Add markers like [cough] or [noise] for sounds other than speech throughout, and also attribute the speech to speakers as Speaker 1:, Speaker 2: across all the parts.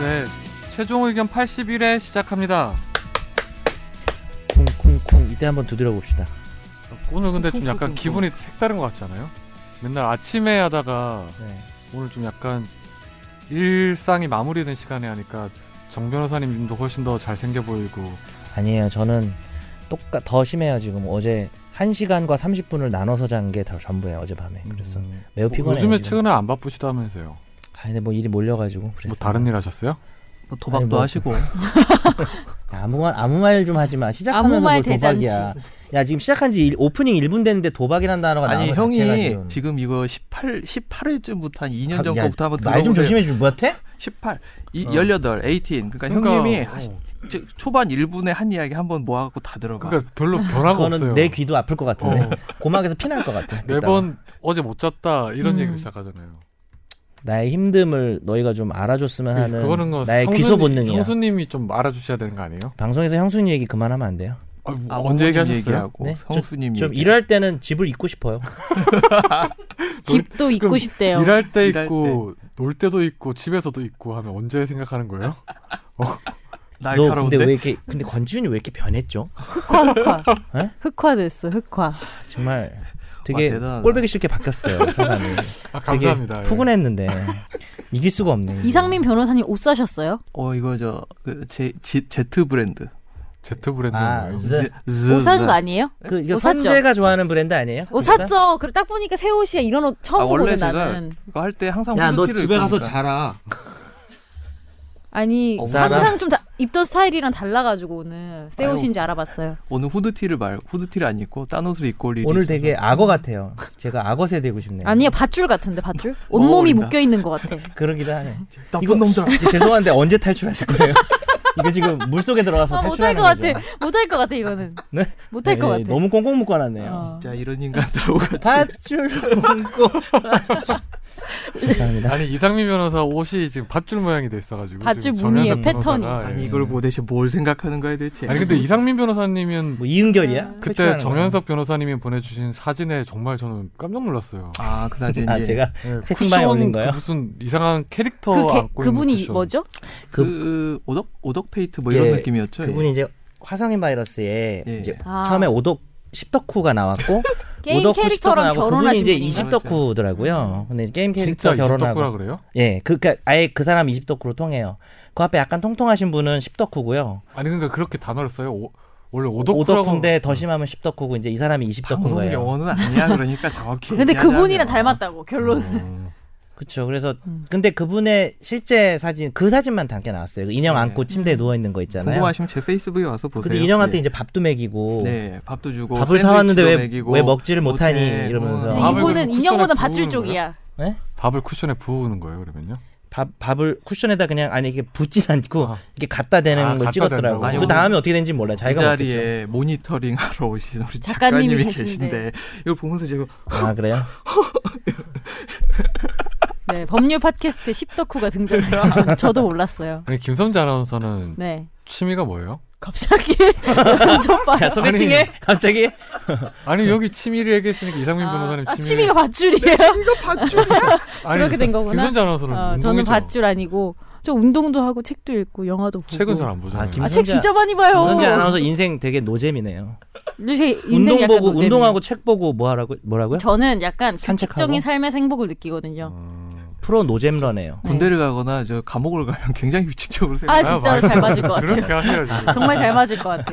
Speaker 1: 네, 최종 의견 81회 시작합니다.
Speaker 2: 쿵쿵쿵 이때 한번 두드려 봅시다.
Speaker 1: 오늘 근데 좀 약간 기분이 색다른 것 같지 않아요? 맨날 아침에 하다가
Speaker 2: 네.
Speaker 1: 오늘 좀 약간 일상이 마무리된 시간에 하니까 정 변호사님도 훨씬 더 잘생겨 보이고
Speaker 2: 아니에요. 저는 똑같 더 심해요 지금 어제 1 시간과 30분을 나눠서 잔 게 다 전부예요 어젯밤에. 그래서
Speaker 1: 음,
Speaker 2: 매우
Speaker 1: 뭐
Speaker 2: 피곤해요.
Speaker 1: 요즘에
Speaker 2: 지금.
Speaker 1: 최근에 안 바쁘시다면서요? 뭐
Speaker 2: 아 근데 뭐 일이 몰려가지고 그래서
Speaker 1: 다른 일 하셨어요?
Speaker 3: 뭐 도박도
Speaker 2: 아니, 뭐-
Speaker 3: 하시고
Speaker 2: 아무 말 아무 말 좀 하지 마.
Speaker 4: 아무
Speaker 2: 시작하면서
Speaker 4: 말
Speaker 2: 뭘 도박이야. 야 지금 시작한 지 일- 오프닝 1분 됐는데 도박이란 단어가 나온
Speaker 3: 아니
Speaker 2: 거
Speaker 3: 형이
Speaker 2: 자체가
Speaker 3: 지금, 이거 18 18회쯤부터 한 2년 전
Speaker 2: 야,
Speaker 3: 거부터 한번
Speaker 2: 말좀
Speaker 3: 들어보세요.
Speaker 2: 조심해 주면 뭐한테?
Speaker 3: 18, 이,
Speaker 2: 어.
Speaker 3: 18, 18. 그러니까,
Speaker 1: 그러니까,
Speaker 3: 형님이
Speaker 1: 어.
Speaker 3: 하시- 저- 초반 1분에 한 이야기 한번 모아갖고 다 들어봐.
Speaker 1: 그러니까 별로 변화가
Speaker 2: 그거는
Speaker 1: 없어요.
Speaker 2: 내 귀도 아플 것 같은데
Speaker 1: 어.
Speaker 2: [laughs] 고막에서 피날 것 같아. 듣다가.
Speaker 1: 매번 어제 못 잤다 이런
Speaker 4: 음.
Speaker 1: 얘기를 시작하잖아요.
Speaker 2: 나의 힘듦을 너희가 좀 알아줬으면 하는
Speaker 1: 네, 그거는 뭐 거
Speaker 2: 나의
Speaker 1: 형수님-
Speaker 2: 귀소 본능이야.
Speaker 1: 형수님이 좀 알아주셔야 되는 거 아니에요?
Speaker 2: 방송에서 형수님 얘기 그만하면 안 돼요.
Speaker 1: 아, 뭐
Speaker 3: 아,
Speaker 1: 언제
Speaker 3: 어머님
Speaker 1: 얘기하셨어요?
Speaker 3: 얘기하고
Speaker 2: 네?
Speaker 3: 성수님
Speaker 2: 좀
Speaker 3: 얘기.
Speaker 2: 일할 때는 집을 잊고 싶어요.
Speaker 4: 집도
Speaker 1: 그럼
Speaker 4: 있고 싶대요.
Speaker 1: 일할 때
Speaker 3: 일할
Speaker 1: 있고 놀 때도 있고 집에서도 있고 하면 언제 생각하는 거예요?
Speaker 2: 너
Speaker 3: 아, 날카로운데 아,
Speaker 2: 근데 왜 이렇게 근데 권지윤이 왜 이렇게 변했죠?
Speaker 4: 흑화 흑화.
Speaker 2: 에?
Speaker 4: 흑화 됐어 흑화.
Speaker 2: 정말
Speaker 3: 와,
Speaker 2: 되게
Speaker 3: 대단하다.
Speaker 2: 꼴보기 싫게 바뀌었어요
Speaker 3: [laughs]
Speaker 2: 사람이.
Speaker 1: 아, 감사합니다.
Speaker 2: 되게
Speaker 1: 예.
Speaker 2: 푸근했는데 이길 수가 없네.
Speaker 4: 이상민 변호사님 옷 사셨어요?
Speaker 3: 어 이거 저그제 제트 브랜드.
Speaker 2: 네.
Speaker 1: 제트 브랜드.
Speaker 2: 아,
Speaker 1: 요
Speaker 2: 네.
Speaker 4: 옷뭐 산 거 아니에요?
Speaker 2: 그 이거
Speaker 4: 옷 샀죠?
Speaker 2: 선재가 좋아하는 브랜드 아니에요?
Speaker 4: 옷 샀어. 그래 딱 보니까 새 옷이야. 이런 옷 처음
Speaker 3: 아, 원래
Speaker 4: 보거든
Speaker 3: 제가-
Speaker 4: 나는.
Speaker 3: 그거 할 때 항상
Speaker 5: 야 너
Speaker 3: 후드티를
Speaker 5: 집에
Speaker 3: 입고
Speaker 5: 가서
Speaker 3: 오니까.
Speaker 5: 자라.
Speaker 4: 아니
Speaker 3: 어,
Speaker 2: 사람?
Speaker 4: 항상 좀 다, 입던 스타일이랑 달라가지고 오늘 새
Speaker 3: 아유.
Speaker 4: 옷인지 알아봤어요.
Speaker 3: 오늘 후드티를 말 후드티를 안 입고 딴 옷을 입고 올 일이.
Speaker 2: 오늘 되게 악어 같아요. 제가 악어 세대고 싶네요.
Speaker 4: 아니야 밧줄 같은데 vat줄?
Speaker 3: 어,
Speaker 4: 온몸이
Speaker 3: 어울린다.
Speaker 4: 묶여 있는 것 같아.
Speaker 2: 그러기도 하네.
Speaker 3: 있어요. 나쁜
Speaker 2: 이거-
Speaker 3: 놈들아. [laughs]
Speaker 2: 이제 죄송한데 언제 탈출하실 거예요? [laughs] 이거 지금 물 속에 들어가서
Speaker 4: 아, 못할
Speaker 2: 탈출하는
Speaker 4: 것
Speaker 2: 거죠?
Speaker 4: 같아. 못할 것 같아 이거는.
Speaker 2: 네?
Speaker 4: 못할 것
Speaker 2: 네,
Speaker 4: 같아.
Speaker 2: 너무 꽁꽁 묶어놨네요.
Speaker 4: 어.
Speaker 3: 진짜 이런 인간들하고 같이.
Speaker 2: 밧줄 묶고. [laughs] 죄송합니다.
Speaker 1: 아니 이상민 변호사 옷이 지금 밧줄 모양이 돼 있어가지고.
Speaker 4: 밧줄
Speaker 1: 지금
Speaker 4: 무늬예요,
Speaker 1: 정현석
Speaker 4: 패턴이.
Speaker 1: 변호사가,
Speaker 3: 아니
Speaker 1: 예.
Speaker 3: 이걸 뭐 대체 뭘 생각하는 거야 대체.
Speaker 1: 아니 근데 이상민 변호사님은
Speaker 2: 뭐
Speaker 4: 네.
Speaker 2: 이은결이야?
Speaker 1: 그때
Speaker 2: 탈출하는
Speaker 1: 정현석 변호사님이 보내주신 사진에 정말 저는 깜짝 놀랐어요.
Speaker 3: 아그 사진
Speaker 2: 거는. 아
Speaker 3: 이제
Speaker 2: 제가
Speaker 1: 예,
Speaker 2: 채팅방에
Speaker 1: 쿠션
Speaker 2: 올린 거예요?
Speaker 1: 그 무슨 이상한 캐릭터
Speaker 4: 그 개,
Speaker 1: 안고 있는
Speaker 4: 그분이
Speaker 1: 쿠션.
Speaker 4: 뭐죠?
Speaker 3: 그, 오덕 오덕 페이트 뭐
Speaker 2: 예,
Speaker 3: 이런 느낌이었죠.
Speaker 2: 그분이 이제 화성인 바이러스에
Speaker 3: 예.
Speaker 2: 이제
Speaker 4: 아.
Speaker 2: 처음에 오독 십덕후가 나왔고
Speaker 4: [laughs] 게임
Speaker 2: 오덕후 십덕후
Speaker 4: 캐릭터랑
Speaker 2: 나오고 그분이
Speaker 4: 결혼하신 음.
Speaker 2: 이제
Speaker 4: 분인가?
Speaker 2: 이십덕후더라고요. 근데 게임 캐릭터
Speaker 1: 진짜
Speaker 2: 결혼하고
Speaker 1: 이십덕구라 그래요?
Speaker 2: 예, 그 그러니까 아예 그 사람 이십덕후로 통해요. 그 앞에 약간 통통하신 분은 십덕후고요.
Speaker 1: 아니 그러니까 그렇게 단어를 써요. 오, 원래 오덕후라고. 음.
Speaker 2: 오덕후인데 더 심하면 십덕후고 이제 이 사람이 이십덕후인
Speaker 3: 방송
Speaker 2: 거예요.
Speaker 3: 영어는 아니야 그러니까 정확히.
Speaker 4: 근데
Speaker 3: 얘기하자면.
Speaker 4: 그분이랑 닮았다고 결론.
Speaker 1: 음.
Speaker 2: 그렇죠. 그래서
Speaker 4: 음.
Speaker 2: 근데 그분의 실제 사진 그 사진만 담게 나왔어요. 그 인형
Speaker 3: 네.
Speaker 2: 안고
Speaker 4: 음.
Speaker 2: 침대에 누워 있는 거 있잖아요.
Speaker 3: 궁금하시면 제 페이스북에 와서 보세요.
Speaker 2: 근데 인형한테
Speaker 3: 예.
Speaker 2: 이제 밥도 먹이고
Speaker 3: 네, 밥도 주고
Speaker 2: 밥을 사왔는데
Speaker 3: 샌드위치도
Speaker 2: 왜,
Speaker 3: 먹이고. 뭐
Speaker 2: 왜 먹지를 못하니
Speaker 3: 못해.
Speaker 2: 이러면서
Speaker 1: 아, 밥을 그럼
Speaker 4: 이분은 인형보다
Speaker 1: 쿠션에
Speaker 4: 밧줄
Speaker 1: 부르는
Speaker 4: 쪽이야.
Speaker 1: 밥을 쿠션에 부어오는 거예요 그러면요?
Speaker 2: 밥, 밥을 쿠션에다 그냥 아니 이게 붙진 않고
Speaker 1: 아.
Speaker 2: 이게 갖다 대는
Speaker 1: 아,
Speaker 2: 걸
Speaker 1: 갖다
Speaker 2: 찍었더라고.
Speaker 1: 댄다고.
Speaker 2: 그 다음에 어떻게 된지 몰라. 요
Speaker 3: 이
Speaker 2: 자기가 먹겠죠.
Speaker 3: 자리에 모니터링 하러 오신 우리 작가님이,
Speaker 4: 작가님이
Speaker 3: 계신데.
Speaker 4: 계신데.
Speaker 3: 이거 보면서 제가
Speaker 2: 아 그래요?
Speaker 4: 네, 법률 팟캐스트 십덕후가 등장했어요. 저도 몰랐어요.
Speaker 1: 아니 김선재 아나운서는
Speaker 4: 네.
Speaker 1: 취미가 뭐예요?
Speaker 4: 갑자기 [laughs] 저봐요
Speaker 2: 야 소개팅해? [laughs] 갑자기?
Speaker 1: 아니 여기 취미를 얘기했으니까 이상민 변호사님
Speaker 4: 아,
Speaker 1: 취미.
Speaker 4: 취미가 밧줄이에요. 네.
Speaker 1: 아니,
Speaker 4: 그렇게 된 거구나.
Speaker 1: 김선재 아나운서는
Speaker 4: 어,
Speaker 1: 운동이죠.
Speaker 4: 저는 밧줄 아니고 저 운동도 하고 책도 읽고 영화도 보고.
Speaker 1: 책은 잘 안 보잖아요.
Speaker 2: 아, 김-
Speaker 4: 아, 책 진짜 많이 봐요.
Speaker 2: 김선재 아나운서 인생 되게 노잼이네요.
Speaker 4: 요새 인생이
Speaker 2: 운동
Speaker 4: 약간
Speaker 2: 보고
Speaker 4: 노잼이에요.
Speaker 2: 운동하고 책 보고 뭐 하라고 뭐라고요?
Speaker 4: 저는 약간
Speaker 2: 산책하고?
Speaker 4: 규칙적인 삶의 행복을 느끼거든요.
Speaker 1: 음.
Speaker 2: 프로 노잼러네요.
Speaker 3: 군대를 가거나 저 감옥을 가면 굉장히 규칙적으로 생각.
Speaker 4: 아
Speaker 1: 아,
Speaker 4: 진짜로
Speaker 1: 맞아.
Speaker 4: 잘 맞을 것 같아요.
Speaker 1: 그렇게 하세요. 지금.
Speaker 4: 정말 잘 맞을 것 같아.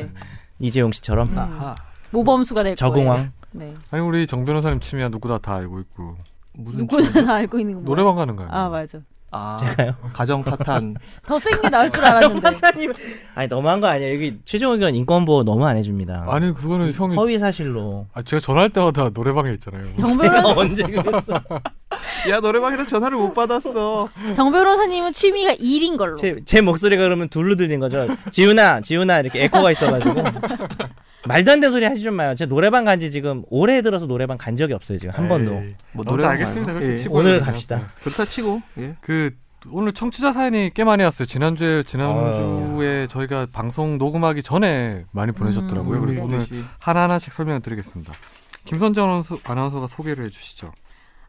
Speaker 2: 이재용 씨처럼
Speaker 4: 음.
Speaker 3: 아하.
Speaker 4: 모범수가 될 거예요.
Speaker 2: 저공황.
Speaker 4: 네.
Speaker 1: 아니 우리 정 변호사님 취미야 누구나 다 알고 있고
Speaker 3: 무슨
Speaker 4: 누구나 다 [laughs] 알고 있는 거. 뭐야?
Speaker 1: 노래방 가는 거예요.
Speaker 4: 아 맞아.
Speaker 3: 아, 가정 파탄.
Speaker 4: 더 센 게 나올 줄 알았는데.
Speaker 1: [laughs]
Speaker 2: [laughs] 판사님 아니 너무한 거 아니야 여기 최종 의견 인권 보호 너무 안 해줍니다.
Speaker 1: 아니 그거는 형이
Speaker 2: 허위 사실로
Speaker 1: 아, 제가 전화할 때마다 노래방에 있잖아요.
Speaker 4: 정
Speaker 2: 내가
Speaker 4: 변호
Speaker 2: 언제 그랬어?
Speaker 3: 야 노래방에서 전화를 못 받았어.
Speaker 4: 음. 정 변호사님은 취미가 일인 걸로.
Speaker 2: 제, 제 목소리가 그러면 둘로 들린 거죠. 지훈아 지훈아 이렇게 에코가 있어가지고 말도 안 되는 소리 하지 좀 마요. 제 노래방 간 지 지금 올해 들어서 노래방 간 적이 없어요 지금 한 번도.
Speaker 3: 뭐
Speaker 1: 아무튼
Speaker 3: 노래방
Speaker 1: 알겠습니다.
Speaker 3: 말고.
Speaker 1: 그렇게
Speaker 3: 예.
Speaker 1: 치고
Speaker 2: 오늘
Speaker 1: 그러면.
Speaker 2: 갑시다.
Speaker 3: 그렇다 치고. 예.
Speaker 1: 그 오늘 청취자 사연이 꽤 많이 왔어요. 지난주에
Speaker 2: 아,
Speaker 1: 지난주에 저희가 방송 녹음하기 전에 많이 보내셨더라고요.
Speaker 2: 음.
Speaker 3: 물
Speaker 1: 그리고 오늘
Speaker 4: 네.
Speaker 3: 흐르듯이.
Speaker 1: 하나하나씩 설명을 드리겠습니다. 김선재 아나운서, 아나운서가 소개를 해주시죠.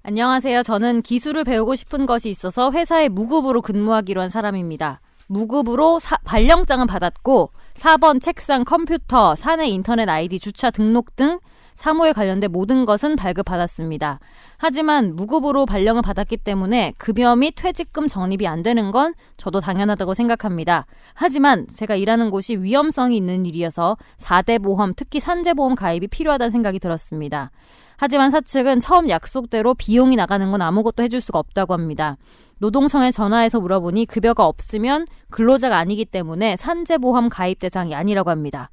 Speaker 4: 안녕하세요. 저는 기술을 배우고 싶은 것이 있어서 회사에 무급으로 근무하기로 한 사람입니다. 무급으로 사- 발령장은 받았고 4번 책상, 컴퓨터, 사내 인터넷 아이디, 주차 등록 등 사무에 관련된 모든 것은 발급받았습니다. 하지만 무급으로 발령을 받았기 때문에 급여 및 퇴직금 적립이 안 되는 건 저도 당연하다고 생각합니다. 하지만 제가 일하는 곳이 위험성이 있는 일이어서 4대 보험, 특히 산재보험 가입이 필요하다는 생각이 들었습니다. 하지만 사측은 처음 약속대로 비용이 나가는 건 아무것도 해줄 수가 없다고 합니다. 노동청에 전화해서 물어보니 급여가 없으면 근로자가 아니기 때문에 산재보험 가입 대상이 아니라고 합니다.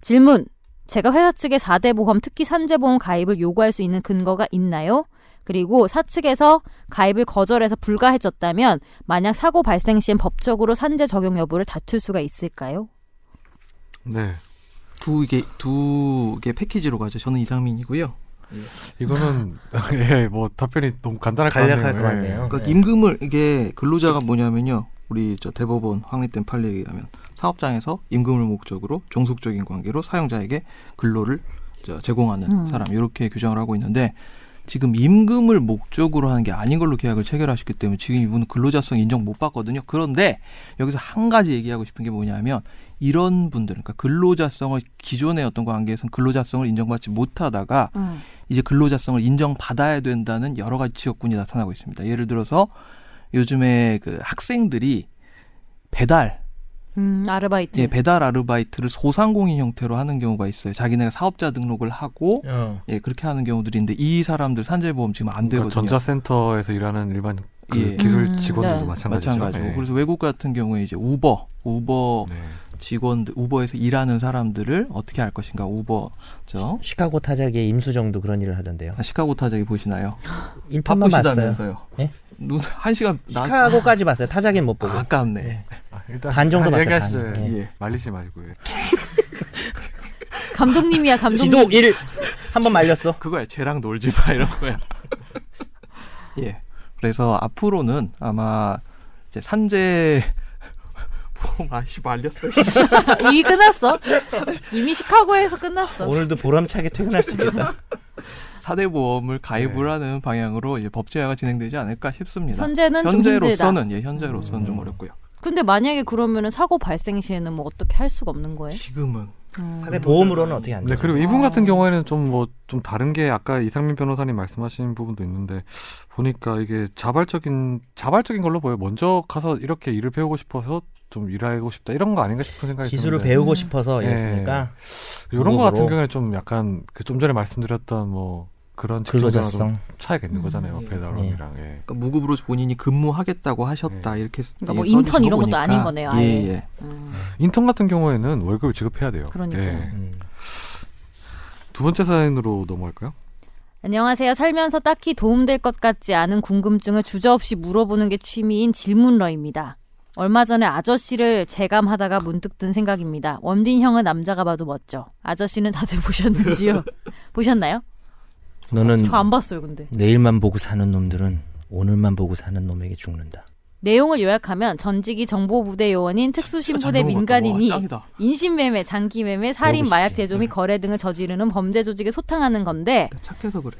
Speaker 4: 질문. 제가 회사 측에 4대 보험, 특히 산재보험 가입을 요구할 수 있는 근거가 있나요? 그리고 사측에서 가입을 거절해서 불가해졌다면 만약 사고 발생 시엔 법적으로 산재 적용 여부를 다툴 수가 있을까요?
Speaker 1: 네.
Speaker 3: 두 개, 두 개 패키지로 가죠. 저는 이상민이고요.
Speaker 1: 이거는 [laughs] 예, 뭐 답변이 너무 간단할 것 같네요.
Speaker 2: 간략할 것
Speaker 1: 예.
Speaker 2: 같네요.
Speaker 3: 그러니까
Speaker 2: 네.
Speaker 3: 임금을 이게 근로자가 뭐냐면요. 우리 저 대법원 확립된 판례에 의하면 사업장에서 임금을 목적으로 종속적인 관계로 사용자에게 근로를 저 제공하는
Speaker 4: 음.
Speaker 3: 사람 이렇게 규정을 하고 있는데 지금 임금을 목적으로 하는 게 아닌 걸로 계약을 체결하셨기 때문에 지금 이분은 근로자성 인정 못 받거든요. 그런데 여기서 한 가지 얘기하고 싶은 게 뭐냐면 이런 분들 그러니까 근로자성을 기존의 어떤 관계에서는 근로자성을 인정받지 못하다가 이제 근로자성을 인정받아야 된다는 여러 가지 지역군이 나타나고 있습니다. 예를 들어서 요즘에 그 학생들이 배달,
Speaker 4: 음, 아르바이트.
Speaker 3: 예, 배달 아르바이트를 소상공인 형태로 하는 경우가 있어요. 자기네가 사업자 등록을 하고
Speaker 2: 어.
Speaker 3: 예, 그렇게 하는 경우들이 있는데 이 사람들 산재보험 지금 안
Speaker 1: 그러니까
Speaker 3: 되거든요.
Speaker 1: 전자센터에서 일하는 일반 그
Speaker 3: 예.
Speaker 1: 기술
Speaker 4: 음,
Speaker 1: 직원들도
Speaker 4: 네.
Speaker 1: 마찬가지죠.
Speaker 3: 마찬가지고
Speaker 1: 예.
Speaker 3: 그래서 외국 같은 경우에 이제 우버 우버
Speaker 1: 네.
Speaker 3: 직원 들 우버에서 일하는 사람들을 어떻게 할 것인가 우버죠
Speaker 2: 시카고 타자기의 임수정도 그런 일을 하던데요.
Speaker 3: 아, 시카고 타자기 보시나요
Speaker 2: 인터만 봤어요.
Speaker 3: 바쁘시다면서요
Speaker 2: 예?
Speaker 3: 눈- 한 시간 나
Speaker 2: 시카고까지 봤어요. 타자기는 못 보고.
Speaker 3: 아, 아깝네
Speaker 2: 예.
Speaker 1: 아, 일단
Speaker 2: 반 정도
Speaker 1: 아,
Speaker 2: 봤어요,
Speaker 1: 얘기하시죠.
Speaker 2: 반.
Speaker 1: 예.
Speaker 2: 예.
Speaker 3: 예.
Speaker 1: 말리지 말고요.
Speaker 4: 감독님이야, 감독님.
Speaker 2: 지도 1 한번
Speaker 3: [laughs]
Speaker 2: 말렸어.
Speaker 3: 그거야 쟤랑 놀지 마 이런 거야 예 그래서 앞으로는 아마 이제 산재 뭐, 아씨 말렸어 씨.
Speaker 4: [laughs] 이미 끝났어. 이미 시카고에서 끝났어.
Speaker 2: 오늘도 보람차게 퇴근할 수 있겠다.
Speaker 3: 사대보험을 가입을
Speaker 1: 네.
Speaker 3: 하는 방향으로 이제 법제화가 진행되지 않을까 싶습니다
Speaker 4: 현재는 좀 힘들다.
Speaker 3: 현재로서는 예 현재로서는 좀 어렵고요
Speaker 4: 근데 만약에 그러면은 사고 발생 시에는 뭐 어떻게 할 수가 없는 거예요?
Speaker 3: 지금은
Speaker 4: 음.
Speaker 2: 근데 보험으로는 어떻게 안
Speaker 1: 네,
Speaker 2: 돼?
Speaker 1: 그리고 이분
Speaker 4: 아.
Speaker 1: 같은 경우에는 좀 뭐 좀 다른 게 아까 이상민 변호사님 말씀하신 부분도 있는데 보니까 이게 자발적인 자발적인 걸로 보여. 요 먼저 가서 이렇게 일을 배우고 싶어서 좀 일하고 싶다 이런 거 아닌가 싶은 생각이
Speaker 2: 기술을
Speaker 1: 드는데
Speaker 2: 배우고
Speaker 4: 음.
Speaker 2: 싶어서
Speaker 1: 예.
Speaker 2: 이랬으니까
Speaker 1: 이런 거 같은
Speaker 2: 공부로.
Speaker 1: 경우에는 좀 약간 그 좀 전에 말씀드렸던 뭐 그런 직종이랑
Speaker 2: 근로자성.
Speaker 1: 차이가 있는 거잖아요.
Speaker 4: 음.
Speaker 1: 배달원이랑 예.
Speaker 3: 그러니까 무급으로 본인이 근무하겠다고 하셨다 이렇게
Speaker 4: 그러니까 뭐
Speaker 3: 예, 써주신
Speaker 4: 인턴
Speaker 3: 거
Speaker 4: 이런 것도
Speaker 3: 보니까.
Speaker 4: 아닌 거네요,
Speaker 3: 예,
Speaker 4: 아예.
Speaker 3: 예.
Speaker 4: 음.
Speaker 1: 인턴 같은 경우에는 월급을 지급해야 돼요.
Speaker 4: 그러니까요.
Speaker 1: 예.
Speaker 2: 음.
Speaker 1: 두 번째 사연으로 넘어갈까요?
Speaker 4: 안녕하세요. 살면서 딱히 도움될 것 같지 않은 궁금증을 주저없이 물어보는 게 취미인 질문러입니다. 얼마 전에 아저씨를 재감하다가 문득 든 생각입니다. 원빈 형은 남자가 봐도 멋져. 아저씨는 다들 [laughs] 보셨는지요? 보셨나요?
Speaker 2: 너는
Speaker 4: 저 안 봤어요, 근데.
Speaker 2: 내일만 보고 사는 놈들은 오늘만 보고 사는 놈에게 죽는다.
Speaker 4: 내용을 요약하면 전직이 정보부대 요원인
Speaker 3: 그러니까
Speaker 4: 특수신부대 민간인이
Speaker 3: 와, 뭐 짱이다.
Speaker 4: 인신매매, 장기매매, 살인,
Speaker 2: 배우고 싶지. 네.
Speaker 4: 마약 제조 및 거래 등을 저지르는 범죄 조직에 소탕하는 건데
Speaker 3: 나 착해서 그래.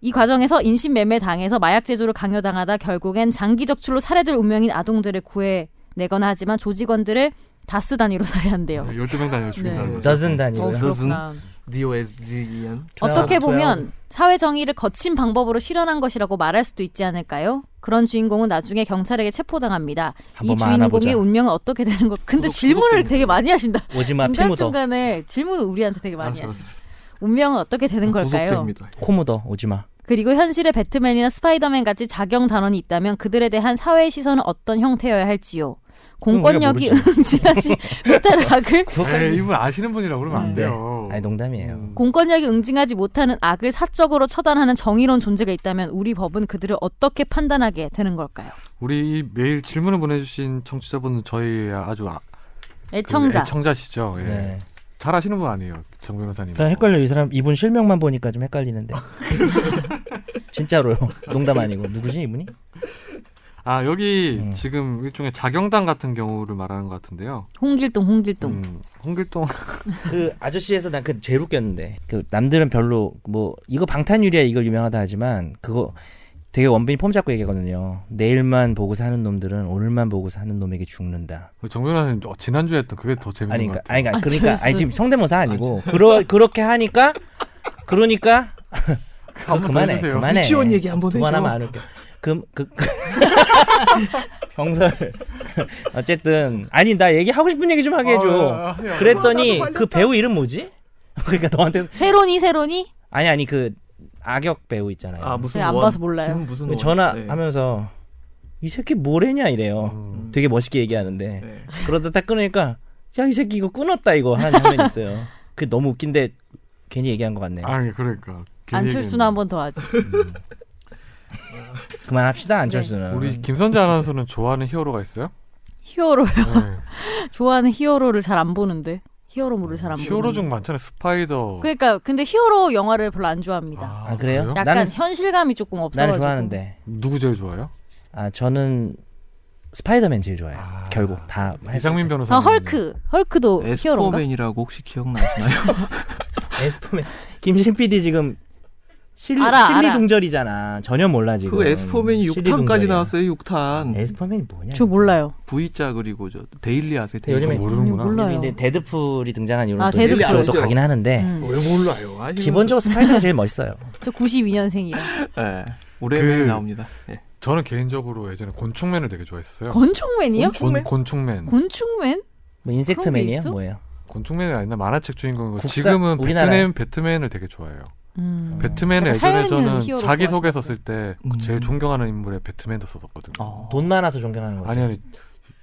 Speaker 4: 이 과정에서 인신매매 당해서 마약 제조를 강요당하다 결국엔 장기 적출로 살해될 운명인 아동들을 구해내거나 하지만 조직원들을 다스 단위로 [laughs] 네, 살해한대요.
Speaker 2: 네.
Speaker 1: 요즘엔 다녀
Speaker 4: 죽인다는
Speaker 1: 예,
Speaker 3: 거죠.
Speaker 2: 더슨
Speaker 4: 어,
Speaker 2: 단위로요.
Speaker 4: 그렇구나.
Speaker 3: DOSGN.
Speaker 4: 어떻게
Speaker 2: 조용하고
Speaker 4: 보면 사회 정의를 거친 방법으로 실현한 것이라고 말할 수도 있지 않을까요? 그런 주인공은 나중에 경찰에게 체포당합니다. 이
Speaker 2: 한번만
Speaker 4: 주인공의
Speaker 2: 알아보자.
Speaker 4: 운명은 어떻게 되는 것? 근데
Speaker 3: 구독,
Speaker 4: 질문을
Speaker 3: 구독
Speaker 4: 되게 많이 하신다.
Speaker 2: 오지마 피
Speaker 4: 중간
Speaker 2: 묻어.
Speaker 4: 중간에 질문을 우리한테 되게 많이 하신다. 운명은 어떻게 되는 걸까요?
Speaker 3: 아, 구속됩니다.
Speaker 2: 코 묻어. 오지마.
Speaker 4: 그리고 현실의 배트맨이나 스파이더맨 같이 자경 단원이 있다면 그들에 대한 사회의 시선은 어떤 형태여야 할지요. 공권력이
Speaker 2: 그건
Speaker 4: 응징하지 [laughs] 못한 악을
Speaker 1: 에이, 음,
Speaker 2: 그거까지.
Speaker 1: 이분 아시는 분이라 그러면 안
Speaker 2: 네.
Speaker 1: 돼요.
Speaker 2: 아니 농담이에요.
Speaker 4: 공권력이 응징하지 못하는 악을 사적으로 처단하는 정의로운 존재가 있다면 우리 법은 그들을 어떻게 판단하게 되는 걸까요?
Speaker 1: 우리 이 매일 질문을 보내주신 청취자분은 저희 아주 아, 그
Speaker 4: 애청자.
Speaker 1: 애청자시죠. 예.
Speaker 2: 네.
Speaker 1: 잘 아시는 분 아니에요, 정 변호사님.
Speaker 2: 그냥 헷갈려 이 사람 이분 실명만 보니까 좀
Speaker 1: [laughs]
Speaker 2: 헷갈리는데. 진짜로요. 농담 아니고 누구지 이분이?
Speaker 1: 아 여기
Speaker 2: 음.
Speaker 1: 지금 일종의 자경단 같은 경우를 말하는 것 같은데요.
Speaker 4: 홍길동, 홍길동.
Speaker 1: 음, 홍길동 [laughs]
Speaker 2: 그 아저씨에서 난 그 제일 웃겼는데 그 남들은 별로 뭐 이거 방탄유리야 이걸 유명하다 하지만 그거 되게 원빈이 폼 잡고 얘기하거든요. 내일만 보고 사는 놈들은 오늘만 보고 사는 놈에게 죽는다.
Speaker 1: 정변하는 어, 지난주에 했던 그게 더 재밌는
Speaker 2: 아니
Speaker 1: 것
Speaker 2: 그러니까
Speaker 1: 같아요.
Speaker 2: 아니 그러니까,
Speaker 4: 아,
Speaker 2: 그러니까
Speaker 4: 재밌어.
Speaker 2: 아니 지금 성대모사 아니고 그러 그렇게 하니까 그러니까 [laughs] 그,
Speaker 1: 한번더
Speaker 2: 그만해
Speaker 1: 해주세요.
Speaker 2: 그만해
Speaker 3: 유치원 얘기 한번 해줘.
Speaker 2: 그만하면 안 웃겨. 그, 그, [laughs] 그 병설. [laughs] 어쨌든 아니 나 얘기 하고 싶은 얘기 좀 하게 해줘.
Speaker 1: 아, 하세요.
Speaker 2: 그랬더니 그 배우 이름 뭐지? [laughs] 그러니까 너한테
Speaker 4: 세론이 세론이
Speaker 2: 아니 아니 그 악역 배우 있잖아요.
Speaker 3: 아 무슨
Speaker 4: 제가 안
Speaker 3: 원.
Speaker 4: 봐서 몰라요.
Speaker 3: 김 무슨
Speaker 2: 그
Speaker 3: 원. 네.
Speaker 2: 전화하면서 이 새끼 뭐래냐 이래요.
Speaker 1: 음.
Speaker 2: 되게 멋있게 얘기하는데
Speaker 3: 네.
Speaker 2: 그러다 딱 끊으니까 야 이 새끼 이거 끊었다 이거 하는 장면 있어요. 그게 너무 웃긴데 괜히 얘기한 것 같네. 요
Speaker 1: 아니 그러니까 괜히
Speaker 4: 안철수나 한 번 더 하지.
Speaker 2: 그만합시다 안철수는.
Speaker 1: 얘기했네. 우리 김선재 아나운서는 좋아하는 히어로가 있어요?
Speaker 4: 히어로 [laughs]
Speaker 1: 네.
Speaker 4: 좋아하는 히어로를 잘 안 보는데 히어로물을 잘 안 보는.
Speaker 1: 네. 히어로 중 많잖아요. 스파이더.
Speaker 4: 그러니까 근데 히어로 영화를 별로 안 좋아합니다.
Speaker 2: 아, 그래요?
Speaker 1: 어?
Speaker 4: 약간
Speaker 2: 나는-
Speaker 4: 현실감이 조금 없어서.
Speaker 2: 나는 좋아하는데
Speaker 1: 누구 제일 좋아해요?
Speaker 2: 아 저는 스파이더맨 제일 좋아해요.
Speaker 1: 아.
Speaker 2: 결국 다 했을
Speaker 1: 이상민
Speaker 2: 때.
Speaker 1: 변호사.
Speaker 4: 저 헐크
Speaker 3: 그
Speaker 4: 헐크도 히어로인가?
Speaker 3: 에스포맨이라고 혹시 기억나시나요?
Speaker 2: [laughs] 에스포맨 김신 PD 지금 실,
Speaker 4: 알아,
Speaker 2: 실리
Speaker 4: 알아.
Speaker 2: 동절이잖아. 전혀 몰라 지금.
Speaker 3: [laughs] 그 에스포맨이 6탄까지 나왔어요. 6탄.
Speaker 2: 에스포맨이 뭐냐?
Speaker 4: 저 몰라요.
Speaker 3: V자 그리고 저 데일리 아세요?
Speaker 2: 근데 요즘에
Speaker 1: 어, 모르는구나.
Speaker 4: 몰라. 몰라요.
Speaker 2: 근데 데드풀이 등장한 이런
Speaker 4: 아,
Speaker 2: 또
Speaker 4: 데드풀.
Speaker 2: 쪽으로 또 가긴 하는데
Speaker 4: 음.
Speaker 3: 왜 몰라요? 아니
Speaker 2: 기본적으로 스파이더가 제일 멋있어요. 뭐
Speaker 4: 저 92년생이라.
Speaker 3: 예. 오래맨
Speaker 1: 그-
Speaker 3: 나옵니다. 예.
Speaker 1: 저는 개인적으로 예전에 곤충맨을 되게 좋아했었어요.
Speaker 4: 권총맨이요?
Speaker 1: 곤- 곤충맨.
Speaker 4: 곤충맨?
Speaker 2: 뭐
Speaker 4: 그런 게
Speaker 2: 인섹트맨이야
Speaker 4: 있어?
Speaker 2: 뭐예요?
Speaker 1: 곤충맨이 아니라 만화책 주인공이고
Speaker 2: 국사-
Speaker 1: 지금은
Speaker 2: 우리나라-
Speaker 1: 배트맨 배트맨을 되게 좋아해요.
Speaker 4: 음.
Speaker 1: 배트맨을
Speaker 4: 약간
Speaker 1: 예전에
Speaker 4: 사연 있는
Speaker 1: 저는
Speaker 4: 히어로
Speaker 1: 자기 소개
Speaker 4: 좋아하시는
Speaker 1: 썼을 때
Speaker 3: 음.
Speaker 1: 제일 존경하는 인물의 배트맨도 썼었거든요.
Speaker 3: 어.
Speaker 2: 돈 많아서 존경하는 거지.
Speaker 1: 아니 아니.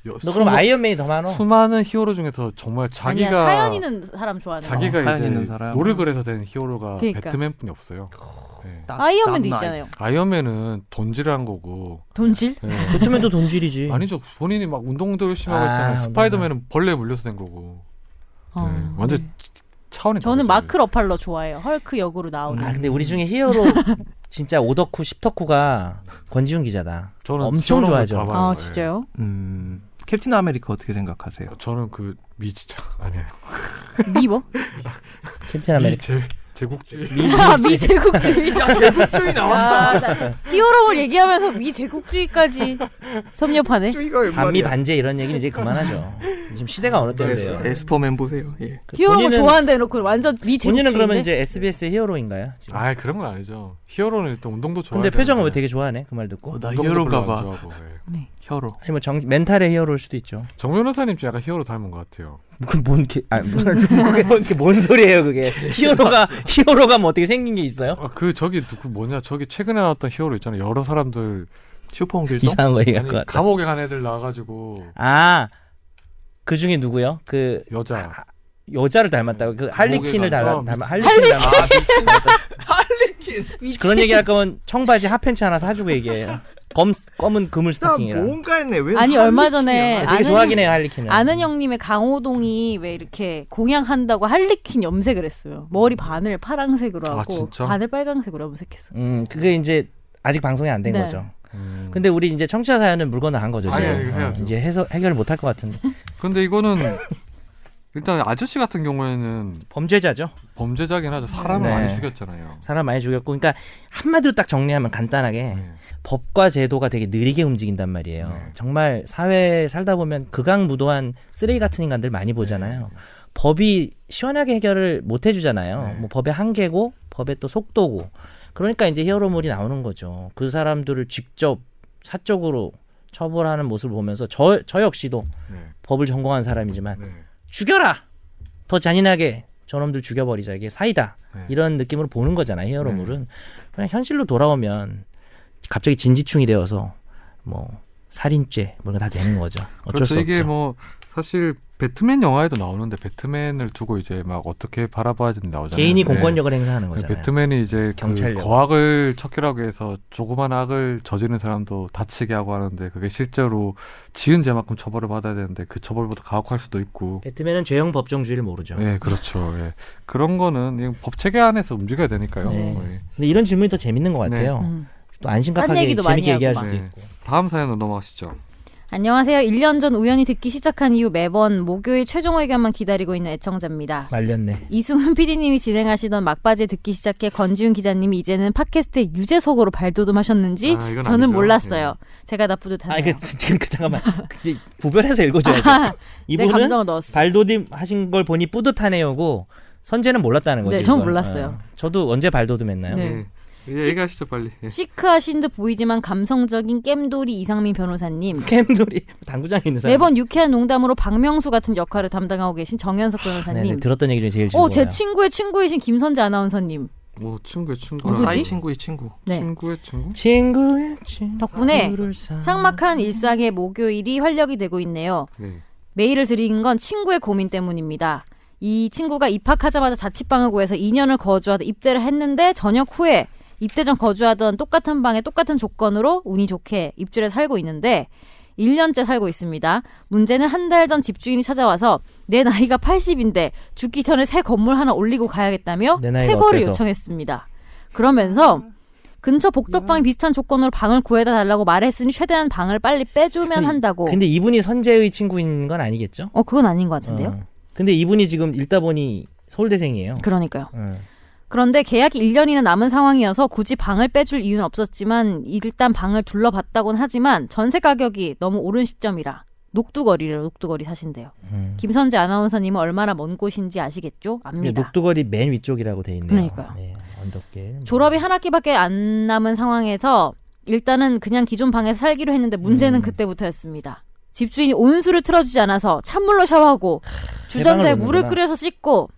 Speaker 1: 여-
Speaker 2: 너 그럼
Speaker 1: 수많-
Speaker 2: 아이언맨이 더 많어?
Speaker 1: 수많은 히어로 중에서 정말 자기가
Speaker 4: 아니야, 사연 있는 사람 좋아하는.
Speaker 1: 자기가
Speaker 3: 어, 사연
Speaker 1: 이제
Speaker 3: 있는 사람.
Speaker 1: 노력을 해서 된 히어로가
Speaker 4: 그러니까.
Speaker 1: 배트맨뿐이 없어요. 예.
Speaker 3: 딱
Speaker 4: 아이언맨도
Speaker 3: 땀
Speaker 4: 있잖아요.
Speaker 3: 나이트.
Speaker 1: 아이언맨은 돈질한 거고.
Speaker 4: 돈질?
Speaker 1: 예.
Speaker 2: 배트맨도 돈질이지.
Speaker 1: [laughs] 아니죠. 본인이 막 운동도 열심히 하고
Speaker 2: 네. 아,
Speaker 1: 있잖아요.
Speaker 2: 운동도.
Speaker 1: 스파이더맨은 벌레에 물려서 된 거고.
Speaker 4: 어,
Speaker 1: 네, 완전
Speaker 4: 네.
Speaker 1: 차원이
Speaker 4: 저는
Speaker 1: 다르죠.
Speaker 4: 마크 러팔러 좋아해요. 헐크 역으로 나오는.
Speaker 2: 아 근데 우리 중에 히어로 진짜 오덕후 십덕후가 권지훈 기자다.
Speaker 1: 저는
Speaker 2: 엄청
Speaker 1: 히어로물
Speaker 2: 좋아하죠.
Speaker 1: 다 봐요.
Speaker 4: 아
Speaker 1: 예.
Speaker 4: 진짜요?
Speaker 3: 음. 캡틴 아메리카 어떻게 생각하세요?
Speaker 1: 저는 그 미지장 [laughs] 아니에요.
Speaker 4: 미버?
Speaker 2: 캡틴 아메리카.
Speaker 1: 미제 제국주의.
Speaker 4: 아, 미제국주의.
Speaker 3: 제국주의
Speaker 4: 아, 나 히어로물 얘기하면서 미제국주의까지 섭렵하네.
Speaker 3: 주의가
Speaker 2: 반미 반제 이런 얘기는 이제 그만하죠. 지금 시대가 어느 때인데요.
Speaker 3: 에스포맨 보세요. 예.
Speaker 2: 그
Speaker 4: 히어로물
Speaker 2: 본인은-
Speaker 4: 좋아한다 해놓고 완전 미제국주의인데.
Speaker 2: 본인은 그러면 이제 SBS의 히어로인가요? 지금?
Speaker 1: 아 그런 건 아니죠. 히어로는 일단 운동도 좋아해.
Speaker 2: 근데 표정은 왜 되게 좋아하네 그 말 듣고.
Speaker 3: 어, 나
Speaker 1: 운동도 별로
Speaker 3: 히어로인가
Speaker 1: 안
Speaker 3: 봐.
Speaker 1: 좋아하고, 예.
Speaker 3: 히어로.
Speaker 2: 아니 뭐 정, 멘탈의 히어로일 수도 있죠.
Speaker 1: 정 변호사님 좀 약간 히어로 닮은 것 같아요.
Speaker 2: 그뭔 개, 아, 무슨 그게 뭔, 그게 뭔 소리예요 그게? [laughs] 히어로가 히어로가 뭐 어떻게 생긴 게 있어요?
Speaker 1: 아, 그 저기 누구 뭐냐 저기 최근에 나왔던 히어로 있잖아요. 여러 사람들
Speaker 3: 슈퍼 홍길동.
Speaker 2: 이상한 거 얘기할
Speaker 1: 아니,
Speaker 2: 것 같아.
Speaker 1: 감옥에 간 애들 나와가지고
Speaker 2: 아, 그 중에 누구요? 그
Speaker 1: 여자
Speaker 2: 여자를 닮았다고 그 할리퀸을
Speaker 3: 목에다가
Speaker 2: 닮아
Speaker 1: 미친-
Speaker 2: 닮아 할리퀸 닮아.
Speaker 4: [laughs] 미친-
Speaker 2: 그런 얘기 할 거면 청바지 핫팬츠 하나 사주고 얘기해요. 검 검은 그물 스타킹이라.
Speaker 3: 했네. 왜
Speaker 4: 아니 얼마 전에
Speaker 2: 아, 되게
Speaker 4: 뭐. 아는
Speaker 2: 좋아하긴 해요 할리퀸을.
Speaker 4: 아는 형님의 강호동이 왜 이렇게 공양한다고 할리퀸 염색을 했어요. 머리 반을 파랑색으로
Speaker 1: 아,
Speaker 4: 하고
Speaker 1: 진짜?
Speaker 4: 반을 빨강색으로 염색했어.
Speaker 2: 음 그게 이제 아직 방송이 안 된
Speaker 4: 네.
Speaker 2: 거죠.
Speaker 1: 음.
Speaker 2: 근데 우리 이제 청취자 사연은 물건을 한 거죠
Speaker 1: 아니,
Speaker 2: 지금.
Speaker 1: 아니, 해야죠.
Speaker 2: 어, 이제 해서 해결 못 할 것 같은데.
Speaker 1: 근데 이거는 일단 아저씨 같은 경우에는
Speaker 2: 범죄자죠.
Speaker 1: 범죄자긴 하죠. 사람을
Speaker 2: 네.
Speaker 1: 많이 죽였잖아요.
Speaker 2: 사람 많이 죽였고, 그러니까 한마디로 딱 정리하면 간단하게
Speaker 1: 네.
Speaker 2: 법과 제도가 되게 느리게 움직인단 말이에요.
Speaker 1: 네.
Speaker 2: 정말 사회에 살다 보면 극악무도한 쓰레기 같은 인간들 많이 보잖아요. 법이 시원하게 해결을 못 해주잖아요.
Speaker 1: 네.
Speaker 2: 뭐 법의 한계고, 법의 또 속도고. 그러니까 이제 히어로물이 나오는 거죠. 그 사람들을 직접 사적으로 처벌하는 모습을 보면서 저, 저 역시도
Speaker 1: 네.
Speaker 2: 법을 전공한 사람이지만
Speaker 1: 네.
Speaker 2: 죽여라! 더 잔인하게 저놈들 죽여버리자. 이게 사이다.
Speaker 1: 네.
Speaker 2: 이런 느낌으로 보는 거잖아 히어로물은 그냥 현실로 돌아오면 갑자기 진지충이 되어서 뭐 살인죄 뭔가 다 되는 거죠 어쩔
Speaker 1: 그렇죠.
Speaker 2: 수
Speaker 1: 이게
Speaker 2: 없죠
Speaker 1: 뭐 사실 배트맨 영화에도 나오는데 배트맨을 두고 이제 막 어떻게 바라봐야 되는지 나오잖아요.
Speaker 2: 개인이
Speaker 1: 네.
Speaker 2: 공권력을 행사하는 거잖아요
Speaker 1: 배트맨이 이제 그
Speaker 2: 경찰력.
Speaker 1: 거악을 척결하기 위해서 조그만 악을 저지른 사람도 다치게 하고 하는데 그게 실제로 지은 죄만큼 처벌을 받아야 되는데 그 처벌보다 가혹할 수도 있고
Speaker 2: 배트맨은 죄형 법정주의를 모르죠
Speaker 1: 예 그렇죠 예 그런 거는 이법 체계 안에서 움직여야 되니까요
Speaker 4: 네.
Speaker 1: 예.
Speaker 2: 근데 이런 질문이 더 재밌는 것 같아요
Speaker 1: 어.
Speaker 4: 음.
Speaker 2: 또
Speaker 4: 딴
Speaker 2: 안심각하게
Speaker 4: 얘기도 많이
Speaker 2: 재밌게 얘기할
Speaker 4: 하고
Speaker 2: 수도
Speaker 1: 네. 막.
Speaker 2: 있고
Speaker 1: 다음 사연으로 넘어가시죠
Speaker 4: 안녕하세요. 1년 전 우연히 듣기 시작한 이후 매번 목요일 최종 의견만 기다리고 있는 애청자입니다.
Speaker 2: 말렸네.
Speaker 4: 이승훈 PD님이 진행하시던 막바지에 듣기 시작해 권지훈 기자님이 이제는 팟캐스트의 유재석으로 발돋움하셨는지
Speaker 1: 아, 이건
Speaker 4: 저는
Speaker 1: 아니죠. 예.
Speaker 4: 몰랐어요. 제가 나쁘듯하네요.
Speaker 2: 아니
Speaker 4: [laughs]
Speaker 2: 그 [laughs] 지금 그 잠깐만 그, 구별해서 읽어줘야죠.
Speaker 4: 내
Speaker 2: 이분은
Speaker 4: 네, 감정을 넣었어.
Speaker 2: 발도딤 하신 걸 보니 뿌듯하네요고 선재는 몰랐다는 거죠.
Speaker 4: 네, 전
Speaker 2: 이걸.
Speaker 4: 몰랐어요.
Speaker 2: 어. 저도 언제 발도듬했나요?
Speaker 4: 네.
Speaker 1: 예. 예, 얘기하시죠 빨리. 예.
Speaker 4: 시크하신 듯 보이지만 감성적인 겜돌이 이상민 변호사님.
Speaker 2: [laughs] 캔돌이 당구장에 있는 사람.
Speaker 4: 매번 유쾌한 농담으로 박명수 같은 역할을 담당하고 계신 정현석
Speaker 2: 아, 네네,
Speaker 4: 변호사님.
Speaker 2: 들었던 얘기 중에 제일 즐거워요.
Speaker 4: 어, 제 친구의 친구이신 김선재 아나운서님.
Speaker 1: 뭐 친구의 친구.
Speaker 4: 누구지?
Speaker 3: 사이 친구의 친구.
Speaker 4: 어, 네.
Speaker 1: 친구의 친구?
Speaker 2: 친구의 친구.
Speaker 4: 덕분에
Speaker 2: 음.
Speaker 4: 삭막한 일상의 목요일이 활력이 되고 있네요.
Speaker 1: 네.
Speaker 4: 메일을 드린 건 친구의 고민 때문입니다. 이 친구가 입학하자마자 자취방을 구해서 2년을 거주하다 입대를 했는데 전역 후에 입대 전 거주하던 똑같은 방에 똑같은 조건으로 운이 좋게 입주를 살고 있는데 1년째 살고 있습니다. 문제는 한 달 전 집주인이 찾아와서 내 나이가 80인데 죽기 전에 새 건물 하나 올리고 가야겠다며
Speaker 2: 내 나이가
Speaker 4: 퇴거를
Speaker 2: 어때서?
Speaker 4: 요청했습니다. 그러면서 근처 복덕방 비슷한 조건으로 방을 구해다 달라고 말했으니 최대한 방을 빨리 빼주면
Speaker 2: 아니,
Speaker 4: 한다고.
Speaker 2: 근데 이분이 선재의 친구인 건 아니겠죠?
Speaker 4: 어 그건 아닌 것 같은데요.
Speaker 2: 어. 근데 이분이 지금 읽다 보니 서울대생이에요.
Speaker 4: 그러니까요.
Speaker 2: 어.
Speaker 4: 그런데 계약이 1년이나 남은 상황이어서 굳이 방을 빼줄 이유는 없었지만 일단 방을 둘러봤다곤 하지만 전세 가격이 너무 오른 시점이라 녹두거리를 녹두거리 사신대요.
Speaker 2: 음.
Speaker 4: 김선재 아나운서님은 얼마나 먼 곳인지 아시겠죠?
Speaker 2: 근데
Speaker 4: 압니다.
Speaker 2: 예, 녹두거리 맨 위쪽이라고 돼 있네요.
Speaker 4: 그러니까요.
Speaker 2: 네, 언덕길. 뭐.
Speaker 4: 졸업이 한 학기밖에 안 남은 상황에서 일단은 그냥 기존 방에서 살기로 했는데 문제는
Speaker 2: 음.
Speaker 4: 그때부터였습니다. 집주인이 온수를 틀어주지 않아서 찬물로 샤워하고 주전자에
Speaker 2: 해방을
Speaker 4: 물을
Speaker 2: 놓는구나.
Speaker 4: 끓여서 씻고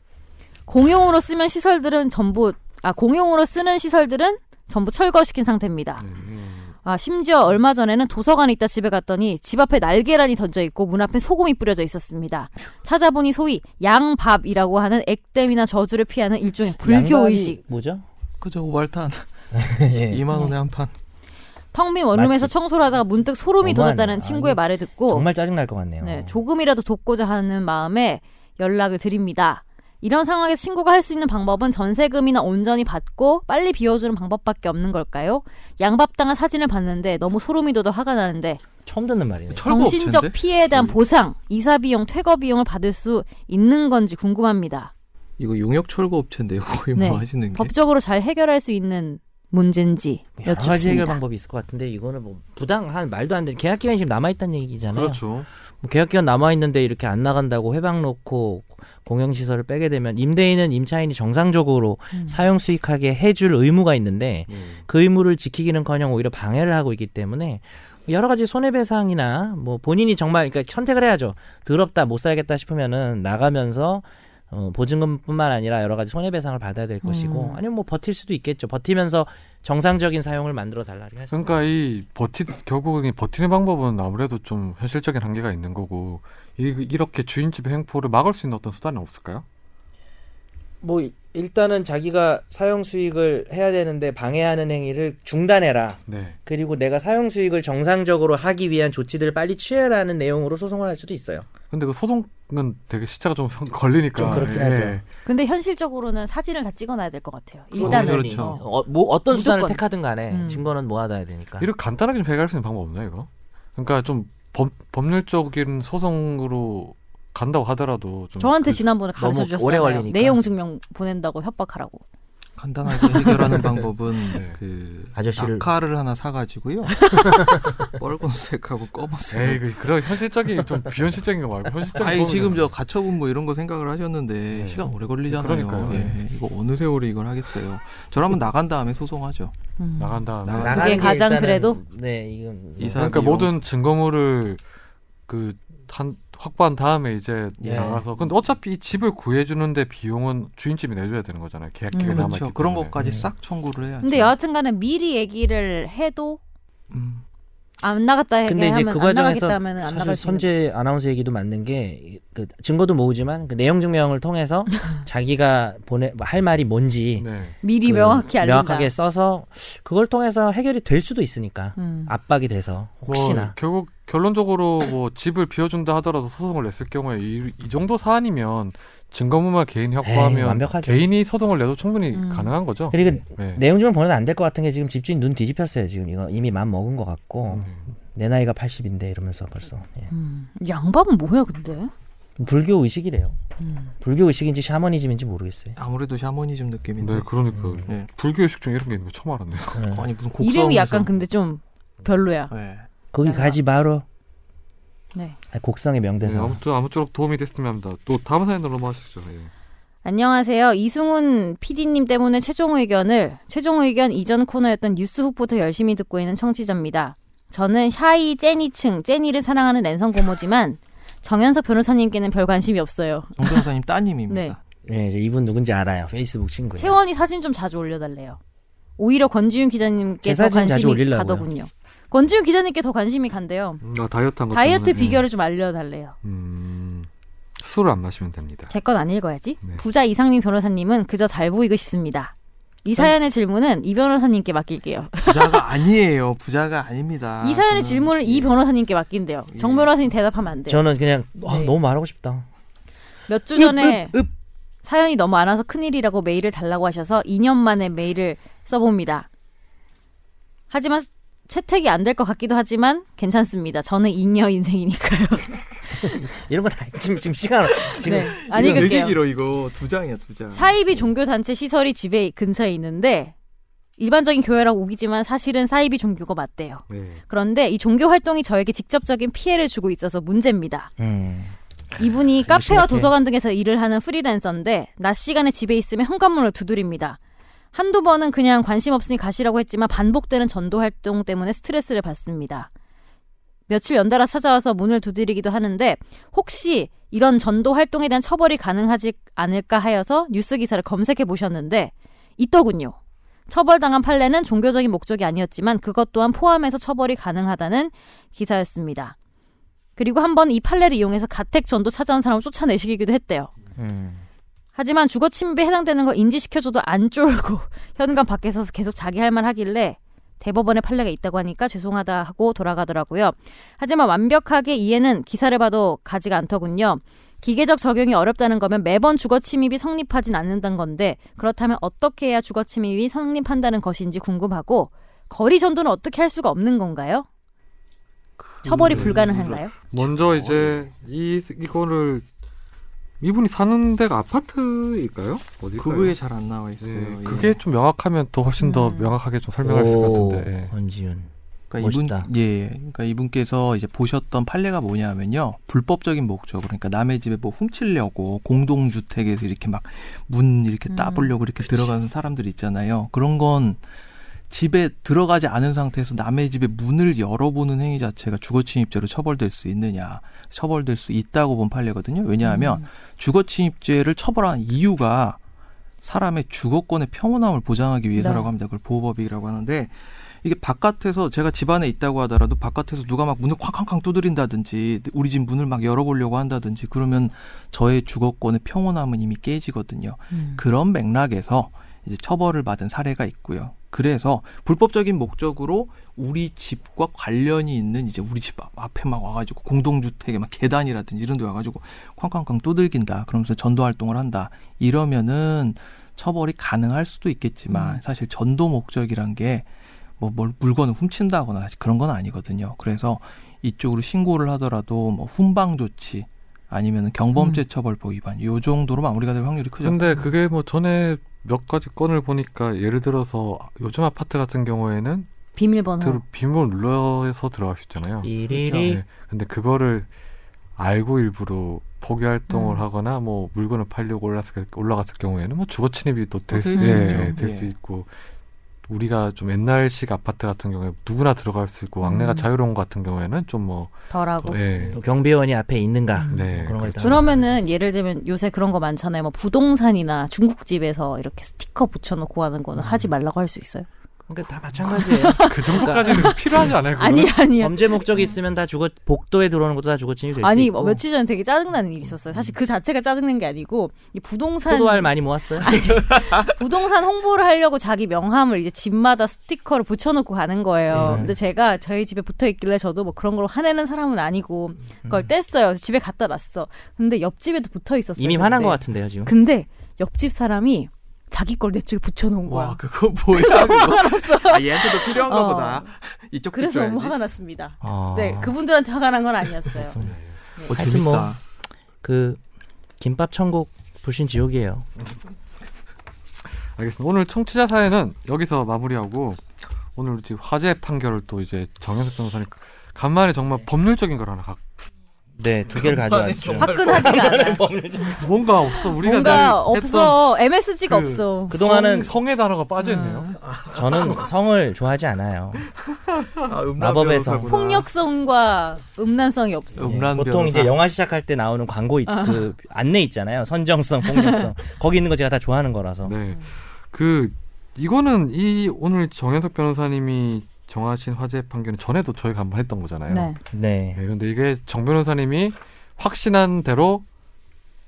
Speaker 4: 공용으로 쓰면 시설들은 전부 아 공용으로 쓰는 시설들은 전부 철거시킨 상태입니다.
Speaker 1: 네, 예.
Speaker 4: 아 심지어 얼마 전에는 도서관에 있다 집에 갔더니 집 앞에 날계란이 던져 있고 문 앞에 소금이 뿌려져 있었습니다. 찾아보니 소위 양밥이라고 하는 액땜이나 저주를 피하는 일종의 불교
Speaker 2: 양말이
Speaker 4: 의식. 네,
Speaker 2: 뭐죠?
Speaker 3: 그저 오발탄
Speaker 2: 예.
Speaker 3: 2만 원에 한 판.
Speaker 4: 텅빈 원룸에서
Speaker 2: 맛집.
Speaker 4: 청소를 하다가 문득 소름이
Speaker 2: 너무하네.
Speaker 4: 돋았다는
Speaker 2: 아,
Speaker 4: 친구의
Speaker 2: 이거
Speaker 4: 말을 듣고
Speaker 2: [laughs] 정말 짜증 날 것 같네요.
Speaker 4: 네, 조금이라도 돕고자 하는 마음에 연락을 드립니다. 이런 상황에서 친구가 할 수 있는 방법은 전세금이나 온전히 받고 빨리 비워주는 방법밖에 없는 걸까요? 양밥당한 사진을 봤는데 너무 소름이 돋아 화가 나는데
Speaker 2: 처음 듣는 말이네요.
Speaker 3: 철거업체인데.
Speaker 4: 정신적 피해에
Speaker 2: 음.
Speaker 4: 대한 보상, 이사 비용, 퇴거 비용을 받을 수 있는 건지 궁금합니다.
Speaker 3: 이거 용역 철거업체인데 [laughs] 거의
Speaker 4: 네.
Speaker 3: 뭐 하시는 게.
Speaker 4: 법적으로 잘 해결할 수 있는 문제인지
Speaker 2: 여러 가지 해결
Speaker 4: 여쭙습니다.
Speaker 2: 방법이 있을 것 같은데 이거는 뭐 부당한 말도 안 되는 계약 기간이 지금 남아 있다는 얘기잖아요.
Speaker 1: 그렇죠.
Speaker 2: 뭐 계약 기간 남아 있는데 이렇게 안 나간다고 회방 놓고 공영 시설을 빼게 되면 임대인은 임차인이 정상적으로
Speaker 4: 음.
Speaker 2: 사용 수익하게 해줄 의무가 있는데
Speaker 1: 예.
Speaker 2: 그 의무를 지키기는커녕 오히려 방해를 하고 있기 때문에 여러 가지 손해배상이나 뭐 본인이 정말 그러니까 선택을 해야죠. 더럽다 못 살겠다 싶으면은 나가면서 어, 보증금뿐만 아니라 여러 가지 손해배상을 받아야 될 것이고
Speaker 4: 음.
Speaker 2: 아니면 뭐 버틸 수도 있겠죠. 버티면서 정상적인 사용을 만들어 달라.
Speaker 1: 그러니까 이 버티 결국은 이 버티는 방법은 아무래도 좀 현실적인 한계가 있는 거고 이, 이렇게 주인집의 행포를 막을 수 있는 어떤 수단은 없을까요?
Speaker 2: 뭐 일단은 자기가 사용 수익을 해야 되는데 방해하는 행위를 중단해라.
Speaker 1: 네.
Speaker 2: 그리고 내가 사용 수익을 정상적으로 하기 위한 조치들을 빨리 취해라는 내용으로 소송을 할 수도 있어요.
Speaker 1: 근데 그 소송은 되게 시차가 좀 [laughs] 걸리니까. 예.
Speaker 2: 좀 그렇긴 하죠.
Speaker 4: 근데 현실적으로는 사진을 다 찍어놔야 될 것 같아요.
Speaker 3: 일단은.
Speaker 4: 일단은
Speaker 3: 그렇죠.
Speaker 4: 어.
Speaker 2: 어, 뭐 어떤 수단을
Speaker 4: 무조건.
Speaker 2: 택하든 간에
Speaker 4: 음.
Speaker 2: 증거는 모아둬야 되니까.
Speaker 1: 이렇게 간단하게 좀 해결할 수 있는 방법 없나 이거? 그러니까 좀 법, 법률적인 소송으로 간다고 하더라도 좀
Speaker 4: 저한테
Speaker 1: 그-
Speaker 4: 지난번에
Speaker 2: 음, 너무
Speaker 4: 가르쳐
Speaker 2: 오래
Speaker 4: 주셨잖아요. 네.
Speaker 2: 걸리니까.
Speaker 4: 내용 증명 보낸다고 협박하라고.
Speaker 3: 간단하게
Speaker 4: [laughs]
Speaker 3: 해결하는 방법은
Speaker 1: 네.
Speaker 3: 그
Speaker 2: 아저씨를-
Speaker 3: 낙하를
Speaker 1: [laughs]
Speaker 3: 하나 사가지고요. 빨간색하고
Speaker 1: 에이
Speaker 3: 검은색.
Speaker 1: 그 그런 현실적인 좀 비현실적인 거
Speaker 3: [laughs]
Speaker 1: 말고 현실적인.
Speaker 3: 아니
Speaker 1: 부분을-
Speaker 3: 지금 저 가처분 뭐 이런 거 생각을 하셨는데
Speaker 1: 네.
Speaker 3: 시간 오래 걸리잖아요.
Speaker 1: 그러니까요. 네.
Speaker 3: 예, 이거 어느 세월에 이걸 하겠어요. 저라면 나간 다음에 소송하죠.
Speaker 1: 나간 다음에
Speaker 3: 나간-
Speaker 2: 나가는
Speaker 4: 그게
Speaker 2: 게
Speaker 4: 가장
Speaker 2: 일단은-
Speaker 4: 그래도?
Speaker 2: 네 이건
Speaker 3: 이사-
Speaker 1: 그러니까
Speaker 3: 비용.
Speaker 1: 모든 증거물을 그 한 확보한 다음에 이제
Speaker 3: 예.
Speaker 1: 나가서 근데 어차피 이 집을 구해주는데 비용은 주인집이 내줘야 되는 거잖아요 계약 기간
Speaker 4: 음.
Speaker 1: 네, 남아
Speaker 3: 그렇죠. 그런 것까지 싹 청구를 해야죠.
Speaker 4: 근데 여하튼간에 미리 얘기를 해도
Speaker 3: 음.
Speaker 4: 안 나갔다
Speaker 2: 근데 이제
Speaker 4: 얘기하면
Speaker 2: 그
Speaker 4: 안
Speaker 2: 과정에서
Speaker 4: 나가겠다 하면 안
Speaker 2: 사실
Speaker 4: 나갈 수 있는.
Speaker 2: 선재 아나운서 얘기도 맞는 게 그 증거도 모으지만 그 내용 증명을
Speaker 4: [laughs]
Speaker 2: 통해서 자기가 보내 뭐 할 말이 뭔지
Speaker 1: 네.
Speaker 4: 미리
Speaker 2: 그
Speaker 4: 명확히 알린다.
Speaker 2: 명확하게 써서 그걸 통해서 해결이 될 수도 있으니까
Speaker 4: 음.
Speaker 2: 압박이 돼서
Speaker 1: 뭐
Speaker 2: 혹시나
Speaker 1: 결국 결론적으로 뭐 집을 비워준다 하더라도 소송을 냈을 경우에 이, 이 정도 사안이면 증거물만 개인이
Speaker 2: 에이,
Speaker 1: 확보하면
Speaker 2: 완벽하죠.
Speaker 1: 개인이 소송을 내도 충분히
Speaker 4: 음.
Speaker 1: 가능한 거죠.
Speaker 2: 그리고
Speaker 1: 네.
Speaker 2: 내용 증명 보내도 안 될 것 같은 게 지금 집주인 눈 뒤집혔어요 지금 이거 이미 마음 먹은 것 같고
Speaker 1: 음.
Speaker 2: 내 나이가 80인데 이러면서 벌써 예.
Speaker 4: 음, 양밥은 뭐야 근데?
Speaker 2: 불교 의식이래요.
Speaker 4: 음.
Speaker 2: 불교 의식인지 샤머니즘인지 모르겠어요.
Speaker 3: 아무래도 샤머니즘 느낌인데.
Speaker 1: 네, 그러니까
Speaker 2: 음.
Speaker 3: 예.
Speaker 1: 불교의식 중에 이런 게 있는 거 처음 알았네요.
Speaker 2: 예.
Speaker 3: 아니 무슨 곡성.
Speaker 4: 이름이 약간 근데 좀 별로야.
Speaker 3: 네.
Speaker 4: 아.
Speaker 2: 거기 가지 마로.
Speaker 4: 네.
Speaker 2: 아, 곡성의
Speaker 1: 네,
Speaker 2: 명대사.
Speaker 1: 아무쪼록, 아무쪼록 도움이 됐으면 합니다. 또 다음 사연으로 넘어가시죠. 예.
Speaker 4: 안녕하세요. 이승훈 PD님 때문에 최종 의견을 최종 의견 이전 코너였던 뉴스 훅부터 열심히 듣고 있는 청취자입니다. 저는 샤이 제니층 제니를 사랑하는 랜선 고모지만 정현석 변호사님께는 별 관심이 없어요.
Speaker 3: 정 변호사님
Speaker 4: 네.
Speaker 3: 따님입니다.
Speaker 2: 예, 이제 이분 누군지 알아요. 페이스북 친구예요.
Speaker 4: 채원이 사진 좀 자주 올려달래요. 오히려 권지윤
Speaker 2: 제
Speaker 4: 기자님께서
Speaker 2: 사진 자주
Speaker 4: 관심이
Speaker 2: 올리려고요.
Speaker 4: 가더군요. 권지윤 기자님께 더 관심이 간대요.
Speaker 1: 아, 다이어트 한것
Speaker 4: 다이어트
Speaker 1: 때문에, 예.
Speaker 4: 비결을 좀 알려달래요.
Speaker 1: 음, 술을 안 마시면 됩니다.
Speaker 4: 제 건 안 읽어야지.
Speaker 1: 네.
Speaker 4: 부자 이상민 변호사님은 그저 잘 보이고 싶습니다. 이 사연의 질문은 이 변호사님께 맡길게요.
Speaker 3: 부자가 아니에요. 부자가 아닙니다.
Speaker 4: 이 사연의
Speaker 3: 저는-
Speaker 4: 질문을 이 변호사님께 맡긴대요.
Speaker 3: 예.
Speaker 4: 정 변호사님 대답하면 안 돼요.
Speaker 2: 저는 그냥 아,
Speaker 4: 네.
Speaker 2: 너무 말하고 싶다.
Speaker 4: 몇 주 전에
Speaker 2: 읍, 읍, 읍.
Speaker 4: 사연이 너무 안 와서 큰일이라고 메일을 달라고 하셔서 2년 만에 메일을 써봅니다. 하지만 채택이 안 될 것 같기도 하지만 괜찮습니다. 저는 잉여 인생이니까요.
Speaker 2: 이런 거 다 [laughs] 지금 지금 시간 지금
Speaker 4: 네. 안 읽을게요.
Speaker 3: 길어 이거 두 장이야 두 장.
Speaker 4: 사이비 종교 단체 시설이 집에 근처에 있는데 일반적인 교회라고 우기지만 사실은 사이비 종교가 맞대요.
Speaker 1: 네.
Speaker 4: 그런데 이 종교 활동이 저에게 직접적인 피해를 주고 있어서 문제입니다.
Speaker 2: 음.
Speaker 4: 이분이
Speaker 2: 이거
Speaker 4: 카페와
Speaker 2: 심각해.
Speaker 4: 도서관 등에서 일을 하는 프리랜서인데 낮 시간에 집에 있으면 현관문을 두드립니다. 한두 번은 그냥 관심 없으니 가시라고 했지만 반복되는 전도 활동 때문에 스트레스를 받습니다. 며칠 연달아 찾아와서 문을 두드리기도 하는데 혹시 이런 전도 활동에 대한 처벌이 가능하지 않을까 하여서 뉴스 기사를 검색해 보셨는데 있더군요. 처벌당한 판례는 종교적인 목적이 아니었지만 그것 또한 포함해서 처벌이 가능하다는 기사였습니다. 그리고 한 번 이 판례를 이용해서 가택 전도 찾아온 사람을 쫓아내시기도 했대요.
Speaker 2: 음.
Speaker 4: 하지만 주거 침입에 해당되는 걸 인지시켜줘도 안 쫄고 [laughs] 현관 밖에 서서 계속 자기 할 말 하길래 대법원에 판례가 있다고 하니까 죄송하다 하고 돌아가더라고요. 하지만 완벽하게 이해는 기사를 봐도 가지가 않더군요. 기계적 적용이 어렵다는 거면 매번 주거 침입이 성립하진 않는다는 건데 그렇다면 어떻게 해야 주거 침입이 성립한다는 것인지 궁금하고 거리 전도는 어떻게 할 수가 없는 건가요?
Speaker 3: 음,
Speaker 4: 처벌이 불가능한가요?
Speaker 1: 먼저 이제 이 이거를 이분이 사는 데가 아파트일까요? 어디일까요?
Speaker 3: 그거에 잘 안 나와 있어요.
Speaker 1: 예,
Speaker 3: 예.
Speaker 1: 음. 그게 좀 명확하면 또 훨씬 더
Speaker 4: 음.
Speaker 1: 명확하게 좀 설명할 수 있을 것 같은데. 예.
Speaker 2: 권지윤.
Speaker 3: 그러니까 이분
Speaker 2: 멋있다.
Speaker 3: 예, 예. 그러니까 이분께서 이제 보셨던 판례가 뭐냐면요. 불법적인 목적으로 그러니까 남의 집에 뭐 훔치려고 공동주택에서 이렇게 막 문 이렇게
Speaker 4: 음.
Speaker 3: 따보려고 이렇게 들어가는 사람들 있잖아요. 그런 건 집에 들어가지 않은 상태에서 남의 집에 문을 열어보는 행위 자체가 주거침입죄로 처벌될 수 있느냐, 처벌될 수 있다고 본 판례거든요. 왜냐하면 주거침입죄를 처벌한 이유가 사람의 주거권의 평온함을 보장하기 위해서라고
Speaker 4: 네.
Speaker 3: 합니다. 그걸 보호법이라고 하는데 이게 바깥에서 제가 집 안에 있다고 하더라도 바깥에서 누가 막 문을 쾅쾅쾅 두드린다든지 우리 집 문을 막 열어보려고 한다든지 그러면 저의 주거권의 평온함은 이미 깨지거든요.
Speaker 4: 음.
Speaker 3: 그런 맥락에서 이제 처벌을 받은 사례가 있고요. 그래서 불법적인 목적으로 우리 집과 관련이 있는 이제 우리 집 앞- 앞에 막 와가지고 공동주택에 막 계단이라든지 이런 데 와가지고 쾅쾅쾅 두들긴다. 그러면서 전도 활동을 한다. 이러면은 처벌이 가능할 수도 있겠지만
Speaker 1: 음.
Speaker 3: 사실 전도 목적이란 게 뭐 뭘 물건을 훔친다거나 그런 건 아니거든요. 그래서 이쪽으로 신고를 하더라도 뭐 훈방 조치 아니면 경범죄 처벌법 위반 요 정도로 마무리가 될 확률이 크죠.
Speaker 1: 음. 근데 그게 뭐 전에 몇 가지 건을 보니까 예를 들어서 요즘 아파트 같은 경우에는
Speaker 4: 비밀번호.
Speaker 1: 들- 비밀번호 눌러서 들어갈 수 있잖아요.
Speaker 2: 이리리.
Speaker 1: 네. 근데 그거를 알고 일부러 포기 활동을
Speaker 4: 음.
Speaker 1: 하거나 뭐 물건을 팔려고 올랐을, 올라갔을 경우에는 뭐 주거 침입이 또 될 수
Speaker 3: 될수
Speaker 4: 어, 있죠.
Speaker 1: 될수
Speaker 3: 예.
Speaker 1: 있고 우리가 좀 옛날식 아파트 같은 경우에 누구나 들어갈 수 있고 왕래가
Speaker 4: 음.
Speaker 1: 자유로운 것 같은 경우에는 좀뭐
Speaker 4: 덜하고.
Speaker 1: 예.
Speaker 2: 또 경비원이 앞에 있는가. 뭐
Speaker 1: 네.
Speaker 2: 그런 거
Speaker 4: 그렇죠.
Speaker 2: 일단.
Speaker 4: 그러면은 예를 들면 요새 그런 거 많잖아요. 뭐 부동산이나 중국집에서 이렇게 스티커 붙여놓고 하는
Speaker 2: 음.
Speaker 4: 거는 하지 말라고 할 수 있어요?
Speaker 2: 그러니까 다 마찬가지예요. 그러니까
Speaker 1: 그
Speaker 4: 그러니까
Speaker 1: 정도까지는 [laughs] 필요하지 않아요. 그거는?
Speaker 4: 아니 아니야.
Speaker 2: 범죄 목적이 있으면 다 주거 복도에 들어오는 것도 다 주거 침입 될수 있고.
Speaker 4: 아니 뭐 며칠 전에 되게 짜증나는 일이 있었어요. 사실 그 자체가 짜증난 게 아니고 이 부동산
Speaker 2: 포도알 많이 모았어요.
Speaker 4: 아, 부동산 홍보를 하려고 자기 명함을 이제 집마다 스티커를 붙여놓고 가는 거예요.
Speaker 2: 네.
Speaker 4: 근데 제가 저희 집에 붙어 있길래 저도 뭐 그런 걸로 화내는 사람은 아니고
Speaker 2: 음.
Speaker 4: 그걸 뗐어요. 그래서 집에 갖다 놨어. 근데 옆집에도 붙어 있었어요.
Speaker 2: 이미 화난
Speaker 4: 근데.
Speaker 2: 것 같은데요 지금.
Speaker 4: 근데 옆집 사람이
Speaker 5: 자기 걸 내 쪽에 붙여놓은 거야.
Speaker 3: 와 그거 뭐야? 화가
Speaker 5: 났어.
Speaker 3: 아 얘한테도 필요한
Speaker 5: 어.
Speaker 3: 거보다 이쪽
Speaker 5: 그래서
Speaker 3: 뜯겨야지.
Speaker 5: 너무
Speaker 4: 뭐
Speaker 5: 화가 났습니다.
Speaker 2: 아.
Speaker 5: 네, 그분들한테 화가 난 건 아니었어요.
Speaker 3: 어,
Speaker 2: 하여튼
Speaker 3: 재밌다.
Speaker 2: 뭐. 그 김밥 천국 불신 지옥이에요.
Speaker 1: 알겠습니다. 오늘 청취자 사연은 여기서 마무리하고 오늘 이제 화재 판결을 또 이제 정현석 변호사님 간만에 정말 법률적인 걸 하나 갖고
Speaker 2: 네, 두 개를 가져왔죠.
Speaker 5: 화끈하지가 않아.
Speaker 1: 뭔가 없어 우리가 늘
Speaker 5: 뭔가
Speaker 1: 했던
Speaker 5: 없어. MSG가
Speaker 1: 그-
Speaker 5: 없어.
Speaker 2: 그동안은
Speaker 1: 성, 성의 단어가 빠져 있네요.
Speaker 2: 저는 성을 좋아하지 않아요.
Speaker 3: 아, 음란
Speaker 2: 마법의 성.
Speaker 3: 변호사구나.
Speaker 5: 폭력성과 음란성이 없어.
Speaker 3: 음란
Speaker 2: 예, 보통
Speaker 3: 변호사.
Speaker 2: 이제 영화 시작할 때 나오는 광고 이- 그 안내 있잖아요. 선정성,
Speaker 4: [laughs]
Speaker 2: 폭력성. 거기 있는 거 제가 다 좋아하는
Speaker 5: 음.
Speaker 2: 거라서.
Speaker 1: 네. 그 이거는 이 오늘 정현석 변호사님이 정하신 화재 판결은 전에도 저희가 한번 했던 거잖아요.
Speaker 4: 네.
Speaker 2: 네.
Speaker 1: 네, 근데 이게 정 변호사님이 확신한 대로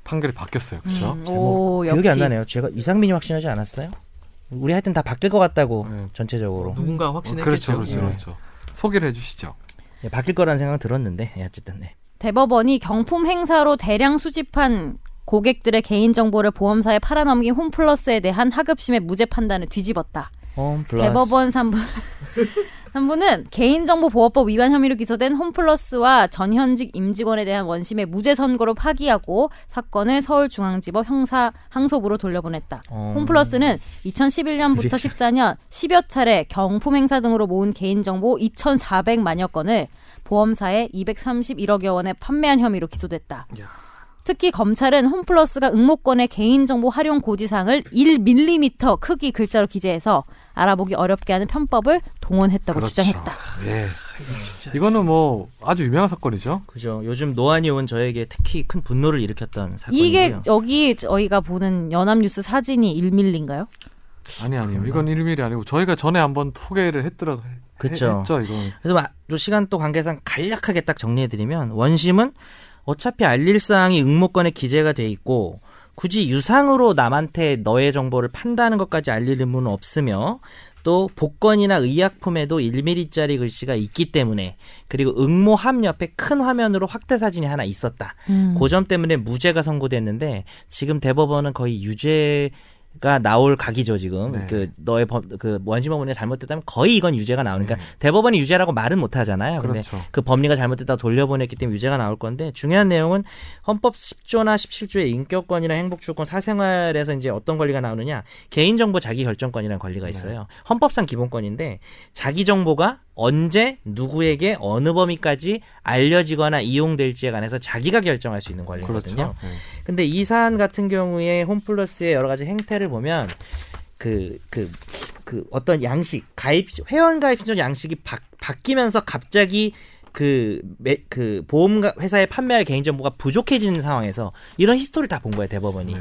Speaker 1: 판결이 바뀌었어요. 그렇죠?
Speaker 4: 음, 오
Speaker 2: 기억이 안
Speaker 4: 역시
Speaker 2: 나네요. 제가 이상민이 확신하지 않았어요? 우리 하여튼 다 바뀔 것 같다고
Speaker 1: 네.
Speaker 2: 전체적으로
Speaker 3: 누군가
Speaker 1: 어,
Speaker 3: 확신했겠죠.
Speaker 1: 그렇죠, 그렇죠,
Speaker 2: 예.
Speaker 1: 그렇죠. 소개를 해주시죠.
Speaker 2: 예, 바뀔 거라는 생각 은 들었는데 예, 어쨌든 네.
Speaker 4: 대법원이 경품 행사로 대량 수집한 고객들의 개인 정보를 보험사에 팔아넘긴 홈플러스에 대한 하급심의 무죄 판단을 뒤집었다.
Speaker 2: 홈 플러스
Speaker 4: 어, 대법원 3부 [laughs] 3부는 개인정보보호법 위반 혐의로 기소된 홈플러스와 전현직 임직원에 대한 원심의 무죄 선고로 파기하고 사건을 서울중앙지법 형사 항소부로 돌려보냈다.
Speaker 2: 어.
Speaker 4: 홈플러스는 2011년부터 14년 10여 차례 경품 행사 등으로 모은 개인정보 2,400만여 건을 보험사에 231억여 원에 판매한 혐의로 기소됐다.
Speaker 3: 야.
Speaker 4: 특히 검찰은 홈플러스가 응모권의 개인정보 활용 고지사항을 1mm 크기 글자로 기재해서 알아보기 어렵게 하는 편법을 동원했다고
Speaker 1: 그렇죠.
Speaker 4: 주장했다.
Speaker 1: 예. 이거는 뭐 아주 유명한 사건이죠.
Speaker 2: 그죠. 요즘 노안이 온 저에게 특히 큰 분노를 일으켰던 사건이고요.
Speaker 4: 이게 여기 저희가 보는 연합뉴스 사진이 1mm인가요?
Speaker 1: 아니 아니요. 이건 1mm이 아니고 저희가 전에 한번 소개를 했더라 해-
Speaker 2: 그쵸.
Speaker 1: 했죠. 이건
Speaker 2: 그래서 마- 또 시간 또 관계상 간략하게 딱 정리해드리면 원심은 어차피 알릴 사항이 응모권에 기재가 돼 있고 굳이 유상으로 남한테 너의 정보를 판다는 것까지 알릴 의무는 없으며 또 복권이나 의약품에도 1mm짜리 글씨가 있기 때문에 그리고 응모함 옆에 큰 화면으로 확대 사진이 하나 있었다.
Speaker 1: 음.
Speaker 2: 그 점 때문에 무죄가 선고됐는데 지금 대법원은 거의 유죄가 나올 각이죠 지금
Speaker 1: 네.
Speaker 2: 그 너의 범, 그 원심어머니가 잘못됐다면 거의 이건 유죄가 나오니까 대법원이 유죄라고 말은 못 하잖아요. 근데
Speaker 1: 음. 그렇죠.
Speaker 2: 그 법리가 잘못됐다 돌려보냈기 때문에 유죄가 나올 건데 중요한 내용은 헌법 10조나 17조의 인격권이나 행복주권 사생활에서 이제 어떤 권리가 나오느냐 개인정보 자기결정권이라는
Speaker 1: 네.
Speaker 2: 권리가 있어요. 헌법상 기본권인데 자기 정보가 언제 누구에게 어느 범위까지 알려지거나 이용될지에 관해서 자기가 결정할 수 있는 권리거든요.
Speaker 1: 그렇죠. 예.
Speaker 2: 근데 이 사안 같은 경우에 홈플러스의 여러 가지 행태를 보면 그, 그, 그 어떤 양식, 가입, 회원 가입 신청 양식이 바, 바뀌면서 갑자기 그, 매, 그 보험 회사에 판매할 개인정보가 부족해지는 상황에서 이런 히스토리를 다 본 거예요, 대법원이.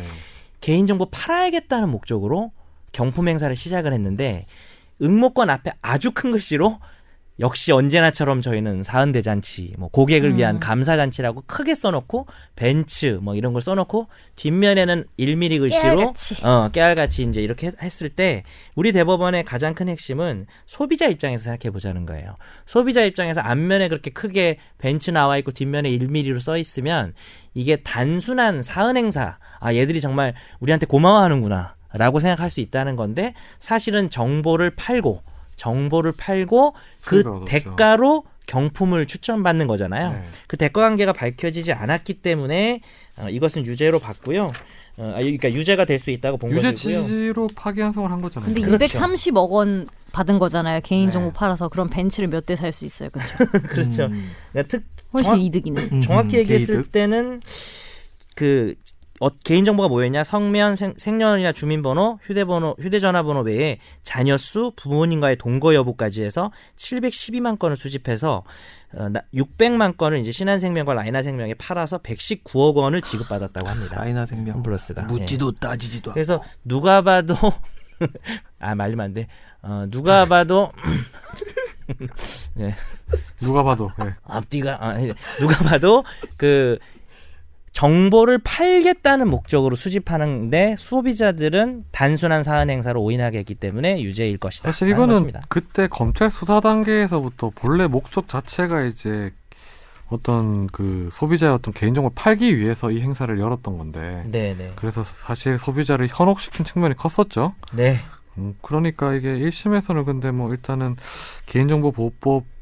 Speaker 2: 개인정보 팔아야겠다는 목적으로 경품 행사를 시작을 했는데 응모권 앞에 아주 큰 글씨로 역시 언제나처럼 저희는 사은 대잔치, 뭐 고객을
Speaker 5: 음.
Speaker 2: 위한 감사 잔치라고 크게 써놓고 벤츠 뭐 이런 걸 써놓고 뒷면에는 1mm 글씨로
Speaker 5: 깨알같이.
Speaker 2: 어 깨알같이 이제 이렇게 했- 했을 때 우리 대법원의 가장 큰 핵심은 소비자 입장에서 생각해 보자는 거예요. 소비자 입장에서 앞면에 그렇게 크게 벤츠 나와 있고 뒷면에 1mm로 써 있으면 이게 단순한 사은 행사 아 얘들이 정말 우리한테 고마워하는구나. 라고 생각할 수 있다는 건데 사실은 정보를 팔고 정보를 팔고 그
Speaker 1: 수익을 얻었죠.
Speaker 2: 대가로 경품을 추천받는 거잖아요.
Speaker 1: 네.
Speaker 2: 그 대가 관계가 밝혀지지 않았기 때문에 어, 이것은 유죄로 봤고요. 어, 아, 그러니까 유죄가 될 수 있다고 본
Speaker 1: 유죄
Speaker 2: 거고요.
Speaker 1: 취지로 파기환송을 한 거잖아요.
Speaker 4: 근데
Speaker 2: 그렇죠.
Speaker 4: 230억 원 받은 거잖아요. 개인 정보
Speaker 1: 네.
Speaker 4: 팔아서 그럼 벤츠를 몇 대 살 수 있어요. 그렇죠?
Speaker 2: 그렇죠. 그러니까 특
Speaker 4: 훨씬
Speaker 2: 정확-
Speaker 4: 이득이네.
Speaker 3: 음,
Speaker 2: 정확히
Speaker 3: 음,
Speaker 2: 얘기했을
Speaker 3: 개이득.
Speaker 2: 때는 그 어, 개인 정보가 뭐였냐? 성면, 생, 생년이나 주민번호, 휴대번호, 휴대전화번호 외에 자녀 수, 부모님과의 동거 여부까지 해서 712만 건을 수집해서 어, 나- 600만 건을 이제 신한생명과 라이나생명에 팔아서 119억 원을 지급받았다고 합니다.
Speaker 3: 라이나 생명
Speaker 2: 홈플러스가 예.
Speaker 3: 묻지도 따지지도 않고.
Speaker 2: 그래서 누가 봐도 [laughs] 아 말리면 안 돼. 어, 누가 봐도
Speaker 1: 누가 봐도 예.
Speaker 2: 앞뒤가 아, 예. 누가 봐도 그 정보를 팔겠다는 목적으로 수집하는데 소비자들은 단순한 사안 행사로 오인하게 했기 때문에 유죄일 것이다.
Speaker 1: 사실
Speaker 2: 라는
Speaker 1: 이거는
Speaker 2: 것입니다.
Speaker 1: 그때 검찰 수사 단계에서부터 본래 목적 자체가 이제 어떤 그 소비자의 어떤 개인정보를 팔기 위해서 이 행사를 열었던 건데
Speaker 2: 네, 네.
Speaker 1: 그래서 사실 소비자를 현혹시킨 측면이 컸었죠.
Speaker 2: 네.
Speaker 1: 음, 그러니까 이게 1심에서는 근데 뭐 일단은 개인정보보호법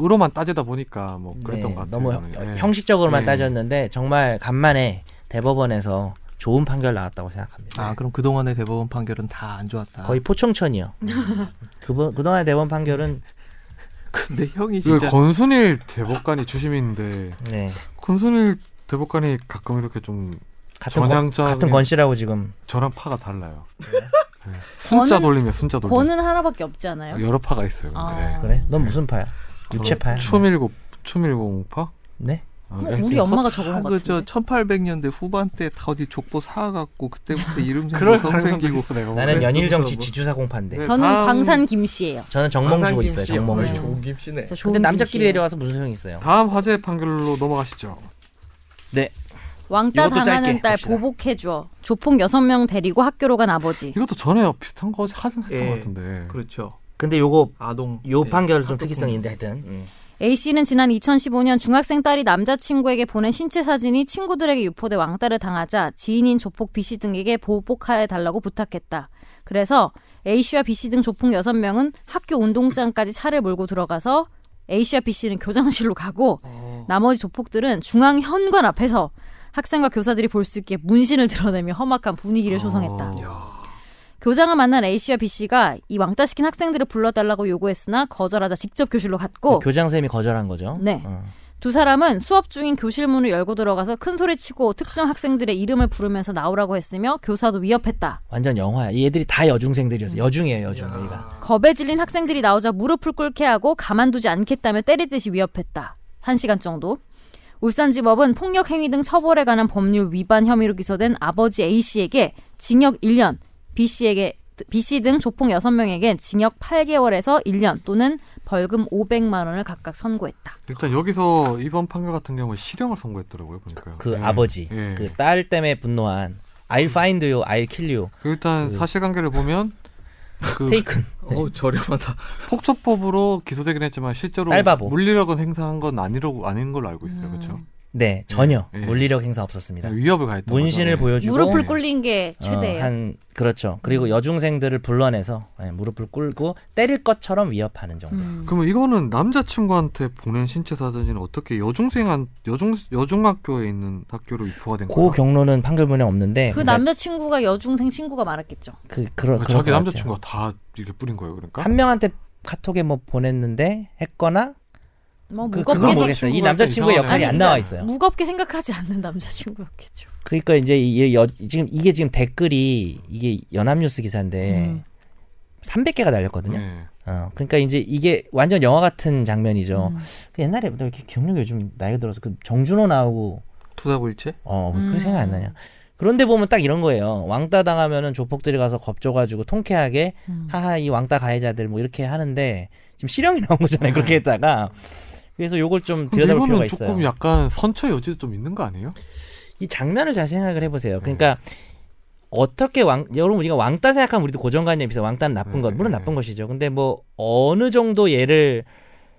Speaker 1: 으로만 따지다 보니까 뭐 그랬던
Speaker 2: 네,
Speaker 1: 것 같아요.
Speaker 2: 너무
Speaker 1: 저는. 예.
Speaker 2: 형- 형식적으로만
Speaker 1: 예.
Speaker 2: 따졌는데 정말 간만에 대법원에서 좋은 판결 나왔다고 생각합니다.
Speaker 3: 아 그럼 그동안의 대법원 판결은 다 안 좋았다.
Speaker 1: 아.
Speaker 2: 거의 포청천이요.
Speaker 1: [laughs]
Speaker 2: 그번 그동안의 대법원 판결은
Speaker 3: 근데 형이
Speaker 1: 그
Speaker 3: 진짜
Speaker 1: 권순일 대법관이 주심인데
Speaker 2: 네.
Speaker 1: 권순일 대법관이 가끔 이렇게 좀
Speaker 2: 같은 권,
Speaker 1: 전향적인
Speaker 2: 같은 권 씨라고 지금
Speaker 1: 저랑 파가 달라요. 네. 순자
Speaker 5: 권은-
Speaker 1: 돌림이야 순자
Speaker 4: [laughs]
Speaker 1: 돌림.
Speaker 5: 권은 하나밖에 없지 않아요?
Speaker 1: 여러 파가 있어요. 근데.
Speaker 5: 아.
Speaker 2: 그래? 넌 무슨 파야?
Speaker 1: 저는
Speaker 2: 유체파야?
Speaker 1: 추밀고 추밀공파?
Speaker 2: 네.
Speaker 1: 아,
Speaker 5: 어,
Speaker 1: 하여튼
Speaker 5: 우리 엄마가 적은 것
Speaker 3: 음, 그저
Speaker 5: 같은데.
Speaker 3: 1800년대 후반 때다 어디 족보 사갖고 그때부터 이름
Speaker 1: 그럴
Speaker 3: 생기고 성
Speaker 1: 가능성도
Speaker 3: 생기고
Speaker 1: 있어 내가.
Speaker 2: 나는
Speaker 3: 그랬어,
Speaker 2: 연일정치
Speaker 3: 그래서 뭐.
Speaker 2: 지주사공파인데.
Speaker 3: 네,
Speaker 5: 저는
Speaker 3: 다음
Speaker 5: 광산 김씨예요.
Speaker 2: 저는 정몽 주고
Speaker 3: 광산김
Speaker 2: 있어요.
Speaker 3: 씨,
Speaker 2: 정몽
Speaker 3: 어이,
Speaker 2: 주.
Speaker 3: 좋은 김씨네.
Speaker 5: 저 좋은
Speaker 2: 근데 남자끼리
Speaker 5: 김씨예요.
Speaker 2: 데려와서 무슨 소용이 있어요?
Speaker 1: 다음 화제 판결로 넘어가시죠.
Speaker 2: 네.
Speaker 4: 왕따
Speaker 2: 이것도 짧게
Speaker 4: 당하는 딸
Speaker 2: 봅시다.
Speaker 4: 보복해줘. 조폭 6명 데리고 학교로 간 아버지.
Speaker 1: 이것도 전에 비슷한 거 하긴 했던
Speaker 3: 예.
Speaker 1: 것 같은데.
Speaker 3: 그렇죠.
Speaker 2: 근데 요거
Speaker 3: 아동
Speaker 2: 요
Speaker 3: 예,
Speaker 2: 판결은 좀
Speaker 3: 학교
Speaker 2: 특이성인데 하여튼. 음.
Speaker 4: A씨는 지난 2015년 중학생 딸이 남자친구에게 보낸 신체 사진이 친구들에게 유포돼 왕따를 당하자 지인인 조폭 B씨 등에게 보복해달라고 부탁했다. 그래서 A씨와 B씨 등 조폭 6명은 학교 운동장까지 차를 몰고 들어가서 A씨와 B씨는 교장실로 가고 나머지 조폭들은 중앙현관 앞에서 학생과 교사들이 볼 수 있게 문신을 드러내며 험악한 분위기를 조성했다.
Speaker 1: 어.
Speaker 4: 교장을 만난 A씨와 B씨가 이 왕따시킨 학생들을 불러달라고 요구했으나 거절하자 직접 교실로 갔고
Speaker 2: 그 교장 쌤이 거절한 거죠.
Speaker 4: 어. 네.
Speaker 2: 어.
Speaker 4: 두 사람은 수업 중인 교실 문을 열고 들어가서 큰 소리치고 특정 학생들의 이름을 부르면서 나오라고 했으며 교사도 위협했다.
Speaker 2: 완전 영화야. 이 애들이 다 여중생들이었어.
Speaker 4: 음.
Speaker 2: 여중이에요, 여중. 우리가.
Speaker 4: 겁에 질린 학생들이 나오자 무릎을 꿇게 하고 가만두지 않겠다며 때리듯이 위협했다. 한시간 정도. 울산지법은 폭력행위 등 처벌에 관한 법률 위반 혐의로 기소된 아버지 A씨에게 징역 1년, B씨에게 B씨 등 조폭 6명에게 징역 8개월에서 1년 또는 벌금 500만 원을 각각 선고했다.
Speaker 1: 일단 여기서 이번 판결 같은 경우는 실형을 선고했더라고요 예. 보니까.
Speaker 3: 네.
Speaker 2: 그 아버지, 그 딸 때문에 분노한 I'll find you, I'll kill you.
Speaker 1: 그 일단 사실관계를 보면 그
Speaker 2: 테이큰.
Speaker 3: 어 저렴하다.
Speaker 1: 폭처법으로 기소되긴 했지만 실제로
Speaker 2: 딸바보.
Speaker 1: 물리력은 행사한 건 아니라고 아닌 걸로 알고 있어요, 그렇죠?
Speaker 2: 네, 전혀
Speaker 1: 예.
Speaker 2: 물리력 행사 없었습니다.
Speaker 3: 네.
Speaker 1: 위협을 가했던
Speaker 2: 문신을
Speaker 1: 거죠.
Speaker 2: 보여주고
Speaker 4: 무릎을 꿇린 게 최대예요. 음.
Speaker 2: 어, 한 그렇죠. 그리고 여중생들을 불러내서 예, 무릎을 꿇고 때릴 것처럼 위협하는 정도.
Speaker 4: 음.
Speaker 1: 그러면 이거는 남자친구한테 보낸 신체 사진은 어떻게 여중생한 여중 여중학교에 있는 학교로 유포가 된
Speaker 2: 그
Speaker 1: 거예요?
Speaker 2: 경로는 판결문에 없는데
Speaker 4: 그 남자친구가 여중생 친구가 많았겠죠.
Speaker 2: 그 그런
Speaker 1: 그러니까 자기 남자친구가 다 이렇게 뿌린 거예요, 그러니까?
Speaker 2: 한 명한테 카톡에 뭐 보냈는데 했거나
Speaker 4: 뭐
Speaker 2: 그,
Speaker 4: 무겁게
Speaker 2: 그건
Speaker 4: 생각-
Speaker 2: 모르겠어요. 이
Speaker 1: 남자친구가
Speaker 2: 남자친구의
Speaker 1: 이상하네.
Speaker 2: 역할이 안
Speaker 4: 아니,
Speaker 2: 나와
Speaker 4: 그러니까
Speaker 2: 있어요.
Speaker 4: 무겁게 생각하지 않는 남자친구였겠죠.
Speaker 2: 그러니까 이제 이 여, 지금 이게 지금 댓글이 이게 연합뉴스 기사인데
Speaker 4: 음.
Speaker 2: 300개가 달렸거든요.
Speaker 1: 네.
Speaker 2: 어, 그러니까 이제 이게 완전 영화 같은 장면이죠.
Speaker 4: 음.
Speaker 2: 그 옛날에 나 이렇게 기억력이 요즘 나이가 들어서 그 정준호 나오고
Speaker 3: 투사불체?
Speaker 2: 어, 그 생각 안 나냐. 그런데 보면 딱 이런 거예요. 왕따 당하면은 조폭들이 가서 겁줘가지고 통쾌하게 하하 이 왕따 가해자들 뭐 이렇게 하는데 지금 실형이 나온 거잖아요. 그렇게 했다가 그래서 요걸 좀
Speaker 1: 근데
Speaker 2: 들여다볼 필요가
Speaker 1: 이거는
Speaker 2: 있어요.
Speaker 1: 조금 약간 선처 여지도 좀 있는 거 아니에요?
Speaker 2: 이 장면을 잘 생각을
Speaker 1: 네.
Speaker 2: 해보세요. 그러니까 어떻게 왕 여러분 우리가 왕따 생각하면 우리도 고정관념이 있어요. 왕따는 나쁜
Speaker 1: 네,
Speaker 2: 것 물론
Speaker 1: 네.
Speaker 2: 나쁜 것이죠. 근데 뭐 어느 정도 얘를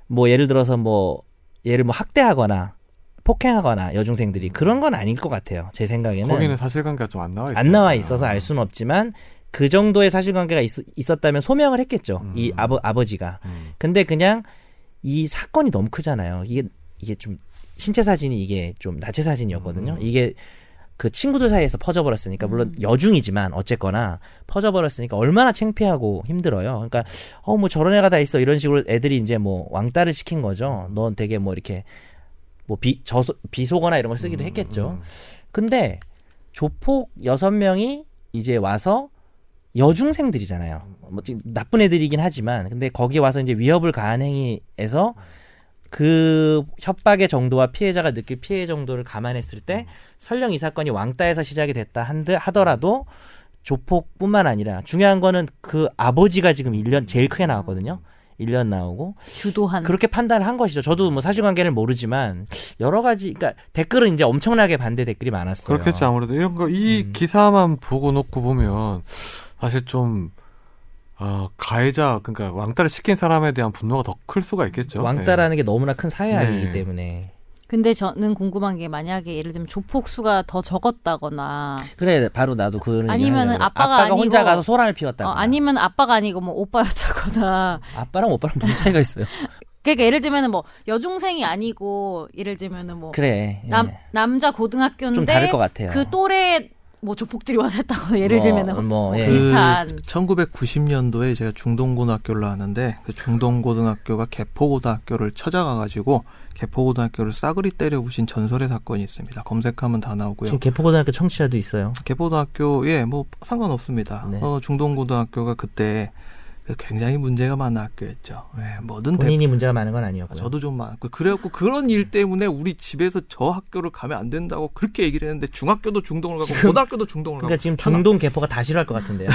Speaker 2: 뭐 예를 들어서 뭐 얘를 뭐 학대하거나 폭행하거나 여중생들이 그런 건 아닐 것 같아요. 제 생각에는
Speaker 1: 거기는 사실관계가 좀 안 나와 있어요.
Speaker 2: 안 나와 있어서 알 수는 없지만 그 정도의 사실관계가 있, 었다면 소명을 했겠죠. 이 아버 아버지가.
Speaker 1: 음.
Speaker 2: 근데 그냥 이 사건이 너무 크잖아요. 이게 이게 좀 신체 사진이 이게 좀 나체 사진이었거든요.
Speaker 1: 음.
Speaker 2: 이게 그 친구들 사이에서 퍼져버렸으니까 물론 여중이지만 어쨌거나 퍼져버렸으니까 얼마나 창피하고 힘들어요. 그러니까 어 뭐 저런 애가 다 있어 이런 식으로 애들이 이제 뭐 왕따를 시킨 거죠. 넌 되게 뭐 이렇게 뭐 비, 저소, 비속어나 이런 걸 쓰기도 했겠죠. 근데 조폭 여섯 명이 이제 와서 여중생들이잖아요. 뭐 지금 나쁜 애들이긴 하지만 근데 거기 와서 이제 위협을 가한 행위에서 그 협박의 정도와 피해자가 느낄 피해 정도를 감안했을 때 설령 이 사건이 왕따에서 시작이 됐다 한듯 하더라도 조폭뿐만 아니라 중요한 거는 그 아버지가 지금 1년 제일 크게 나왔거든요. 1년 나오고
Speaker 4: 주도한.
Speaker 2: 그렇게 판단을 한 것이죠. 저도 뭐 사실관계를 모르지만 여러 가지 그러니까 댓글은 이제 엄청나게 반대 댓글이 많았어요. 음.
Speaker 1: 그렇겠지 아무래도 이런 거 이 기사만 보고 놓고 보면 사실 좀 어, 가해자 그러니까 왕따를 시킨 사람에 대한 분노가 더 클 수가 있겠죠.
Speaker 2: 왕따라는 게 너무나 큰 사회화이기
Speaker 1: 네.
Speaker 2: 때문에
Speaker 4: 근데 저는 궁금한 게 만약에 예를 들면 조폭수가 더 적었다거나
Speaker 2: 그래 바로 나도 그런 얘기
Speaker 4: 아니면은
Speaker 2: 하려고.
Speaker 4: 아빠가 아니고-
Speaker 2: 혼자 가서 소란을 피웠다.
Speaker 4: 어, 아니면 아빠가 아니고 뭐 오빠였다거나 [laughs]
Speaker 2: 아빠랑 오빠랑 무슨 차이가 있어요?
Speaker 4: 그러니까 예를 들면은 뭐 여중생이 아니고 예를 들면은 뭐
Speaker 2: 그래. 예.
Speaker 4: 남, 남자
Speaker 2: 좀 다를
Speaker 4: 고등학교인데
Speaker 2: 것 같아요.
Speaker 4: 그 또래 뭐 조폭들이 와서 했다거나 예를 들면은
Speaker 2: 뭐,
Speaker 4: 뭐
Speaker 2: 예.
Speaker 4: 그- 비슷한.
Speaker 3: 1990년도에 제가 중동고등학교를 나왔는데 그 중동고등학교가 개포고등학교를 찾아가가지고 개포고등학교를 싸그리 때려부신 전설의 사건이 있습니다. 검색하면 다 나오고요.
Speaker 2: 지금 개포고등학교 청취자도 있어요.
Speaker 3: 개포고등학교 예뭐 상관없습니다.
Speaker 2: 네.
Speaker 3: 어, 중동고등학교가 그때 그 굉장히 문제가 많은 학교였죠. 예, 뭐든 대...
Speaker 2: 본인이 문제가 많은 건 아니었고요.
Speaker 3: 저도 좀 많고 그래갖고 그런 일 때문에 우리 집에서 저 학교를 가면 안 된다고 그렇게 얘기를 했는데 중학교도 중동을 가고 고등학교도 중동을 가고
Speaker 2: 그러니까 지금
Speaker 3: 하나-
Speaker 2: 중동 개포가 다 싫어할 것 같은데요.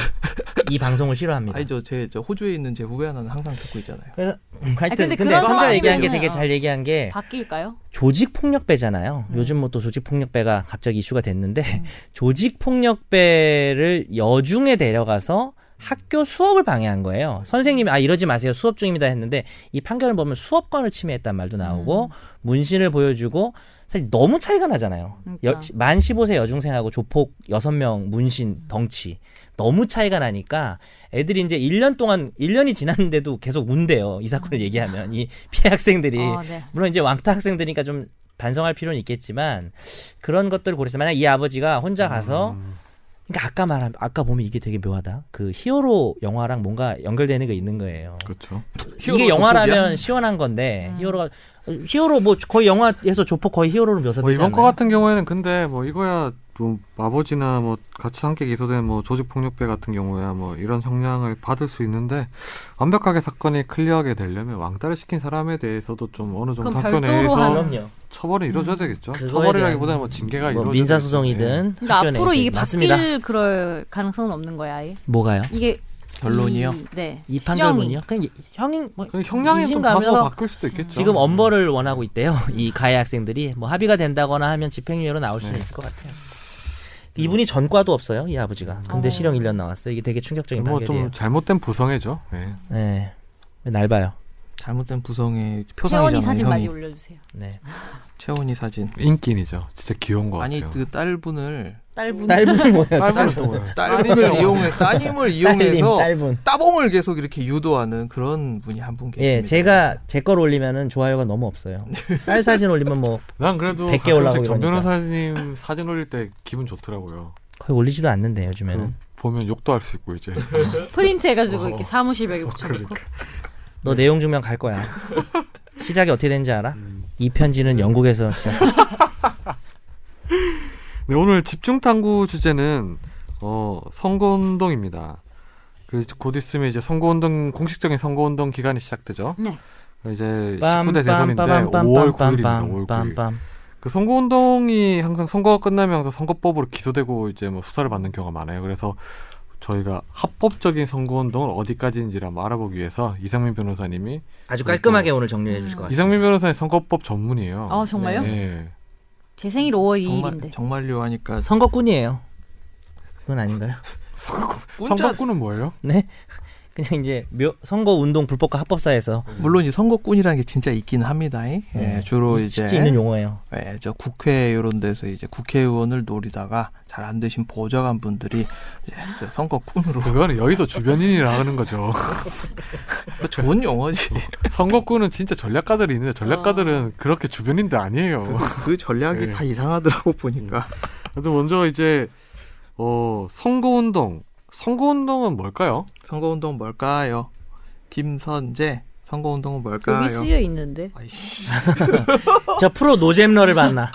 Speaker 2: 이 방송을 싫어합니다.
Speaker 3: 아니 저 제 저 호주에 있는 제 후배 하나는 항상 듣고 있잖아요.
Speaker 2: 그래서 음,
Speaker 4: 아니,
Speaker 2: 하여튼
Speaker 4: 근데
Speaker 2: 근데,
Speaker 4: 그런
Speaker 2: 선재가
Speaker 4: 상황이면
Speaker 2: 얘기한 게 되게
Speaker 4: 어.
Speaker 2: 잘 얘기한 게
Speaker 4: 바뀔까요?
Speaker 2: 조직 폭력배잖아요.
Speaker 4: 네.
Speaker 2: 요즘 뭐 또 조직 폭력배가 갑자기 이슈가 됐는데 [laughs] 조직 폭력배를 여중에 데려가서 학교 수업을 방해한 거예요. 선생님이 아 이러지 마세요. 수업 중입니다 했는데 이 판결을 보면 수업권을 침해했단 말도 나오고
Speaker 4: 음.
Speaker 2: 문신을 보여주고 사실 너무 차이가 나잖아요. 여-
Speaker 4: 그러니까.
Speaker 2: 만 15세 여중생하고 조폭 6명
Speaker 4: 음.
Speaker 2: 문신 덩치 너무 차이가 나니까 애들이 이제 1년 동안 1년이 지났는데도 계속 운대요. 이 사건을 얘기하면 이 피해 학생들이
Speaker 4: 어, 음. 네.
Speaker 2: 물론 이제 왕따 학생들이니까 좀 반성할 필요는 있겠지만 그런 것들을 고려해서 만약 이 아버지가 혼자 가서
Speaker 1: 음.
Speaker 2: 그러니까 아까 말한 아까 보면 이게 되게 묘하다. 그 히어로 영화랑 뭔가 연결되는 게 있는 거예요.
Speaker 1: 그렇죠.
Speaker 3: 히어로
Speaker 2: 이게 영화라면
Speaker 3: 조폭이야?
Speaker 2: 시원한
Speaker 4: 음.
Speaker 2: 건데 히어로가 히어로 뭐 거의 영화에서 조폭 거의 히어로로 묘사되잖아요.
Speaker 1: 뭐 이번 거 같은 경우에는 근데 뭐 이거야 또 아버지나 뭐 같이 함께 기소된 뭐 조직폭력배 같은 경우야 뭐 이런 형량을 받을 수 있는데 완벽하게 사건이 클리어하게 되려면 왕따를 시킨 사람에 대해서도 좀 어느 정도
Speaker 4: 그럼
Speaker 1: 학교
Speaker 4: 별도로
Speaker 1: 내에서
Speaker 4: 하는
Speaker 2: 그럼요.
Speaker 1: 처벌이 이루어져야 되겠죠.
Speaker 2: 음. 그거에
Speaker 1: 처벌이라기보다는
Speaker 2: 대한
Speaker 1: 뭐 징계가
Speaker 2: 뭐
Speaker 1: 이루어져야
Speaker 2: 민사
Speaker 1: 되겠죠. 예.
Speaker 2: 소송이든
Speaker 4: 그러니까
Speaker 2: 학교
Speaker 4: 앞으로
Speaker 2: 내에서.
Speaker 4: 이게
Speaker 2: 맞습니다.
Speaker 4: 바뀔 그럴 가능성은 없는 거야 아예.
Speaker 2: 뭐가요?
Speaker 4: 이게
Speaker 3: 결론이요?
Speaker 2: 음.
Speaker 4: 이- 네.
Speaker 2: 이
Speaker 4: 실형이.
Speaker 2: 판결문이요? 그냥 형인 뭐
Speaker 1: 그 형량이 좀
Speaker 2: 이심
Speaker 1: 다소
Speaker 2: 가면서
Speaker 1: 바뀔 수도 있겠죠. 음.
Speaker 2: 지금 엄벌을 원하고 있대요. [laughs] 이 가해 학생들이 뭐 합의가 된다거나 하면 집행유예로 나올 수는 있을 것 같아요. 네. 그 이분이 전과도 없어요, 이 아버지가. 근데
Speaker 4: 어.
Speaker 2: 실형 1년 나왔어요. 이게 되게 충격적인
Speaker 1: 뭐
Speaker 2: 판결이에요.
Speaker 1: 좀 잘못된 부성애죠. 예.
Speaker 2: 네, 날 봐요.
Speaker 3: 잘못된 부성의
Speaker 4: 채원이
Speaker 3: 표상이잖아요.
Speaker 4: 사진
Speaker 3: 형이.
Speaker 4: 많이 올려주세요.
Speaker 2: 네,
Speaker 1: 음.
Speaker 3: 채원이 사진.
Speaker 1: 인기인이죠. 진짜 귀여운 것
Speaker 3: 아니
Speaker 1: 같아요.
Speaker 3: 그 딸분을
Speaker 4: 딸분.
Speaker 2: 딸분은 그 뭐예요?
Speaker 1: 딸분은 또 뭐예요?
Speaker 3: [laughs] 딸분을 이용해 따님을 이용해서
Speaker 2: 딸분.
Speaker 3: 따봉을 계속 이렇게 유도하는 그런 분이 한 분 계십니다.
Speaker 2: 예, 제가 제 걸 올리면은 좋아요가 너무
Speaker 1: [laughs]
Speaker 2: 없어요. 딸 사진 올리면 뭐
Speaker 1: 아, 난 그래도
Speaker 2: 100개 올라가고
Speaker 1: 가끔씩 전
Speaker 2: 이러니까.
Speaker 1: 변호사님 사진 올릴 때 기분 좋더라고요.
Speaker 2: 거의 올리지도 않는데 요즘에는.
Speaker 1: 그 보면 욕도 할 수 있고 이제 [laughs]
Speaker 4: 프린트 해가지고
Speaker 1: 어.
Speaker 4: 이렇게 사무실 벽에 붙여놓고.
Speaker 2: 너
Speaker 1: 네.
Speaker 2: 내용 증명 갈 거야. 시작이 어떻게 되는지 알아?
Speaker 1: 음.
Speaker 2: 이 편지는 영국에서
Speaker 1: [laughs]
Speaker 2: 시작.
Speaker 1: 네, 오늘 집중 탐구 주제는 어, 선거 운동입니다. 그 곧 있으면 이제 선거 운동 공식적인 선거 운동 기간이 시작되죠.
Speaker 4: 네.
Speaker 1: 이제 19대 대선인데 5월 9일입니다. 5월 9일. 그 선거 운동이 항상 선거가 끝나면 항상 선거법으로 기소되고 이제 뭐 수사를 받는 경우가 많아요. 그래서 저희가 합법적인 선거 운동을 어디까지인지를 한번 알아보기 위해서 이상민 변호사님이
Speaker 2: 아주
Speaker 1: 깔끔하게
Speaker 2: 깔끔하게 오늘 정리해 주실 것 같아요. 음.
Speaker 1: 이상민 변호사의 선거법 전문이에요.
Speaker 4: 아 정말요?
Speaker 1: 예.
Speaker 4: 제 생일 5월 2일인데.
Speaker 3: 정말 정말요 하니까
Speaker 2: 선거꾼이에요. 그건 아닌가요? [laughs]
Speaker 3: 혼자
Speaker 1: 선거구는 뭐예요?
Speaker 2: 네. 그냥 이제 묘- 선거 운동 불법과 합법사에서
Speaker 3: 물론 이 선거꾼이라는 게 진짜 있기는 합니다. 예,
Speaker 2: 네.
Speaker 3: 주로 이제
Speaker 2: 실제 있는 용어예요.
Speaker 3: 예, 저 국회 이런 데서 이제 국회의원을 노리다가 잘 안 되신 보좌관 분들이 이제 저 [laughs] 선거꾼으로
Speaker 1: 그거는 여의도 주변인이라 하는 거죠. [laughs]
Speaker 3: 그 좋은 용어지.
Speaker 1: 선거구는 진짜 전략가들이 있는데 전략가들은
Speaker 4: 아.
Speaker 1: 그렇게 주변인들 아니에요.
Speaker 3: 그 전략이
Speaker 1: 네.
Speaker 3: 다 이상하더라고 보니까.
Speaker 1: 그래서 먼저 이제 어 선거운동 선거운동은 뭘까요?
Speaker 3: 선거운동 뭘까요? 김선재 선거운동은
Speaker 5: 여기
Speaker 3: 뭘까요?
Speaker 5: 쓰여 있는데.
Speaker 3: 아이씨, [laughs]
Speaker 2: 저 프로 노잼러를 [laughs] 만나.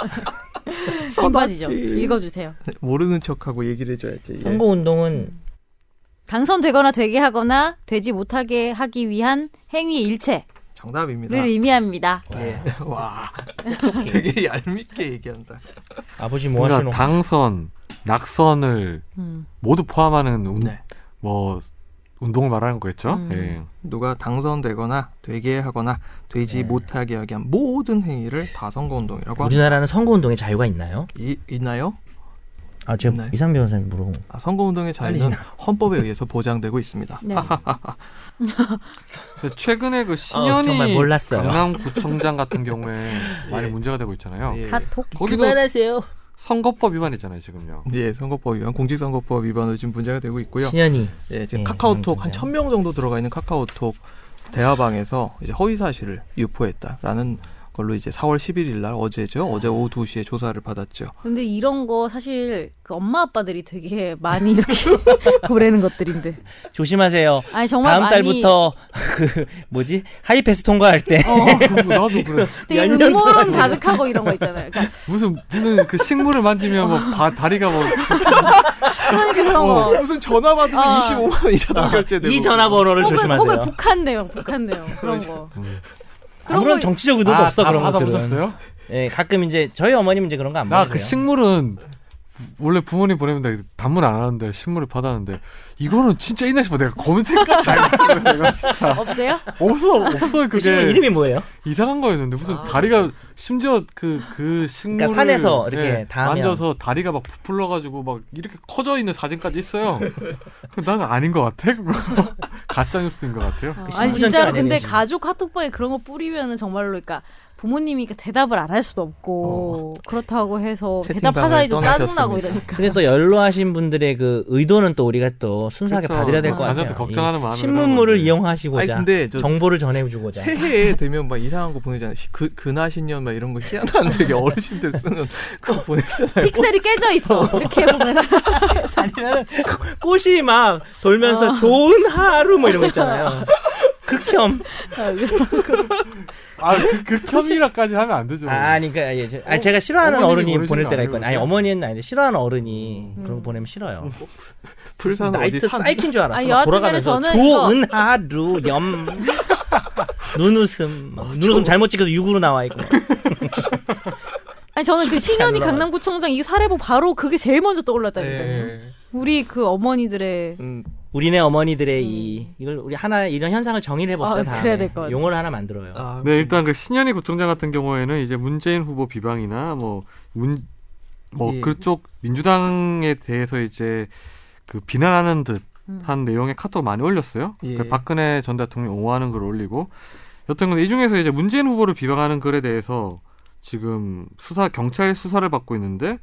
Speaker 4: 선바지죠.
Speaker 3: 써놨지.
Speaker 4: 읽어주세요.
Speaker 3: 모르는 척하고 얘기를 해줘야지. 예.
Speaker 2: 선거 운동은
Speaker 4: 당선되거나 되게 하거나 되지 못하게 하기 위한 행위 일체를
Speaker 2: 아.
Speaker 3: 정답입니다.
Speaker 4: 의미합니다.
Speaker 3: 예. [laughs] 와, 되게 얄밉게 얘기한다.
Speaker 2: 아버지 뭐 하시노?
Speaker 1: 그러니까 당선, 낙선을
Speaker 4: 음.
Speaker 1: 모두 포함하는 운,
Speaker 3: 네.
Speaker 1: 뭐 운동을 말하는 거겠죠.
Speaker 4: 음.
Speaker 1: 예.
Speaker 3: 누가 당선되거나 되게 하거나
Speaker 2: 네.
Speaker 3: 되지 못하게 하게 한 모든 행위를 다 선거운동이라고 합니다.
Speaker 2: 우리나라는 선거 운동에 자유가 있나요?
Speaker 3: 이, 있나요?
Speaker 2: 아, 제가
Speaker 3: 네.
Speaker 2: 이상 변호사님 물어본 거.
Speaker 3: 아, 선거운동의 자유는
Speaker 2: 아니지.
Speaker 3: 헌법에 의해서 보장되고 있습니다.
Speaker 4: 네.
Speaker 1: 근데 최근에 그
Speaker 2: 어, 정말
Speaker 1: 신현이
Speaker 2: 몰랐어요.
Speaker 1: 강남구청장
Speaker 3: [laughs]
Speaker 1: 같은 경우에 많이
Speaker 3: 예.
Speaker 1: 문제가 되고 있잖아요.
Speaker 3: 예.
Speaker 2: 네.
Speaker 4: 카톡.
Speaker 1: 거기도
Speaker 2: 그만하세요.
Speaker 1: 선거법 위반이잖아요 지금요.
Speaker 3: 예, 선거법 위반, 공직선거법 위반으로 지금 문제가 되고 있고요.
Speaker 2: 신현이.
Speaker 3: 예, 지금
Speaker 2: 예,
Speaker 3: 카카오톡
Speaker 2: 그렇군요.
Speaker 3: 한천 명 정도 들어가 있는 카카오톡 대화방에서 이제 허위 사실을 유포했다라는 걸로 이제 4월 11일 날 어제죠. 어제 오후 2시에 조사를 받았죠.
Speaker 4: 근데 이런 거 사실 그 엄마 아빠들이 되게 많이 이렇게 [laughs] 보내는 것들인데.
Speaker 2: 조심하세요.
Speaker 4: 아니 정말
Speaker 2: 다음
Speaker 4: 많이
Speaker 2: 달부터 [laughs] 그 뭐지 하이패스 통과할
Speaker 1: [laughs]
Speaker 2: 때
Speaker 1: 어, 그리고
Speaker 3: 뭐
Speaker 1: 나도 그래.
Speaker 4: 되게
Speaker 2: 몇년 동안
Speaker 4: 음모론 가득하고 이런 거 있잖아요. 그러니까,
Speaker 1: [laughs] 무슨 무슨 그 식물을 만지면 뭐 바- 다리가 뭐
Speaker 2: [laughs]
Speaker 4: 그러니까 그런 거.
Speaker 3: 무슨 전화 받으면
Speaker 4: 아.
Speaker 3: 25만 원 이상
Speaker 1: 어,
Speaker 3: 결제되고
Speaker 2: 어. 이 전화번호를
Speaker 4: 혹은,
Speaker 2: 조심하세요.
Speaker 4: 혹은 북한 내용, 북한 내용 그런 거. 그런
Speaker 2: 아무런
Speaker 4: 거-
Speaker 2: 정치적 의도도 없어
Speaker 1: 다
Speaker 2: 그런 것들은. 네.
Speaker 1: 받아보셨어요?
Speaker 2: 예, 가끔 이제 저희 어머님은 이제 그런 거 안
Speaker 1: 나 그
Speaker 2: 보세요.
Speaker 1: 식물은 원래 부모님 보내면 내가 단문 안 하는데 식물을 받았는데 이거는 진짜 이날 싶어 내가 검색까지
Speaker 3: [laughs]
Speaker 1: 안 했어 내가 진짜
Speaker 4: 없대요?
Speaker 1: 없어 없어
Speaker 2: 그 식물
Speaker 1: 그게
Speaker 2: 이름이 아. 뭐예요?
Speaker 1: 이상한 거였는데 무슨 다리가 심지어 그 그 식물을
Speaker 2: 그러니까 산에서 이렇게
Speaker 1: 예,
Speaker 2: 닿으면.
Speaker 1: 만져서 다리가 막 부풀러가지고 막 이렇게 커져 있는 사진까지
Speaker 2: [laughs]
Speaker 1: 있어요. 그거 난 아닌 것 같아 그거 [laughs] 가짜 뉴스인 것 같아요.
Speaker 4: 어,
Speaker 2: 그
Speaker 4: 아니
Speaker 2: 신부전증
Speaker 4: 진짜로
Speaker 2: 아니에요,
Speaker 4: 근데
Speaker 2: 지금.
Speaker 4: 가족 카톡방에 그런 거 뿌리면은 정말로 그러니까 부모님이 그러니까 대답을 안 할 수도
Speaker 2: 어.
Speaker 4: 없고 그렇다고 해서
Speaker 3: 채팅방을
Speaker 4: 대답하자니 좀 짜증나고
Speaker 3: 떠나셨습니다.
Speaker 4: 이러니까.
Speaker 2: 근데 또 연로하신 분들의 그 의도는 또 우리가 또 순수하게
Speaker 1: 그렇죠.
Speaker 2: 받아야 될 것
Speaker 1: 자녀한테
Speaker 2: 같아요.
Speaker 1: 걱정하는
Speaker 2: 이
Speaker 1: 마음이
Speaker 2: 신문물을
Speaker 1: 그런 건데.
Speaker 2: 이용하시고자
Speaker 3: 아니 근데 저
Speaker 2: 정보를 전해주고자.
Speaker 3: 새해에 되면 막 이상한 거 보내잖아요. 시- 그 그나 신년 막 이런 거 희한한 되게 어르신들 쓰는 그거 보내잖아요.
Speaker 4: 픽셀이 깨져
Speaker 2: [laughs]
Speaker 4: 있어. 이렇게 보면
Speaker 2: 아니면 꽃이 막 돌면서
Speaker 4: 아.
Speaker 2: 좋은 하루 뭐 이런 거 있잖아요. 극혐.
Speaker 1: 아그 혐의라까지 하면 안 되죠.
Speaker 2: 아, 아니, 그러니까 예, 저- 아니, 제가 싫어하는
Speaker 1: 네. 어머님이
Speaker 2: 어른이
Speaker 1: 모르시는
Speaker 2: 보낼 때가
Speaker 1: 거
Speaker 2: 있거든요. 아니,
Speaker 1: 아니에요? 음.
Speaker 2: 어머니는 아닌데 싫어하는 어른이 그런 거 보내면 싫어요.
Speaker 3: 불산 어디
Speaker 2: 나이트
Speaker 3: 산
Speaker 2: 사이킨 줄 알았어.
Speaker 4: 아니,
Speaker 2: 막
Speaker 4: 여하튼간에
Speaker 2: 돌아가면서
Speaker 4: 저는 이거-
Speaker 2: 조은하루
Speaker 4: [laughs]
Speaker 2: 염 눈웃음 막 눈웃음 잘못 찍어서 육으로 나와 있고 막.
Speaker 4: [laughs] 아니 저는 그 신현이
Speaker 2: 올라가요.
Speaker 4: 강남구청장 이 사례보 바로 그게 제일 먼저 떠올랐다니까요.
Speaker 3: 예.
Speaker 4: 우리 그 어머니들의
Speaker 3: 음,
Speaker 2: 우리네 어머니들의 이 이걸 우리 하나 이런 현상을 정의를 해봅시다
Speaker 4: 음. 아,
Speaker 2: 다음에
Speaker 4: 그래야 될것 같아요.
Speaker 2: 용어를 하나 만들어요.
Speaker 3: 아,
Speaker 1: 네 일단 그 신현희 구청장 같은 경우에는 이제 문재인 후보 비방이나 뭐문뭐
Speaker 3: 예.
Speaker 1: 그쪽 민주당에 대해서 이제 그 비난하는 듯한 내용의 카톡 많이 올렸어요.
Speaker 3: 음. 예.
Speaker 1: 그 박근혜 전 대통령 옹호하는 글 올리고 여튼 근데 이 중에서 이제 문재인 후보를 비방하는 글에 대해서 지금 수사 경찰 수사를 받고 있는데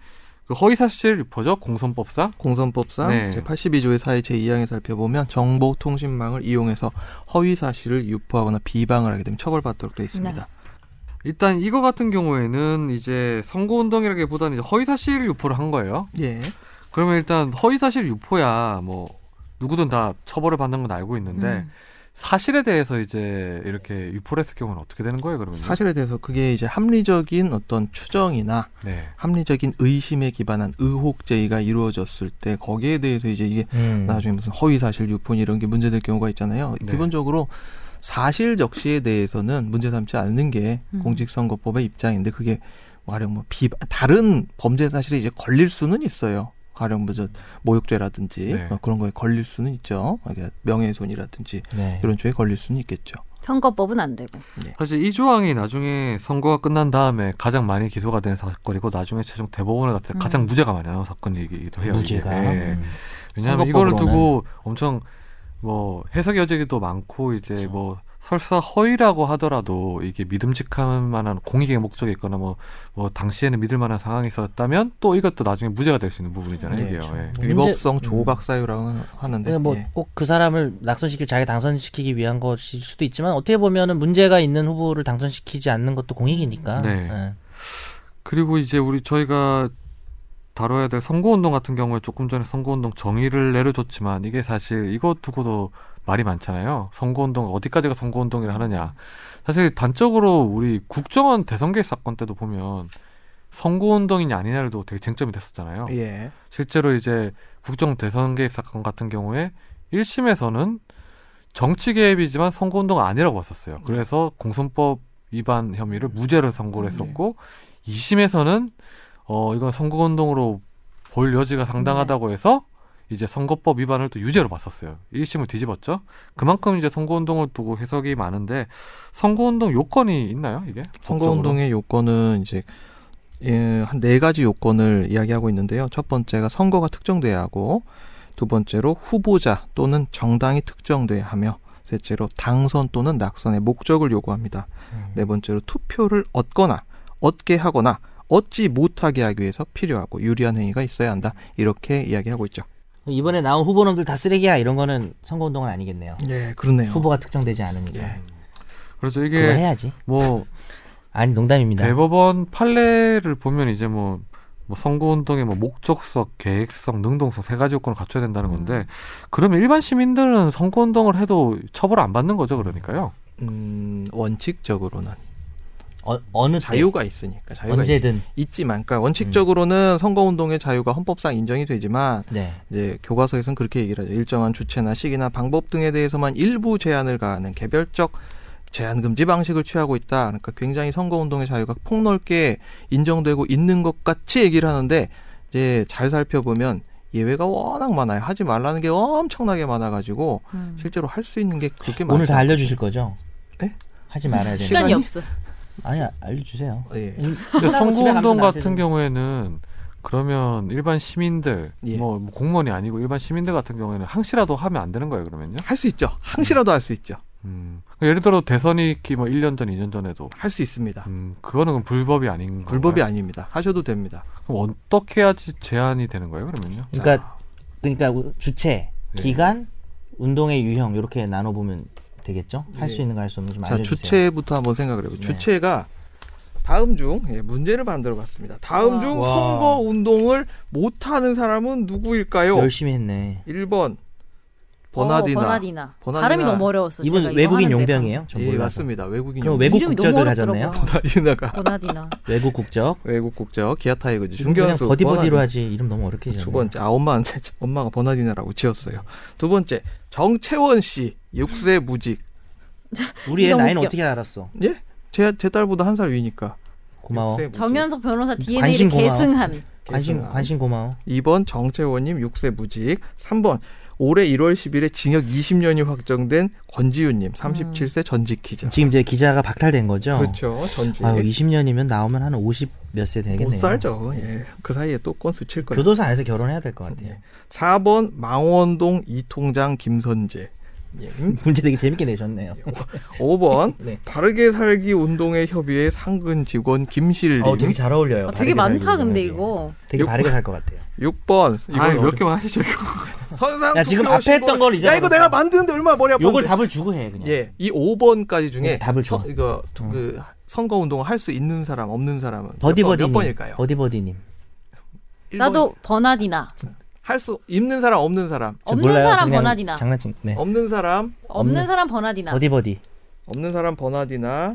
Speaker 1: 그 허위사실 유포죠 공선법상
Speaker 3: 공선법상
Speaker 1: 네.
Speaker 3: 제82조의 사회 제2항에 살펴보면 정보통신망을 이용해서 허위 사실을 유포하거나 비방을 하게 되면 처벌받도록 되어 있습니다.
Speaker 1: 일단 이거 같은 경우에는 이제 선거운동이라기보다는 이제 허위사실 유포를 한 거예요.
Speaker 2: 네.
Speaker 3: 예.
Speaker 1: 그러면 일단 허위사실 유포야 뭐 누구든 다 처벌을 받는 건 알고 있는데
Speaker 3: 음.
Speaker 1: 사실에 대해서 이제 이렇게 유포를 했을 경우는 어떻게 되는 거예요 그러면?
Speaker 3: 사실에 대해서 그게 이제 합리적인 어떤 추정이나
Speaker 1: 네.
Speaker 3: 합리적인 의심에 기반한 의혹 제기가 이루어졌을 때 거기에 대해서 이제 이게
Speaker 2: 음.
Speaker 3: 나중에 무슨 허위 사실 유포 이런 게 문제될 경우가 있잖아요.
Speaker 1: 네.
Speaker 3: 기본적으로 사실 적시에 대해서는 문제 삼지 않는 게
Speaker 4: 음.
Speaker 3: 공직선거법의 입장인데 그게 가령 뭐 비, 다른 범죄 사실에 이제 걸릴 수는 있어요. 가령 뭐저
Speaker 2: 음.
Speaker 3: 모욕죄라든지
Speaker 1: 네.
Speaker 3: 뭐 그런 거에 걸릴 수는 있죠. 이게 명예훼손이라든지
Speaker 2: 네.
Speaker 3: 이런 죄에 걸릴 수는 있겠죠.
Speaker 4: 선거법은 안 되고.
Speaker 1: 사실 이 조항이 나중에 선거가 끝난 다음에 가장 많이 기소가 된 사건이고 나중에 최종 대법원에 갔을 때
Speaker 4: 음.
Speaker 1: 가장 무죄가 많이 나온 사건이기도 해요. 이게.
Speaker 2: 무죄가.
Speaker 1: 예.
Speaker 2: 음.
Speaker 1: 왜냐하면 이거를
Speaker 2: 선거법으로는.
Speaker 1: 두고 엄청 뭐 해석 여지도 많고 이제
Speaker 2: 그렇죠.
Speaker 1: 뭐 설사 허위라고 하더라도 이게 믿음직한 만한 공익의 목적이 있거나 뭐 뭐 당시에는 믿을 만한 상황이 있었다면 또 이것도 나중에 무죄가 될 수 있는 부분이잖아요.
Speaker 3: 네,
Speaker 1: 이게요.
Speaker 2: 그렇죠.
Speaker 1: 예.
Speaker 2: 문제-
Speaker 3: 위법성
Speaker 2: 음.
Speaker 3: 조각 사유라고 하는데
Speaker 2: 네,
Speaker 3: 예.
Speaker 2: 뭐꼭 그 사람을 낙선시키고 자기 당선시키기 위한 것일 수도 있지만 어떻게 보면은 문제가 있는 후보를 당선시키지 않는 것도 공익이니까.
Speaker 1: 네.
Speaker 2: 예.
Speaker 1: 그리고 이제 우리 저희가 다뤄야 될 선거운동 같은 경우에 조금 전에 선거운동 정의를 내려줬지만 이게 사실 이것 두고도 말이 많잖아요. 선거운동 어디까지가 선거운동이라 하느냐. 사실 단적으로 우리 국정원 대선개입 사건 때도 보면 선거운동이냐 아니냐도 되게 쟁점이 됐었잖아요.
Speaker 3: 예.
Speaker 1: 실제로 이제 국정 대선 개입 사건 같은 경우에 1심에서는 정치 개입이지만 선거운동 아니라고 봤었어요. 그래서 공선법 위반 혐의를 무죄로 선고를 했었고 2심에서는 어 이건 선거운동으로 볼 여지가 상당하다고 해서 이제 선거법 위반을 또 유죄로 봤었어요. 1심을 뒤집었죠. 그만큼 이제 선거운동을 두고 해석이 많은데 선거운동 요건이 있나요, 이게?
Speaker 3: 선거운동의 요건은 이제 한 네 가지 요건을 이야기하고 있는데요. 첫 번째가 선거가 특정돼야 하고 두 번째로 후보자 또는 정당이 특정돼야 하며 셋째로 당선 또는 낙선의 목적을 요구합니다. 네 번째로 투표를 얻거나 얻게 하거나 얻지 못하게 하기 위해서 필요하고 유리한 행위가 있어야 한다. 이렇게 이야기하고 있죠.
Speaker 2: 이번에 나온 후보놈들 다 쓰레기야 이런 거는 선거운동은 아니겠네요.
Speaker 3: 예, 그렇네요. 예.
Speaker 2: 후보가 특정되지 않으니까
Speaker 1: 그렇죠.
Speaker 2: 그거
Speaker 1: 이게
Speaker 2: 해야지.
Speaker 1: 뭐
Speaker 2: 아니 농담입니다.
Speaker 1: 대법원 판례를 보면 이제 뭐, 뭐 선거운동의 뭐 목적성, 계획성, 능동성 세 가지 요건을 갖춰야 된다는 건데 그러면 일반 시민들은 선거운동을 해도 처벌 안 받는 거죠, 그러니까요.
Speaker 3: 음, 원칙적으로는
Speaker 2: 어,
Speaker 3: 네.
Speaker 2: 어느 때,
Speaker 3: 자유가 있으니까 자유가
Speaker 2: 언제든
Speaker 3: 있지만 그러니까
Speaker 2: 음.
Speaker 3: 원칙적으로는 선거운동의 자유가 헌법상 인정이 되지만
Speaker 2: 네.
Speaker 3: 이제 교과서에선 그렇게 얘기를 하죠. 일정한 주체나 시기나 방법 등에 대해서만 일부 제한을 가하는 개별적 제한 금지 방식을 취하고 있다. 그러니까 굉장히 선거운동의 자유가 폭넓게 인정되고 있는 것 같이 얘기를 하는데 이제 잘 살펴보면 예외가 워낙 많아요. 하지 말라는 게 엄청나게 많아가지고
Speaker 5: 음.
Speaker 3: 실제로 할 수 있는 게 그렇게 많아요.
Speaker 2: 오늘 다 알려주실 거죠?
Speaker 3: 네?
Speaker 2: 하지 말아야 되는.
Speaker 5: 시간이
Speaker 3: 시간이-
Speaker 5: 없어.
Speaker 2: 아니 알려주세요.
Speaker 3: 예.
Speaker 1: 근데
Speaker 2: 끝나고 집에
Speaker 1: 선거운동
Speaker 2: 가면서
Speaker 1: 같은
Speaker 2: 나한테는-
Speaker 1: 경우에는 그러면 일반 시민들
Speaker 3: 예.
Speaker 1: 뭐 공무원이 아니고 일반 시민들 같은 경우에는 항시라도 하면 안 되는 거예요, 그러면요?
Speaker 3: 할 수 있죠. 항시라도 할 수 있죠.
Speaker 1: 음. 예를 들어 대선이 있기 뭐 1년 전, 2년 전에도
Speaker 3: 할 수 있습니다.
Speaker 1: 음, 그거는 그럼 불법이 아닌 건가요?
Speaker 3: 불법이 아닙니다. 하셔도 됩니다.
Speaker 1: 그럼 어떻게 해야지 제한이 되는 거예요, 그러면요?
Speaker 2: 그러니까
Speaker 3: 자,
Speaker 2: 그러니까 주체,
Speaker 1: 네.
Speaker 2: 기간, 운동의 유형 이렇게 나눠 보면 되겠죠? 할 수
Speaker 3: 예.
Speaker 2: 있는 거 할 수 없는 거좀
Speaker 3: 자,
Speaker 2: 알려주세요.
Speaker 3: 주체부터 한번 생각을 해보죠.
Speaker 2: 네.
Speaker 3: 주체가 다음 중 예, 문제를 만들어 봤습니다. 다음
Speaker 5: 와.
Speaker 3: 중
Speaker 2: 와.
Speaker 3: 선거 운동을 못하는 사람은 누구일까요?
Speaker 2: 열심히 했네.
Speaker 3: 1번 버나디나.
Speaker 5: 어, 버나디나.
Speaker 3: 버나디나.
Speaker 5: 발음이 너무 어려웠어. 제가
Speaker 2: 이분
Speaker 5: 이거
Speaker 2: 외국인
Speaker 5: 하는데
Speaker 2: 용병이에요? 전
Speaker 3: 예,
Speaker 2: 몰라서.
Speaker 3: 맞습니다. 외국인
Speaker 2: 그럼
Speaker 3: 용-
Speaker 2: 외국
Speaker 5: 이름이 너무
Speaker 2: 국적을
Speaker 5: 어렵더라고요.
Speaker 2: 하셨네요. [laughs]
Speaker 3: 버나디나가
Speaker 5: 버나디나.
Speaker 2: 외국 국적.
Speaker 3: 외국 국적 기아 타이거즈
Speaker 2: 그냥
Speaker 3: 중견수
Speaker 2: 버디 버디로
Speaker 3: 버나디-
Speaker 2: 하지 이름 너무 어렵게 지었네.
Speaker 3: 두 번째 아 엄마한테 엄마가 버나디나라고 지었어요. 두 번째 정채원 씨 육세 무직
Speaker 2: 우리 애
Speaker 5: 너무
Speaker 2: 나이는
Speaker 5: 웃겨.
Speaker 2: 어떻게 알았어?
Speaker 3: 예? 제, 제 딸보다 한 살 위니까.
Speaker 2: 고마워.
Speaker 3: 육세 무직.
Speaker 5: 정현석 변호사
Speaker 2: 관심
Speaker 5: DNA를
Speaker 2: 고마워. 네,
Speaker 5: 계승한.
Speaker 2: 관심
Speaker 3: 계승아.
Speaker 2: 관심 고마워.
Speaker 3: 2번 정채원님 6세 무직. 3번 올해 1월 10일에 징역 20년이 확정된 권지윤님 37세
Speaker 2: 음.
Speaker 3: 전직 기자.
Speaker 2: 지금 이제 기자가 박탈된 거죠?
Speaker 3: 그렇죠. 전직.
Speaker 2: 아유, 20년이면 나오면 한 50 몇 세 되겠네요.
Speaker 3: 못 살죠. 예. 그 사이에 또 건수 칠 거예요.
Speaker 2: 교도소 안에서 결혼해야 될 것 같아요.
Speaker 3: 예. 4번 망원동 이통장 김선재. 님
Speaker 2: 문제 되게 재밌게 내셨네요.
Speaker 3: 5번
Speaker 2: [laughs] 네.
Speaker 3: 바르게 살기 운동회 협의회 상근 직원 김실님.
Speaker 2: 어, 되게 잘 어울려요. 네,
Speaker 5: 아, 되게
Speaker 2: 바르게
Speaker 5: 많다
Speaker 2: 살기
Speaker 5: 근데
Speaker 2: 위해.
Speaker 5: 이거.
Speaker 2: 되게
Speaker 3: 육-
Speaker 2: 바르게 살 것 같아요.
Speaker 3: 6번. 이거
Speaker 1: 아니, 몇 개만 하시죠.
Speaker 3: 선상
Speaker 2: 야, 지금
Speaker 3: 투표
Speaker 2: 앞에
Speaker 3: 신고.
Speaker 2: 했던 걸
Speaker 3: 야
Speaker 2: 잊어버렸어.
Speaker 3: 이거 내가 만드는데 얼마나 머리 아픈데.
Speaker 2: 요걸 답을 주고 해 그냥.
Speaker 3: 예, 이 5번까지 중에
Speaker 2: 네, 어. 답을 줘.
Speaker 3: 서- 이거 두- 그 선거 운동을 할 수 있는 사람 없는 사람은
Speaker 2: 버디
Speaker 3: 몇, 번-
Speaker 2: 버디님. 어.
Speaker 3: 몇 번일까요?
Speaker 2: 버디 버디님.
Speaker 4: 나도 버나디나.
Speaker 3: 할수 있는 사람 없는 사람
Speaker 2: 저
Speaker 4: 없는
Speaker 2: 몰라요.
Speaker 4: 사람
Speaker 2: 그냥
Speaker 4: 버나디나.
Speaker 2: 장난친. 네.
Speaker 3: 없는 사람
Speaker 4: 없는
Speaker 2: 없는-
Speaker 4: 사람 버나디나.
Speaker 2: 버디 버디.
Speaker 3: 없는 사람 버나디나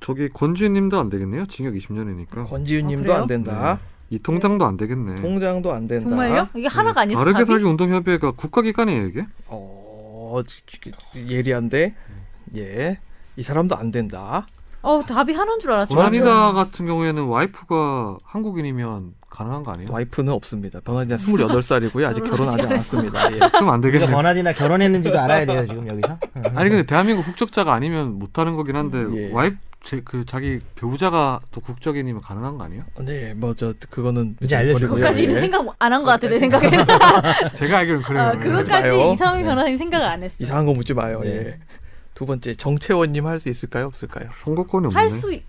Speaker 1: 저기 권지윤님도 안 되겠네요. 징역
Speaker 2: 어.
Speaker 1: 20년이니까
Speaker 3: 권지윤님도
Speaker 5: 아,
Speaker 3: 안 된다.
Speaker 1: 이 통장도 안 되겠네.
Speaker 3: 통장도 안 된다.
Speaker 4: 정말요? 이게 하나가
Speaker 2: 네.
Speaker 4: 아니었어.
Speaker 1: 바르게
Speaker 4: 답이?
Speaker 1: 살기 운동협의회가 국가기관이에요 이게?
Speaker 3: 어 지- 지- 예리한데
Speaker 2: 음.
Speaker 3: 예. 이 사람도 안 된다.
Speaker 4: 어, 답이 하나인 줄 알았죠.
Speaker 1: 버나디나 같은 경우에는 와이프가 한국인이면 가능한 거
Speaker 2: 예.
Speaker 1: 아니에요?
Speaker 3: 와이프는 없습니다. 버나디나 28살이고요. 아직 결혼하지 않았습니다.
Speaker 2: [laughs]
Speaker 3: 예.
Speaker 1: 그럼 안
Speaker 2: 우리가
Speaker 1: 되겠네요.
Speaker 2: 버나디나 결혼했는지도 알아야 돼요 지금
Speaker 3: [laughs]
Speaker 2: 여기서.
Speaker 1: 아니
Speaker 3: 그
Speaker 1: 근데 대한민국 국적자가 아니면 못하는 거긴 한데
Speaker 3: 예.
Speaker 1: 와이프 제, 그 자기 배우자가 또 국적인이면 가능한 거 아니에요? [laughs]
Speaker 3: 네, 뭐 저 그거는
Speaker 2: 이제 알려줘요.
Speaker 3: 버리고요.
Speaker 5: 그것까지는
Speaker 3: 예.
Speaker 5: 생각 안 한 것 같아
Speaker 2: 네.
Speaker 5: 내
Speaker 2: [laughs]
Speaker 5: 생각에는.
Speaker 1: 제가 알기로는 그래요.
Speaker 5: 아,
Speaker 1: 예.
Speaker 5: 그것까지
Speaker 3: 그런가요?
Speaker 5: 이상민 변호사님 생각 안 했어.
Speaker 3: 이상한 거 묻지 마요.
Speaker 2: 네.
Speaker 3: 예. 두 번째 정채원님 할 수 있을까요? 없을까요?
Speaker 1: 선거권이 없네.
Speaker 5: 할 수. 있...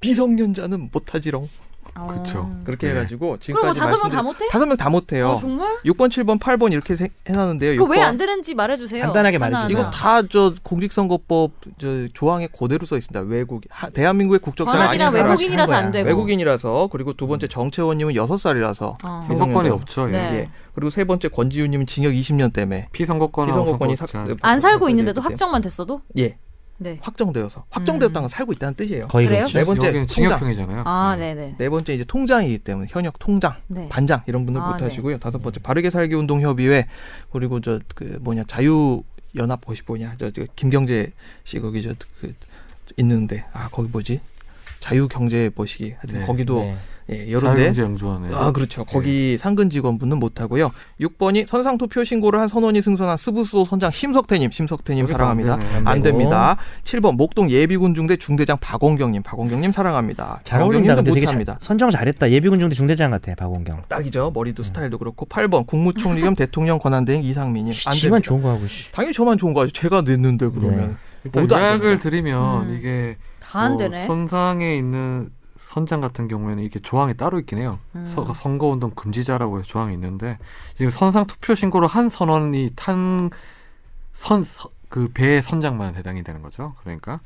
Speaker 3: 비성년자는 못하지롱.
Speaker 5: 어.
Speaker 1: 그렇죠.
Speaker 3: 그렇게
Speaker 1: 네.
Speaker 3: 해가지고
Speaker 5: 그럼 뭐
Speaker 3: 지금까지
Speaker 5: 다섯 명 다
Speaker 3: 말씀드린-
Speaker 5: 못해?
Speaker 3: 다섯 명 다 못해요.
Speaker 5: 어, 정말?
Speaker 3: 6번, 7번, 8번 이렇게 세- 해놨는데요.
Speaker 5: 그거 왜
Speaker 3: 6번.
Speaker 5: 안 되는지 말해주세요.
Speaker 2: 간단하게
Speaker 5: 하나,
Speaker 2: 말해주세요.
Speaker 3: 이거
Speaker 5: 하나.
Speaker 3: 다 저 공직선거법 저 조항에 그대로 써 있습니다. 외국 하- 대한민국의 국적자가 아닌
Speaker 5: 번아지나
Speaker 3: 사람
Speaker 2: 사람.
Speaker 5: 외국인이라서
Speaker 2: 거야.
Speaker 5: 안 되고.
Speaker 3: 외국인이라서 그리고 두 번째 정채원님은 여섯 살이라서
Speaker 5: 어.
Speaker 1: 선거권이
Speaker 3: 음.
Speaker 1: 없죠. 예.
Speaker 5: 네.
Speaker 3: 예. 그리고 세 번째 권지윤님은 징역 20년 때문에
Speaker 1: 피선거권하고
Speaker 3: 피선거권이 삭-
Speaker 1: 선거권 제한.
Speaker 4: 안
Speaker 2: 네.
Speaker 4: 살고 있는데도
Speaker 3: 때문에.
Speaker 4: 확정만 됐어도?
Speaker 3: 예
Speaker 5: 네.
Speaker 3: 확정되어서 확정되었다는
Speaker 5: 음.
Speaker 3: 건 살고 있다는 뜻이에요.
Speaker 2: 거의
Speaker 5: 그래요?
Speaker 2: 그렇죠.
Speaker 3: 네 번째
Speaker 1: 여기는
Speaker 3: 통장.
Speaker 1: 징역형이잖아요.
Speaker 5: 아,
Speaker 1: 음.
Speaker 5: 네네.
Speaker 3: 네 번째 이제 통장이기 때문에 현역 통장
Speaker 5: 네.
Speaker 3: 반장 이런 분들
Speaker 5: 아,
Speaker 3: 못 하시고요. 다섯 번째 바르게 살기 운동 협의회 그리고 저 그 뭐냐 자유 연합 것이 뭐냐 저, 저 김경재 씨 거기 그 저그 있는데 아 거기 뭐지 자유 경제 뭐시기 하여튼
Speaker 1: 네,
Speaker 3: 거기도
Speaker 2: 네.
Speaker 3: 예,
Speaker 1: 자유경제
Speaker 3: 요런데
Speaker 1: 양조하네.
Speaker 3: 아 그렇죠. 거기 상근 직원분은 못 하고요. 6번이 선상 투표 신고를 한 선원이 승선한 스브스호 선장 심석태님, 심석태님 사랑합니다. 안
Speaker 2: 되고.
Speaker 3: 됩니다. 7번 목동 예비군 중대 중대장 박원경님, 박원경님 사랑합니다.
Speaker 2: 잘 어울린다.
Speaker 3: 박원경님도
Speaker 2: 근데 되게
Speaker 3: 못합니다.
Speaker 2: 자- 선정 잘했다. 예비군 중대 중대장 같아. 박원경.
Speaker 3: 딱이죠. 머리도 스타일도 그렇고 8번 국무총리 겸 대통령 권한대행 이상민님 안 됩니다.
Speaker 2: 지만 네. 좋은 거 하고 씨.
Speaker 3: 당연히 저만 좋은 거 아죠. 제가 냈는데 그러면
Speaker 1: 일단
Speaker 3: 모두 안
Speaker 1: 요약을
Speaker 3: 됩니다.
Speaker 1: 드리면
Speaker 5: 음.
Speaker 1: 이게
Speaker 5: 다 안
Speaker 1: 뭐
Speaker 5: 되네.
Speaker 1: 선상에 있는 선장 같은 경우에는 이게 조항이 따로 있긴 해요.
Speaker 4: 음.
Speaker 1: 서- 선거운동 금지자라고 해서 조항이 있는데 지금 선상 투표 신고를 한 선원이 탄 선 그 배의 선장만 해당이 되는 거죠. 그러니까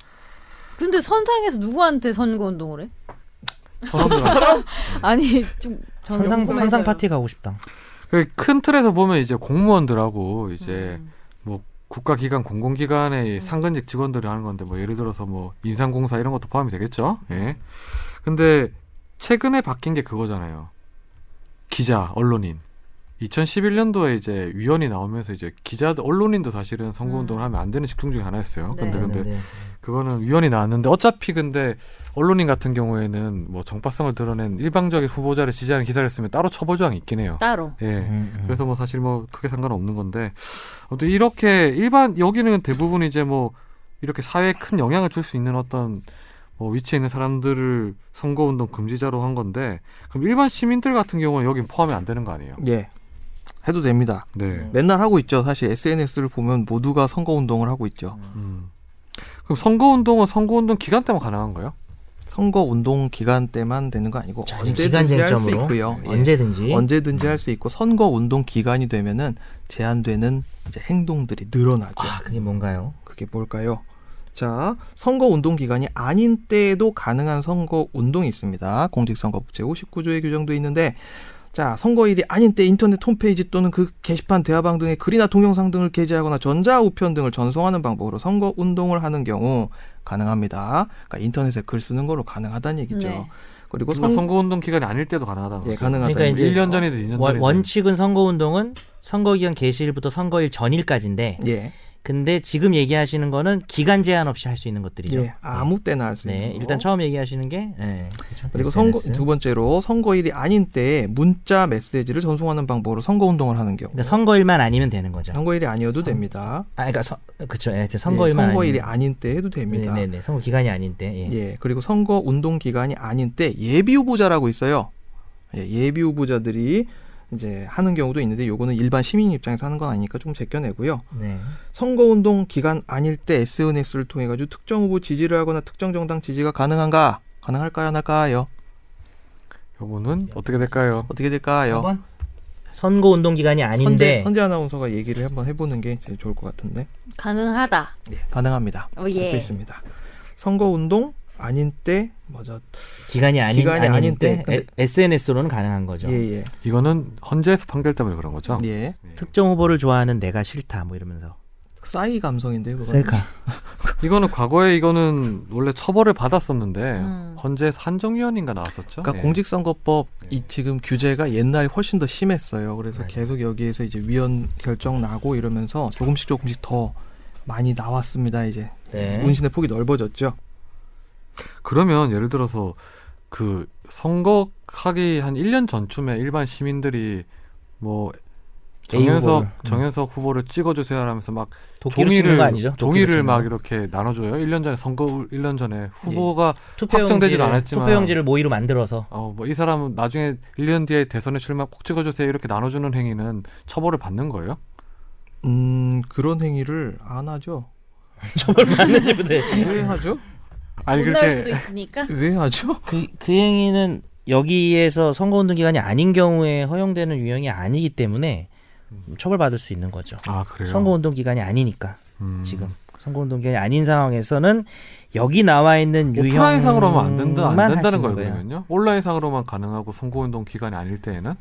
Speaker 5: 근데 선상에서 누구한테 선거 운동을
Speaker 4: [laughs]
Speaker 5: 해?
Speaker 1: 선원들
Speaker 5: 아니 좀 저는
Speaker 2: 선상
Speaker 5: 궁금해서요.
Speaker 2: 선상 파티 가고 싶다.
Speaker 1: 그 큰 틀에서 보면 이제 공무원들하고 이제
Speaker 5: 음.
Speaker 1: 국가기관 공공기관의 상근직 직원들이 하는 건데 뭐 예를 들어서 뭐 인상공사 이런 것도 포함이 되겠죠. 예. 근데 최근에 바뀐 게 그거잖아요. 기자, 언론인. 2011년도에 이제 위원이 나오면서 이제 기자들, 언론인도 사실은 선거운동을 하면 안 되는 직종 중에 하나였어요.
Speaker 5: 음. 네.
Speaker 1: 근데
Speaker 5: 네,
Speaker 1: 근데 그거는 위원이 나왔는데 어차피 근데 언론인 같은 경우에는 뭐 정파성을 드러낸 일방적인 후보자를 지지하는 기사를 쓰면 따로 처벌 조항이 있긴 해요.
Speaker 5: 따로.
Speaker 1: 예.
Speaker 2: 음, 음.
Speaker 1: 그래서 뭐 사실 뭐 크게 상관없는 건데 아무튼 이렇게 일반 여기는 대부분 이제 뭐 이렇게 사회에 큰 영향을 줄 수 있는 어떤 뭐 위치에 있는 사람들을 선거운동 금지자로 한 건데 그럼 일반 시민들 같은 경우는 여긴 포함이 안 되는 거 아니에요?
Speaker 3: 예 해도 됩니다.
Speaker 1: 네.
Speaker 3: 맨날 하고 있죠. 사실 SNS를 보면 모두가 선거 운동을 하고 있죠.
Speaker 1: 음. 그럼 선거운동은 선거운동 기간 때만 가능한 거예요?
Speaker 3: 선거 운동 기간 때만 되는 거 아니고
Speaker 2: 자,
Speaker 3: 언제든지
Speaker 2: 기간
Speaker 3: 할 수
Speaker 2: 쟁점으로
Speaker 3: 있고요. 예.
Speaker 2: 언제든지
Speaker 3: 언제든지 할 수 있고 선거 운동 기간이 되면은 제한되는 이제 행동들이 늘어나죠.
Speaker 2: 아 그게 뭔가요?
Speaker 3: 그게 뭘까요? 자, 선거 운동 기간이 아닌 때에도 가능한 선거 운동이 있습니다. 공직선거법 제59조에 규정돼 있는데 자, 선거일이 아닌 때 인터넷 홈페이지 또는 그 게시판 대화방 등에 글이나 동영상 등을 게재하거나 전자우편 등을 전송하는 방법으로 선거 운동을 하는 경우 가능합니다. 그러니까 인터넷에 글 쓰는 걸로 가능하다는 얘기죠.
Speaker 5: 네.
Speaker 3: 그리고
Speaker 1: 그러니까
Speaker 3: 뭐 선,
Speaker 1: 선거운동 기간이 아닐 때도 가능하다는
Speaker 3: 예,
Speaker 1: 거예요.
Speaker 3: 가능하다.
Speaker 2: 그러니까 이제
Speaker 1: 1년 전이든 2년
Speaker 2: 원,
Speaker 1: 전이든
Speaker 2: 원칙은 선거운동은 선거기간 개시일부터 선거일 전일까지인데
Speaker 3: 예,
Speaker 2: 근데 지금 얘기하시는 거는 기간 제한 없이 할 수 있는 것들이죠.
Speaker 3: 예, 아무 때나 할 수
Speaker 2: 네,
Speaker 3: 있는 거.
Speaker 2: 일단 처음 얘기하시는 게 예.
Speaker 3: 그리고 선거
Speaker 2: SNS.
Speaker 3: 두 번째로 선거일이 아닌 때에 문자 메시지를 전송하는 방법으로 선거 운동을 하는 경우.
Speaker 2: 그러니까 선거일만 아니면 되는 거죠.
Speaker 3: 선거일이 아니어도
Speaker 2: 선-
Speaker 3: 됩니다.
Speaker 2: 아, 그러니까 선 그쵸, 예, 이제
Speaker 3: 선거일이
Speaker 2: 선거일만 아니면-
Speaker 3: 아닌 때 해도 됩니다.
Speaker 2: 네, 네, 네, 선거 기간이 아닌 때. 예.
Speaker 3: 예, 그리고 선거 운동 기간이 아닌 때 예비 후보자라고 있어요. 예, 비 후보자들이 이제 하는 경우도 있는데 요거는 일반 시민 입장에서 하는 건 아니니까 좀 제껴내고요.
Speaker 2: 네.
Speaker 3: 선거 운동 기간 아닐 때 SNS를 통해 가지고 특정 후보 지지를 하거나 특정 정당 지지가 가능한가? 가능할까요, 안 할까요?
Speaker 1: 요거는 어떻게 될까요?
Speaker 3: 어떻게 될까요?
Speaker 2: 한번 선거 운동 기간이
Speaker 3: 선재,
Speaker 2: 아닌데
Speaker 3: 선재 아나운서가 얘기를 한번 해보는 게 제일 좋을 것 같은데
Speaker 4: 가능하다.
Speaker 3: 예, 가능합니다.
Speaker 4: 오,
Speaker 3: 할 수
Speaker 4: 예.
Speaker 3: 있습니다. 선거 운동 아닌 때 뭐죠?
Speaker 2: 기간이 아닌
Speaker 3: 기간이
Speaker 2: 아닌
Speaker 3: 아닌
Speaker 2: 때
Speaker 3: 때, 근데-
Speaker 2: SNS로는 가능한 거죠.
Speaker 3: 예예
Speaker 1: 이거는 헌재에서 판결 때문에 그런 거죠.
Speaker 3: 예.
Speaker 2: 특정 후보를 좋아하는 내가 싫다 뭐 이러면서
Speaker 3: 싸이 감성인데 그거.
Speaker 2: 셀카
Speaker 1: 이거는 과거에 이거는 원래 처벌을 받았었는데
Speaker 4: 음.
Speaker 1: 헌재에서 한정위원인가 나왔었죠.
Speaker 3: 그러니까
Speaker 1: 예.
Speaker 3: 공직선거법
Speaker 1: 예.
Speaker 3: 이 지금 규제가 옛날에 훨씬 더 심했어요. 그래서
Speaker 2: 맞아요.
Speaker 3: 계속 여기에서 이제 위헌 결정 나고 이러면서 조금씩 조금씩 더 많이 나왔습니다. 이제
Speaker 2: 네.
Speaker 3: 운신의 폭이 넓어졌죠.
Speaker 1: 그러면 예를 들어서 그 선거하기 한 1년 전쯤에 일반 시민들이 뭐
Speaker 2: A
Speaker 1: 정현석
Speaker 2: 후보를. 음.
Speaker 1: 정현석 후보를 찍어주세요 하면서 막
Speaker 2: 도끼로 찍는
Speaker 1: 종이를
Speaker 2: 거 아니죠? 도끼로
Speaker 1: 종이를
Speaker 2: 찍는 거. 예.
Speaker 1: 막 이렇게 나눠줘요. 1년 전에 선거 1년 전에 후보가
Speaker 2: 투표용지를
Speaker 1: 확정되지도 않았지만.
Speaker 2: 투표용지를 모의로 만들어서
Speaker 1: 어 뭐 이 사람은 나중에 1년 뒤에 대선에 출마 꼭 찍어주세요 이렇게 나눠주는 행위는 처벌을 받는 거예요?
Speaker 3: 음 그런 행위를 안 하죠. 왜 하죠?
Speaker 1: 아니
Speaker 5: 못 나올
Speaker 1: 그렇게
Speaker 5: 수도
Speaker 1: [laughs]
Speaker 5: 있으니까.
Speaker 3: 왜 하죠?
Speaker 2: 그, 그 행위는 여기에서 선거운동 기간이 아닌 경우에 허용되는 유형이 아니기 때문에 처벌받을 수 있는 거죠.
Speaker 1: 아 그래요.
Speaker 2: 선거운동 기간이 아니니까
Speaker 1: 음.
Speaker 2: 지금 선거운동 기간이 아닌 상황에서는 여기 나와 있는 유형
Speaker 1: 뭐 오프라인상으로 하면 안 된다 안 된다는 거예요 그러면요 온라인상으로만 가능하고 선거운동 기간이 아닐 때에는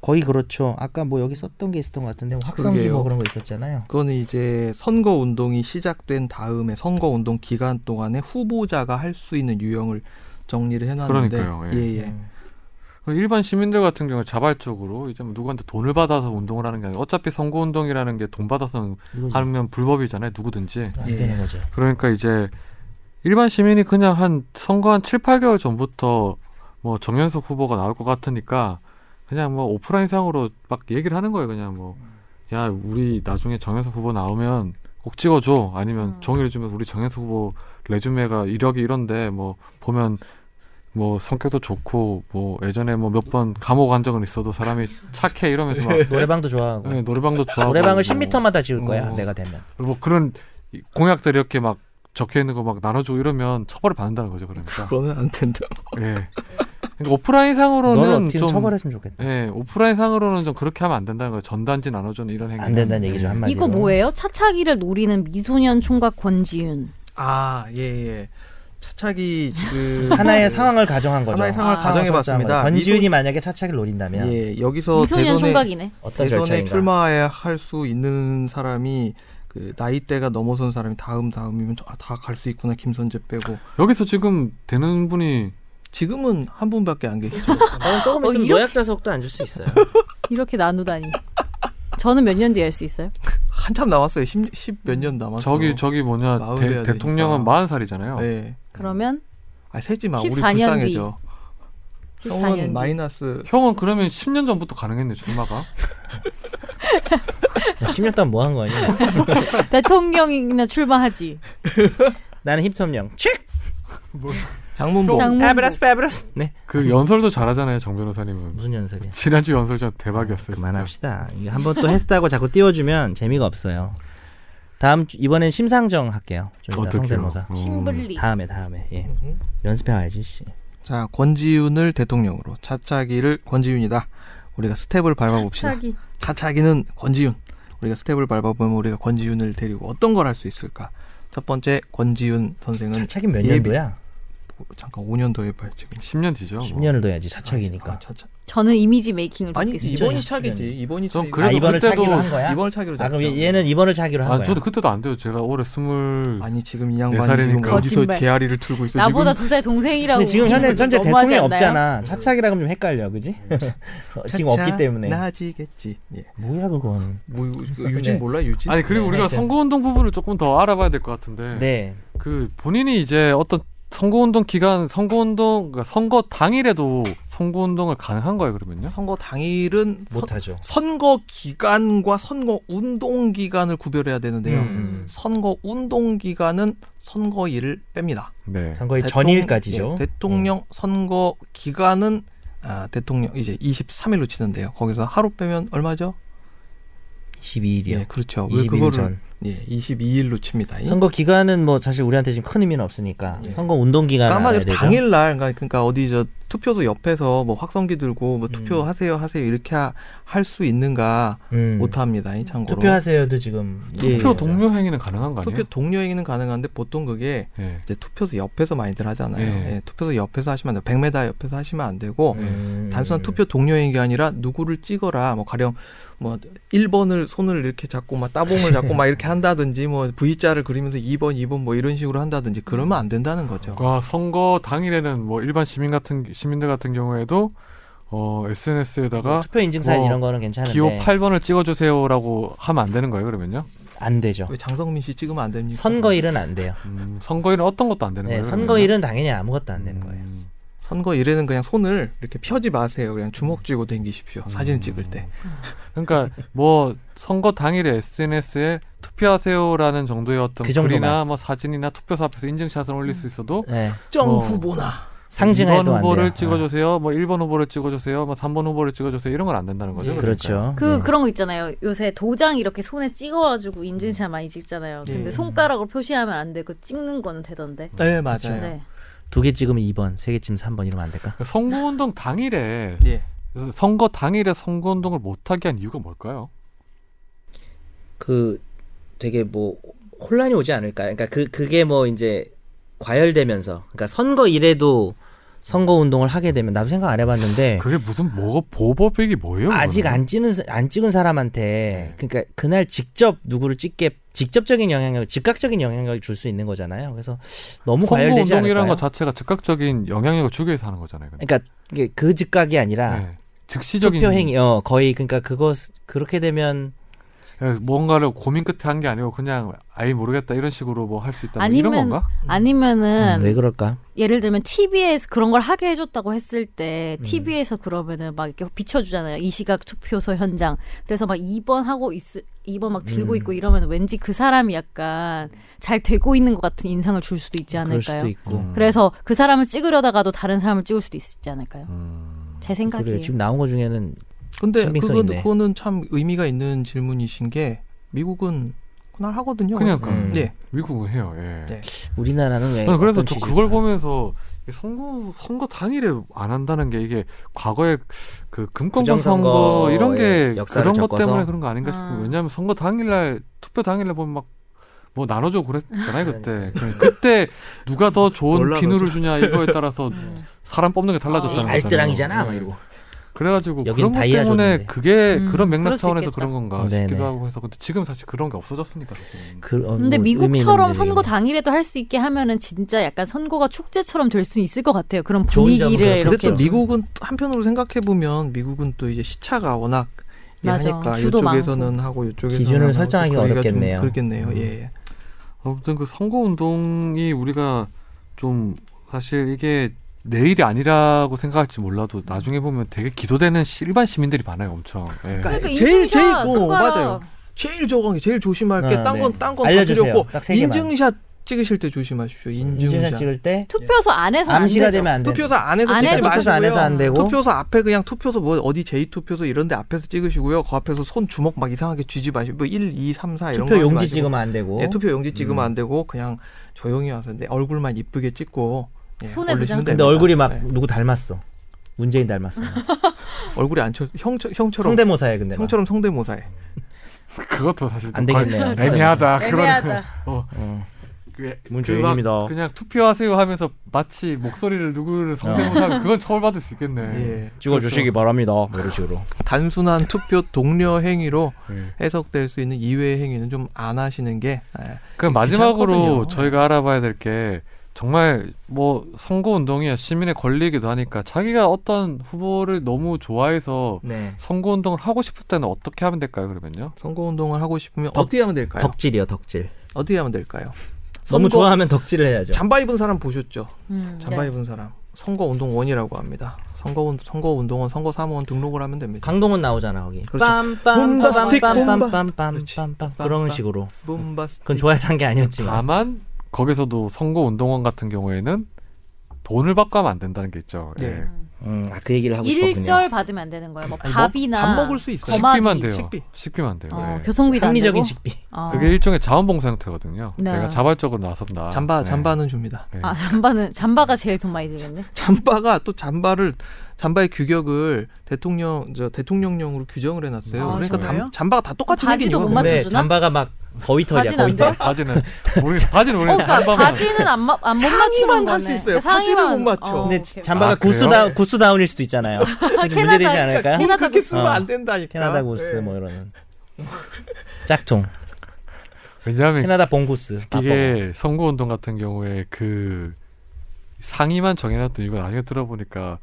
Speaker 2: 거의 그렇죠. 아까 뭐 여기 썼던 게 있었던 것 같은데 뭐 확성기
Speaker 3: 그러게요.
Speaker 2: 뭐 그런 거 있었잖아요.
Speaker 3: 그거는 이제 선거 운동이 시작된 다음에 선거 운동 기간 동안에 후보자가 할 수 있는 유형을 정리를 해놨는데
Speaker 1: 그러니까요, 예.
Speaker 3: 예, 예.
Speaker 2: 음.
Speaker 1: 일반 시민들 같은 경우 는 자발적으로 이제 뭐 누구한테 돈을 받아서 운동을 하는 게 아니라 어차피 선거운동이라는 게 돈 받아서
Speaker 2: 이거지.
Speaker 1: 하면 불법이잖아요 누구든지
Speaker 2: 안
Speaker 3: 예.
Speaker 2: 되는 거죠.
Speaker 1: 그러니까 이제 일반 시민이 그냥 한 선거 한 7, 8개월 전부터 뭐 정현석 후보가 나올 것 같으니까 그냥 뭐 오프라인상으로 막 얘기를 하는 거예요. 그냥 뭐, 야, 우리 나중에 정현석 후보 나오면 꼭 찍어줘. 아니면
Speaker 4: 음.
Speaker 1: 정의를 주면서 우리 정현석 후보 레주메가 이력이 이런데 뭐 보면 뭐 성격도 좋고 뭐 예전에 뭐 몇 번 감옥 간 적은 있어도 사람이 착해 이러면서 막
Speaker 2: 노래방도 [laughs] 좋아하고
Speaker 1: 네, 노래방도 좋아하고
Speaker 2: 노래방을
Speaker 1: 뭐
Speaker 2: 10m마다 지을 거야
Speaker 1: 어.
Speaker 2: 내가 되면
Speaker 1: 뭐 그런 이- 공약들 이렇게 막 적혀 있는 거 막 나눠주고 이러면 처벌을 받는다는 거죠 그러니까
Speaker 3: 그거는 안 된다.
Speaker 1: 예 그러니까
Speaker 2: 너를
Speaker 1: 오프라인상으로는
Speaker 2: 어떻게
Speaker 1: 좀
Speaker 2: 처벌했으면 좋겠다
Speaker 1: 예 오프라인상으로는 좀 그렇게 하면 안 된다는 거예요 전단지 나눠주는 이런 행위
Speaker 2: 안 된다는 얘기죠 한마디로
Speaker 4: 이거 뭐예요? 차차기를 노리는 미소년 총각 권지윤.
Speaker 3: 아, 예, 예. 차차기 지금
Speaker 2: [laughs]
Speaker 3: 예,
Speaker 2: 하나의 상황을 가정한 거죠 그렇죠.
Speaker 3: 하나의 상황을
Speaker 4: 아,
Speaker 3: 가정해 봤습니다.
Speaker 2: 권지윤이 만약에 차차기를 노린다면
Speaker 3: 예,
Speaker 1: 어,
Speaker 3: 여기서
Speaker 4: 미소년
Speaker 3: 대선에
Speaker 4: 총각이네.
Speaker 2: 어떤
Speaker 3: 대선에
Speaker 2: 절차인가
Speaker 3: 출마해야 할 수 있는 사람이 그 나이대가 넘어선 사람이 다음 다음이면 아, 다 갈 수 있구나 김선재 빼고
Speaker 1: 여기서 지금 되는 분이
Speaker 3: 지금은 한 분밖에 안 계시죠.
Speaker 2: 저는 조금
Speaker 5: 어,
Speaker 2: 있으면
Speaker 5: 이렇게-
Speaker 2: 노약자석도 앉을 수 있어요
Speaker 4: 이렇게 나누다니. 저는 몇 년 뒤에 할 수 있어요?
Speaker 3: 한참 남았어요. 십몇년 남았어.
Speaker 1: 저기 저기 뭐냐
Speaker 3: 마흔 돼야
Speaker 1: 대,
Speaker 3: 되니까.
Speaker 1: 대통령은 40살이잖아요
Speaker 3: 예.
Speaker 4: 그러면
Speaker 3: 아 세지 마. 우리
Speaker 4: 14년 뒤.
Speaker 3: 불쌍해져. 형은
Speaker 4: 14년 뒤.
Speaker 3: 마이너스
Speaker 1: 형은 그러면 10년 전부터 가능했네 출마가
Speaker 2: 10년 동안 뭐 한 거니
Speaker 4: 대통령이나 출마하지.
Speaker 2: 나는 힙톱령
Speaker 3: 장문봉.
Speaker 4: 장모.
Speaker 2: 페브라스 페브라스 네
Speaker 1: 그 연설도 잘하잖아요 정 변호사님은
Speaker 2: 무슨 연설이야
Speaker 1: 지난주 연설 전 대박이었어요 진짜.
Speaker 2: 그만합시다. 이거 한번 또 했다고 자꾸 띄워주면 재미가 없어요. 다음 주 이번엔 심상정 할게요. 좀 이따
Speaker 1: 어떡해요?
Speaker 2: 성대모사.
Speaker 1: 음.
Speaker 4: 심블리.
Speaker 2: 다음에 다음에 예. 연습해 와야지 씨.
Speaker 3: 자 권지윤을 대통령으로 차차기를 권지윤이다. 우리가 스텝을 밟아봅시다.
Speaker 5: 차차기.
Speaker 3: 차차기는 권지윤. 우리가 스텝을 밟아보면 우리가 권지윤을 데리고 어떤 걸 할 수 있을까? 첫 번째 권지윤 선생은
Speaker 2: 차차기 몇
Speaker 3: 예비-
Speaker 2: 년도야?
Speaker 3: 잠깐 5년도에 발 지금.
Speaker 1: 10년 뒤죠 뭐.
Speaker 2: 10년을 둬야지 차차기니까.
Speaker 3: 아, 차차.
Speaker 4: 저는 이미지 메이킹을
Speaker 3: 아니
Speaker 4: 돕겠습니다.
Speaker 3: 이번이
Speaker 2: 2017년.
Speaker 3: 차기지. 이번이
Speaker 1: 전
Speaker 3: 차기.
Speaker 1: 그래도
Speaker 2: 아, 이번을
Speaker 1: 그때도
Speaker 2: 차기로 한 거야?
Speaker 3: 이번을 차기로
Speaker 2: 아 그럼
Speaker 3: 잡자.
Speaker 2: 얘- 얘는 이번을 차기로 한
Speaker 1: 아,
Speaker 2: 거야.
Speaker 1: 저도 그때도 안 돼요. 제가 올해 스물
Speaker 3: 아니 지금 이 양반이
Speaker 1: 살이니까.
Speaker 3: 지금 어디서
Speaker 4: 거짓말.
Speaker 3: 개아리를 틀고 있어
Speaker 4: 나보다
Speaker 3: 지금.
Speaker 4: 두 살 동생이라고.
Speaker 2: 근데 지금 현재 현재
Speaker 4: 너무하지
Speaker 2: 대통령
Speaker 4: 않나요?
Speaker 2: 없잖아. 차차기라 그러면 좀 헷갈려, 그지? [laughs] 어, 지금
Speaker 3: 차차
Speaker 2: 없기 때문에.
Speaker 3: 나지겠지. 예.
Speaker 2: 뭐야 그건.
Speaker 3: 뭐 이거 유진
Speaker 2: 네.
Speaker 3: 몰라 유진.
Speaker 1: 아니 그리고
Speaker 2: 네,
Speaker 1: 우리가
Speaker 2: 하여튼.
Speaker 1: 선거운동 부분을 조금 더 알아봐야 될 것 같은데
Speaker 2: 네.
Speaker 1: 그 본인이 이제 어떤 선거운동 기간 선거운동 그러니까 선거 당일에도 선거운동을 가능한 거예요 그러면요?
Speaker 3: 선거 당일은 선-
Speaker 2: 못하죠.
Speaker 3: 선거 기간과 선거 운동 기간을 구별해야 되는데요.
Speaker 2: 음.
Speaker 3: 선거 운동 기간은 선거일을 뺍니다.
Speaker 1: 네.
Speaker 2: 선거일
Speaker 3: 대통-
Speaker 2: 전일까지죠. 음.
Speaker 3: 예, 대통령 선거 기간은 아, 대통령 이제 23일로 치는데요. 거기서 하루 빼면 얼마죠?
Speaker 2: 네, 22일이요.
Speaker 3: 예, 그렇죠. 왜
Speaker 2: 22일
Speaker 3: 그거를
Speaker 2: 전.
Speaker 3: 예, 22일로 칩니다.
Speaker 2: 선거 기간은 뭐 사실 우리한테 지금 큰 의미는 없으니까
Speaker 3: 예.
Speaker 2: 선거 운동 기간
Speaker 3: 그러니까 아마
Speaker 2: 알아야 되죠.
Speaker 3: 당일 날 그러니까, 그러니까 어디 저 투표소 옆에서 뭐 확성기 들고 뭐 투표하세요 하세요 이렇게 할 수 있는가
Speaker 2: 음.
Speaker 3: 못 합니다. 이 참고로.
Speaker 2: 투표하세요도 지금
Speaker 3: 예.
Speaker 1: 투표 동료 행위는 가능한 거 아니에요?
Speaker 3: 투표 동료 행위는 가능한데 보통 그게
Speaker 1: 예.
Speaker 3: 이제 투표소 옆에서 많이들 하잖아요.
Speaker 1: 예.
Speaker 3: 예, 투표소 옆에서 하시면 안 돼요. 100m 옆에서 하시면 안 되고
Speaker 2: 음.
Speaker 3: 단순한 투표 동료 행위가 아니라 누구를 찍어라 뭐 가령 뭐 1번을 손을 이렇게 잡고 막 따봉을 잡고 막 이렇게 한다든지 뭐 V자를 그리면서 2번, 2번 뭐 이런 식으로 한다든지 그러면 안 된다는 거죠.
Speaker 1: 아, 선거 당일에는 뭐 일반 시민 같은 시민들 같은 경우에도 어 SNS에다가
Speaker 2: 투표 인증 사진
Speaker 1: 뭐
Speaker 2: 이런 거는 괜찮은데
Speaker 1: 기호 8번을 찍어주세요라고 하면 안 되는 거예요 그러면요?
Speaker 2: 안 되죠.
Speaker 3: 왜 장성민 씨 찍으면 안 됩니까?
Speaker 2: 선거일은 안 돼요.
Speaker 1: 음, 선거일은 어떤 것도 안 되는
Speaker 2: 네,
Speaker 1: 거예요?
Speaker 2: 선거일은 당연히 아무것도 안 되는 거예요.
Speaker 1: 음.
Speaker 3: 선거일에는 그냥 손을 이렇게 펴지 마세요. 그냥 주먹 쥐고 댕기십시오. 사진 찍을 때.
Speaker 1: 그러니까 뭐 선거 당일에 SNS에 투표하세요라는 정도의 어떤
Speaker 2: 그 정도만.
Speaker 1: 글이나 뭐 사진이나 투표소 앞에서 인증샷을 올릴 수 있어도
Speaker 2: 네.
Speaker 3: 특정
Speaker 1: 어.
Speaker 3: 후보나
Speaker 2: 상징해도
Speaker 1: 2번
Speaker 2: 안 돼요. 네.
Speaker 1: 후보를 찍어주세요, 뭐 1번 후보를 찍어주세요, 뭐 3번 후보를 찍어주세요 이런 건 안 된다는 거죠.
Speaker 2: 아,
Speaker 1: 그러니까.
Speaker 2: 그렇죠.
Speaker 4: 그
Speaker 2: 네.
Speaker 4: 그런 거 있잖아요. 요새 도장 이렇게 손에 찍어가지고 인증샷 많이 찍잖아요. 근데
Speaker 2: 네.
Speaker 3: 예.
Speaker 4: 손가락으로 표시하면 안 되고 찍는 거는 되던데.
Speaker 3: 네 맞아요.
Speaker 4: 네.
Speaker 2: 두개 찍으면 2번, 세 개 찍으면 3번 이러면 안 될까?
Speaker 1: 그러니까 선거운동 당일에
Speaker 3: 예.
Speaker 1: 선거 당일에 선거운동을 못하게 한 이유가 뭘까요?
Speaker 6: 그 되게 뭐 혼란이 오지 않을까? 그러니까 그 그게 뭐 이제 과열되면서 그러니까 선거일에도
Speaker 2: 선거 운동을 하게 되면 나도 생각 안 해봤는데
Speaker 1: 그게 무슨 뭐 보법이기 뭐예요?
Speaker 2: 네. 아직
Speaker 1: 그거는?
Speaker 2: 안 찍은 사- 안 찍은 사람한테 그러니까 그날 직접 누구를 찍게 직접적인 영향력, 즉각적인 영향력을 줄 수 있는 거잖아요. 그래서 너무 과열되지
Speaker 1: 선거운동이라는
Speaker 2: 않을까요?
Speaker 1: 것 자체가 즉각적인 영향력을 주기 위해서 하는 거잖아요. 근데.
Speaker 2: 그러니까 이게 그 즉각이 아니라
Speaker 1: 네. 즉시적인
Speaker 2: 투표 행위 어 거의 그러니까 그것 그렇게 되면
Speaker 1: 야, 뭔가를 고민 끝에 한 게 아니고 그냥 아예 모르겠다 이런 식으로 뭐 할 수 있다 뭐 이런
Speaker 4: 아니면-
Speaker 1: 건가?
Speaker 2: 음.
Speaker 4: 아니면은
Speaker 2: 왜 그럴까?
Speaker 4: 예를 들면 TV에서 그런 걸 하게 해줬다고 했을
Speaker 2: 음.
Speaker 4: 때 TV에서 그러면은 막 이렇게 비춰주잖아요. 이 시각 투표소 현장. 그래서 막 2번 하고 있, 2번 막 들고
Speaker 2: 음.
Speaker 4: 있고 이러면 왠지 그 사람이 약간 잘 되고 있는 것 같은 인상을 줄 수도 있지
Speaker 2: 그럴 수도
Speaker 4: 않을까요?
Speaker 2: 있고.
Speaker 1: 음.
Speaker 4: 그래서 그 사람을 찍으려다가도 다른 사람을 찍을 수도 있지 않을까요?
Speaker 1: 음.
Speaker 4: 제
Speaker 2: 그래
Speaker 4: 생각이에요.
Speaker 2: 지금 나온 거 중에는
Speaker 3: 근데
Speaker 2: 신빙성
Speaker 3: 그건
Speaker 2: 있네.
Speaker 3: 그거는 참 의미가 있는 질문이신 게 미국은 그날 하거든요.
Speaker 1: 그러니까
Speaker 2: 음.
Speaker 3: 네.
Speaker 1: 미국은 해요. 예.
Speaker 3: 네.
Speaker 2: 우리나라는 왜?
Speaker 1: 저는 아, 그래서
Speaker 2: 어떤
Speaker 1: 저
Speaker 2: 취지일까?
Speaker 1: 그걸 보면서 이게 선거 선거 당일에 안 한다는 게 이게 과거에 그 금권군
Speaker 6: 부정선거
Speaker 1: 선거 이런 게
Speaker 6: 예, 역사를
Speaker 1: 그런 것
Speaker 6: 겪어서?
Speaker 1: 때문에 그런 거 아닌가 싶고
Speaker 4: 아.
Speaker 1: 왜냐하면 선거 당일날 투표 당일날 보면 막 뭐 나눠줘 그랬잖아요
Speaker 6: 그러니까.
Speaker 1: 그때 그때 누가 더 좋은
Speaker 3: 몰라,
Speaker 1: 비누를 주냐 이거에 따라서
Speaker 4: 음.
Speaker 1: 사람 뽑는 게 달라졌다는
Speaker 6: 이
Speaker 1: 거잖아요.
Speaker 6: 알뜰랑이잖아 막
Speaker 1: 예.
Speaker 6: 이러고
Speaker 1: 그래가지고
Speaker 2: 여긴
Speaker 1: 그런 것
Speaker 2: 다이아
Speaker 1: 때문에
Speaker 2: 줬는데. 음.
Speaker 1: 그게
Speaker 4: 음,
Speaker 1: 그런 맥락
Speaker 4: 그럴 수
Speaker 1: 차원에서
Speaker 4: 있겠다.
Speaker 1: 그런 건가
Speaker 2: 네네.
Speaker 1: 싶기도 하고 해서 근데 지금 사실 그런 게 없어졌으니까 조금.
Speaker 2: 그, 어,
Speaker 4: 근데
Speaker 2: 뭐 의미
Speaker 4: 미국처럼
Speaker 2: 있는
Speaker 4: 선거
Speaker 2: 얘기네.
Speaker 4: 당일에도 할 수 있게 하면은 진짜 약간 선거가 축제처럼 될 수 있을 것 같아요. 그런
Speaker 2: 좋은 점은
Speaker 4: 분위기를
Speaker 2: 그렇죠.
Speaker 3: 근데
Speaker 4: 이렇게
Speaker 3: 또 미국은 또 한편으로 생각해 보면 미국은 또 이제 시차가 워낙 예,
Speaker 4: 맞아.
Speaker 3: 하니까
Speaker 4: 주도
Speaker 3: 이쪽에서는 하고 이쪽에서는
Speaker 2: 기준을
Speaker 3: 하고
Speaker 2: 설정하기가
Speaker 3: 좀 거리가 좀
Speaker 2: 어렵겠네요.
Speaker 3: 그렇겠네요.
Speaker 2: 음.
Speaker 3: 예.
Speaker 1: 아무튼 그 선거 운동이 우리가 좀 사실 이게 내일이 아니라고 생각할지 몰라도 나중에 보면 되게 기도되는 시- 일반 시민들이 많아요, 엄청. 예.
Speaker 3: 그러니까
Speaker 5: 그러니까
Speaker 3: 제일 제일
Speaker 5: 인증샷
Speaker 3: 어,
Speaker 5: 손가락.
Speaker 3: 맞아요. 제일 저건 게 제일 조심할
Speaker 2: 아,
Speaker 3: 게 딴
Speaker 2: 네.
Speaker 3: 건 딴 건다
Speaker 2: 알려주세요.
Speaker 3: 두렵고
Speaker 2: 딱세 개만.
Speaker 3: 인증샷 찍으실 때 조심하십시오.
Speaker 2: 인증샷
Speaker 3: 인증샷.
Speaker 2: 찍을 때
Speaker 4: 투표소 안에서
Speaker 2: 암시가 되면 안 돼.
Speaker 3: 투표소 안에서
Speaker 4: 안에서
Speaker 3: 찍지
Speaker 2: 투표소
Speaker 3: 마시고요.
Speaker 2: 안에서 안 되고
Speaker 3: 투표소 앞에 그냥 투표소 뭐 어디 제이 투표소 이런 데 앞에서 찍으시고요. 그 앞에서 손 주먹 막 이상하게 쥐지 마시고 뭐 1, 2, 3, 4 이런
Speaker 2: 투표
Speaker 3: 거 하지
Speaker 2: 용지
Speaker 3: 마시고.
Speaker 2: 찍으면 안 되고 음.
Speaker 3: 예, 투표 용지 찍으면 안 되고 그냥 조용히 와서 내 얼굴만 이쁘게 찍고 예,
Speaker 4: 손에
Speaker 3: 올리시면
Speaker 4: 도장
Speaker 2: 근데
Speaker 3: 됩니다.
Speaker 2: 얼굴이 막
Speaker 3: 예,
Speaker 2: 누구 닮았어. 문재인 닮았어. [laughs]
Speaker 3: 얼굴이 안쳐 형 형처럼
Speaker 2: 성대모사에 근데 막.
Speaker 3: 형처럼 성대모사에
Speaker 1: 그것도 사실
Speaker 2: 안
Speaker 1: 좀 걸-
Speaker 2: 되겠네요.
Speaker 1: 애매하다. 그거는
Speaker 5: 애매하다.
Speaker 2: 어.
Speaker 1: 그-
Speaker 2: 문재인입니다.
Speaker 1: 그 막 그냥 투표하세요 하면서 마치 목소리를 누구를
Speaker 2: 어.
Speaker 1: 성대모사하면 그건 처벌받을 수 있겠네.
Speaker 2: 음.
Speaker 3: 예.
Speaker 2: 찍어주시기 바랍니다. 뭐 이런 식으로.
Speaker 3: 단순한 투표 동료 행위로
Speaker 2: 음.
Speaker 1: 예.
Speaker 3: 해석될 수 있는 이외의 행위는 좀 안 하시는 게 예.
Speaker 1: 그 마지막으로
Speaker 3: 괜찮거든요. 네.
Speaker 1: 저희가 알아봐야 될 게 정말 뭐 선거 운동이 시민의 권리이기도 하니까 자기가 어떤 후보를 너무 좋아해서
Speaker 6: 네.
Speaker 1: 선거 운동을 하고 싶을 때는 어떻게 하면 될까요? 그러면요?
Speaker 3: 선거 운동을 하고 싶으면
Speaker 2: 덕-
Speaker 3: 어떻게 하면 될까요?
Speaker 2: 덕질이요, 덕질.
Speaker 3: 어떻게 하면 될까요?
Speaker 2: 너무
Speaker 3: 선거-
Speaker 2: 좋아하면 덕질을 해야죠.
Speaker 3: 잠바 입은 사람 보셨죠?
Speaker 4: 음.
Speaker 3: 잠바 입은 사람 선거 운동원이라고 합니다. 선거 운 선거 운동원 선거 사무원 등록을 하면 됩니다.
Speaker 2: 강동원 나오잖아, 거기.
Speaker 3: 그렇죠.
Speaker 2: 빰빰
Speaker 3: 봄바 스틱, 봄바. 그렇지.
Speaker 2: 빰빰빰빰빰빰 그런
Speaker 3: 빰빰.
Speaker 2: 식으로.
Speaker 3: 붐바스
Speaker 2: 그건 좋아해서 한 게 아니었지만.
Speaker 1: 다만 거기서도 선거 운동원 같은 경우에는 돈을 받고 하면 안 된다는 게 있죠.
Speaker 3: 네.
Speaker 1: 예.
Speaker 6: 음, 아, 그 얘기를 하고 싶었군요.
Speaker 4: 그러니까 일절 받으면 안 되는 거예요. 뭐
Speaker 3: 아니,
Speaker 4: 밥이나
Speaker 3: 밥 먹을 수 있어요.
Speaker 4: 거마비,
Speaker 1: 식비만 돼요.
Speaker 3: 식비. 아,
Speaker 1: 식비만 돼요.
Speaker 4: 어,
Speaker 1: 예.
Speaker 4: 교통비도
Speaker 2: 합리적인
Speaker 4: 안 되고.
Speaker 2: 식비.
Speaker 4: 어.
Speaker 1: 그게 일종의 자원봉사 형태거든요.
Speaker 4: 네.
Speaker 1: 내가 자발적으로 나선다.
Speaker 3: 잠바
Speaker 1: 예.
Speaker 3: 잠바는 줍니다. [laughs]
Speaker 1: 예.
Speaker 4: 아 잠바는 잠바가 제일 돈 많이 들겠네.
Speaker 3: 잠바가 또 잠바를 잠바의 규격을 대통령 저 대통령령으로 규정을 해놨어요.
Speaker 4: 아,
Speaker 3: 그러니까
Speaker 4: 정말요?
Speaker 3: 담- 잠바가 다 똑같이
Speaker 4: 바지도
Speaker 3: 생긴
Speaker 4: 못
Speaker 3: 이유가
Speaker 4: 맞춰-
Speaker 3: 뭐예요?
Speaker 2: 근데
Speaker 4: 맞춰주나?
Speaker 2: 네, 잠바가 막 거위털이야,
Speaker 4: 바지는 안
Speaker 2: 거위털.
Speaker 3: [laughs]
Speaker 1: 바지는 모르 바지는
Speaker 4: 어,
Speaker 1: 모르겠는데
Speaker 4: 그러니까
Speaker 1: 잠바만
Speaker 4: 바지는 안못 맞추는
Speaker 3: 상의만
Speaker 4: 거네.
Speaker 3: 할수 있어요.
Speaker 4: 상의만-
Speaker 3: 바지를 못 맞춰.
Speaker 4: 어,
Speaker 2: 근데
Speaker 4: 오케이.
Speaker 2: 잠바가
Speaker 1: 아,
Speaker 2: 구스다운
Speaker 1: 그래요?
Speaker 2: 구스다운일 수도
Speaker 4: [laughs]
Speaker 2: 있잖아요. 그게 문제되지
Speaker 4: 캐나다- 그러니까
Speaker 2: 않을까요?
Speaker 4: 캐나다
Speaker 3: 그렇게
Speaker 4: 구스.
Speaker 3: 쓰면
Speaker 2: 어.
Speaker 3: 안 된다니까.
Speaker 1: 아,
Speaker 2: 캐나다 구스
Speaker 1: 네.
Speaker 3: 예.
Speaker 2: 뭐 이런 짝퉁
Speaker 1: 왜냐하면
Speaker 2: 캐나다 봉구스
Speaker 1: 이게 선거 운동 같은 경우에 그 상의만 정해놨던 이건 나중에 들어보니까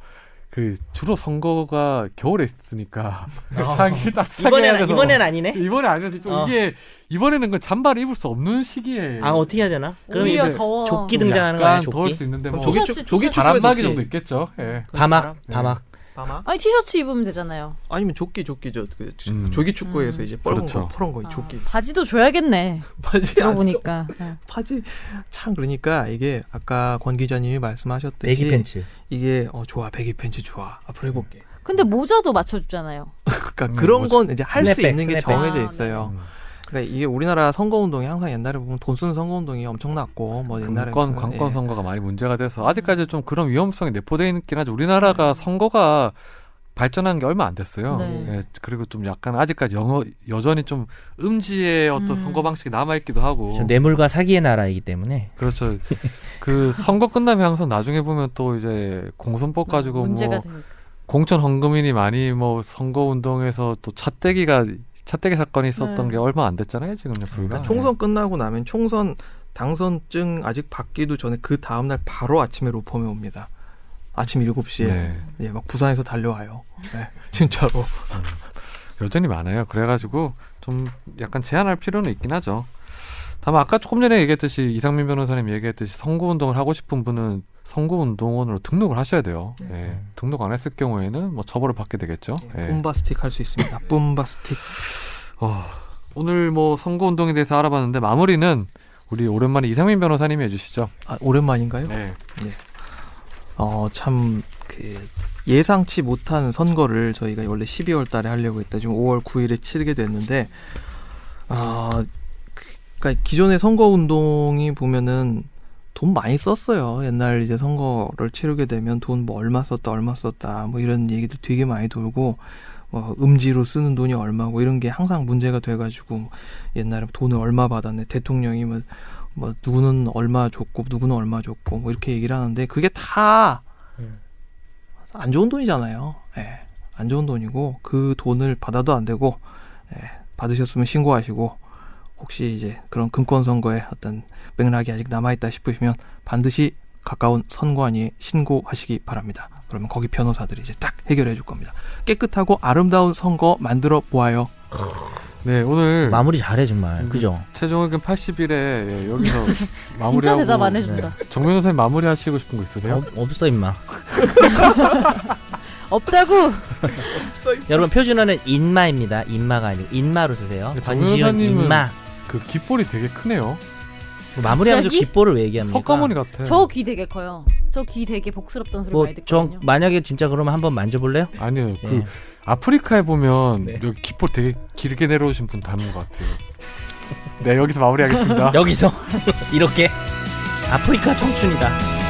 Speaker 1: 그 주로 선거가 겨울에 있으니까 [laughs] 상의 따뜻하게 해야
Speaker 2: 아. 이번엔
Speaker 1: 돼서
Speaker 2: 이번엔 아니네.
Speaker 1: 이번에 안 해서 좀
Speaker 2: 어.
Speaker 1: 이게 이번에는 그 잠바를 입을 수 없는 시기에
Speaker 2: 아 어떻게 해야 되나? 그럼
Speaker 4: 오히려
Speaker 1: 이제
Speaker 4: 더워.
Speaker 2: 조끼
Speaker 1: 좀
Speaker 2: 등장하는 거
Speaker 1: 약간
Speaker 2: 아니야?
Speaker 1: 더울
Speaker 2: 조끼?
Speaker 1: 수 있는데 뭐
Speaker 3: 조기
Speaker 4: 티셔츠,
Speaker 3: 축 조기
Speaker 4: 티셔츠.
Speaker 3: 축구의
Speaker 1: 바람막이
Speaker 3: 조끼.
Speaker 1: 정도 있겠죠. 예.
Speaker 2: 바막 바막
Speaker 3: 바막
Speaker 4: 아니 티셔츠 입으면 되잖아요.
Speaker 3: 아니면 조끼 조끼 저그
Speaker 1: 음.
Speaker 3: 조기 축구에서 이제 뻘건
Speaker 1: 그렇죠.
Speaker 3: 거 푸른 거
Speaker 4: 아,
Speaker 3: 음. 조끼
Speaker 4: 바지도 줘야겠네.
Speaker 3: 바지 안
Speaker 4: 들어보니까. 어.
Speaker 3: 파지 참 그러니까 이게 아까 권 기자님이 말씀하셨듯이
Speaker 2: 애기 팬츠.
Speaker 3: 이게 어 좋아 배기 팬츠 좋아 앞으로 해볼게
Speaker 2: 음.
Speaker 4: 근데 모자도 맞춰주잖아요.
Speaker 3: [laughs] 그러니까
Speaker 1: 음,
Speaker 3: 그런
Speaker 1: 뭐지?
Speaker 3: 건 이제 할 수
Speaker 2: 스냅백,
Speaker 3: 있는 게
Speaker 2: 스냅백.
Speaker 3: 정해져
Speaker 4: 아,
Speaker 3: 있어요
Speaker 1: 네.
Speaker 3: 그러니까 이게 우리나라 선거 운동이 항상 옛날에 보면 돈 쓰는 선거 운동이 엄청났고 뭐 옛날에
Speaker 1: 관권
Speaker 3: 보면,
Speaker 1: 관권
Speaker 3: 예. 음.
Speaker 1: 선거가 많이 문제가 돼서 아직까지 좀 그런 위험성이 내포되어 있긴 하죠. 우리나라가 선거가 발전한 게 얼마 안 됐어요.
Speaker 4: 네.
Speaker 1: 예, 그리고 좀 약간 아직까지 영어 여전히 좀 음지의 어떤
Speaker 4: 음.
Speaker 1: 선거 방식이 남아 있기도 하고.
Speaker 3: 그렇죠.
Speaker 2: 저
Speaker 3: 네.
Speaker 2: 뇌물과 사기의 나라이기 때문에
Speaker 3: [laughs]
Speaker 1: 그렇죠. 그 선거 끝나면 항상 나중에 보면 또 이제 공선법 가지고
Speaker 4: 문제가
Speaker 1: 뭐
Speaker 4: 되니까.
Speaker 1: 공천 헌금인이 많이 뭐 선거 운동에서 또 차떼기가 차떼기 사건이 있었던
Speaker 5: 네.
Speaker 1: 게 얼마 안 됐잖아요. 지금 불과.
Speaker 3: 그러니까 총선 끝나고 나면 총선 당선증 아직 받기도 전에 그 다음날 바로 아침에 로펌에 옵니다 아침 7시에
Speaker 1: 네.
Speaker 3: [laughs] 예, 막 부산에서 달려와요. 네, 진짜로.
Speaker 1: 여전히 많아요. 그래가지고 좀 약간 제한할 필요는 있긴 하죠. 다만 아까 조금 전에 얘기했듯이 이상민 변호사님 얘기했듯이 선거 운동을 하고 싶은 분은 선거 운동원으로 등록을 하셔야 돼요.
Speaker 4: 네.
Speaker 1: 예. 등록 안 했을 경우에는 뭐 처벌을 받게 되겠죠. 예.
Speaker 3: 뿜바스틱 할 수 있습니다. 뿜바스틱.
Speaker 1: 어, 오늘 뭐 선거 운동에 대해서 알아봤는데 마무리는 우리 오랜만에 이상민 변호사님이 해주시죠.
Speaker 3: 아, 오랜만인가요?
Speaker 1: 네.
Speaker 3: 어, 참, 그, 예상치 못한 선거를 저희가 원래 12월 달에 하려고 했다. 지금 5월 9일에 치르게 됐는데, 아, 그, 그니까 기존의 선거 운동이 보면은 돈 많이 썼어요. 옛날 이제 선거를 치르게 되면 돈 뭐 얼마 썼다, 얼마 썼다, 뭐 이런 얘기들 되게 많이 돌고, 뭐 음지로 쓰는 돈이 얼마고 이런 게 항상 문제가 돼가지고 옛날에 돈을 얼마 받았네 대통령이 뭐 뭐 누구는 얼마 줬고 누구는 얼마 줬고 뭐 이렇게 얘기를 하는데 그게 다 안
Speaker 6: 음.
Speaker 3: 좋은 돈이잖아요. 예. 안 좋은 돈이고 그 돈을 받아도 안 되고 예. 받으셨으면 신고하시고 혹시 이제 그런 금권 선거에 어떤 맥락이 아직 남아 있다 싶으시면 반드시 가까운 선관위에 신고하시기 바랍니다. 그러면 거기 변호사들이 이제 딱 해결해 줄 겁니다. 깨끗하고 아름다운 선거 만들어 보아요.
Speaker 1: 네, 오늘
Speaker 2: 마무리 잘해 정말.
Speaker 1: 음.
Speaker 2: 그죠?
Speaker 1: 최종 의견 80일에 예, 여기서 마무리하고
Speaker 4: [laughs] 진짜 대답 안 해준다.
Speaker 1: 네. 정 변호사님 마무리하시고 싶은 거 있으세요?
Speaker 2: 없- 없어 임마.
Speaker 4: 없다고.
Speaker 2: 여러분 표준어는 인마입니다. 인마가 아니고 인마로 쓰세요.
Speaker 1: 네,
Speaker 2: 권지윤
Speaker 1: 변호사님은
Speaker 2: 인마.
Speaker 1: 그 깃볼이 되게 크네요.
Speaker 2: 마무리하면서
Speaker 4: 갑자기?
Speaker 2: 기뽀를 왜 얘기합니까?
Speaker 1: 석가모니 같아.
Speaker 4: 저 귀 되게 커요. 저 귀 되게 복스럽다는 소리 많이
Speaker 2: 뭐저
Speaker 4: 듣거든요.
Speaker 2: 만약에 진짜 그러면 한번 만져볼래요?
Speaker 1: 아니에요. 그
Speaker 2: 예.
Speaker 1: 아프리카에 보면
Speaker 2: 네.
Speaker 1: 여기 깃볼 되게 길게 내려오신 분 닮은 것 같아요.
Speaker 2: [laughs]
Speaker 1: 네, 여기서 마무리하겠습니다.
Speaker 2: 여기서 이렇게 아프리카 청춘이다.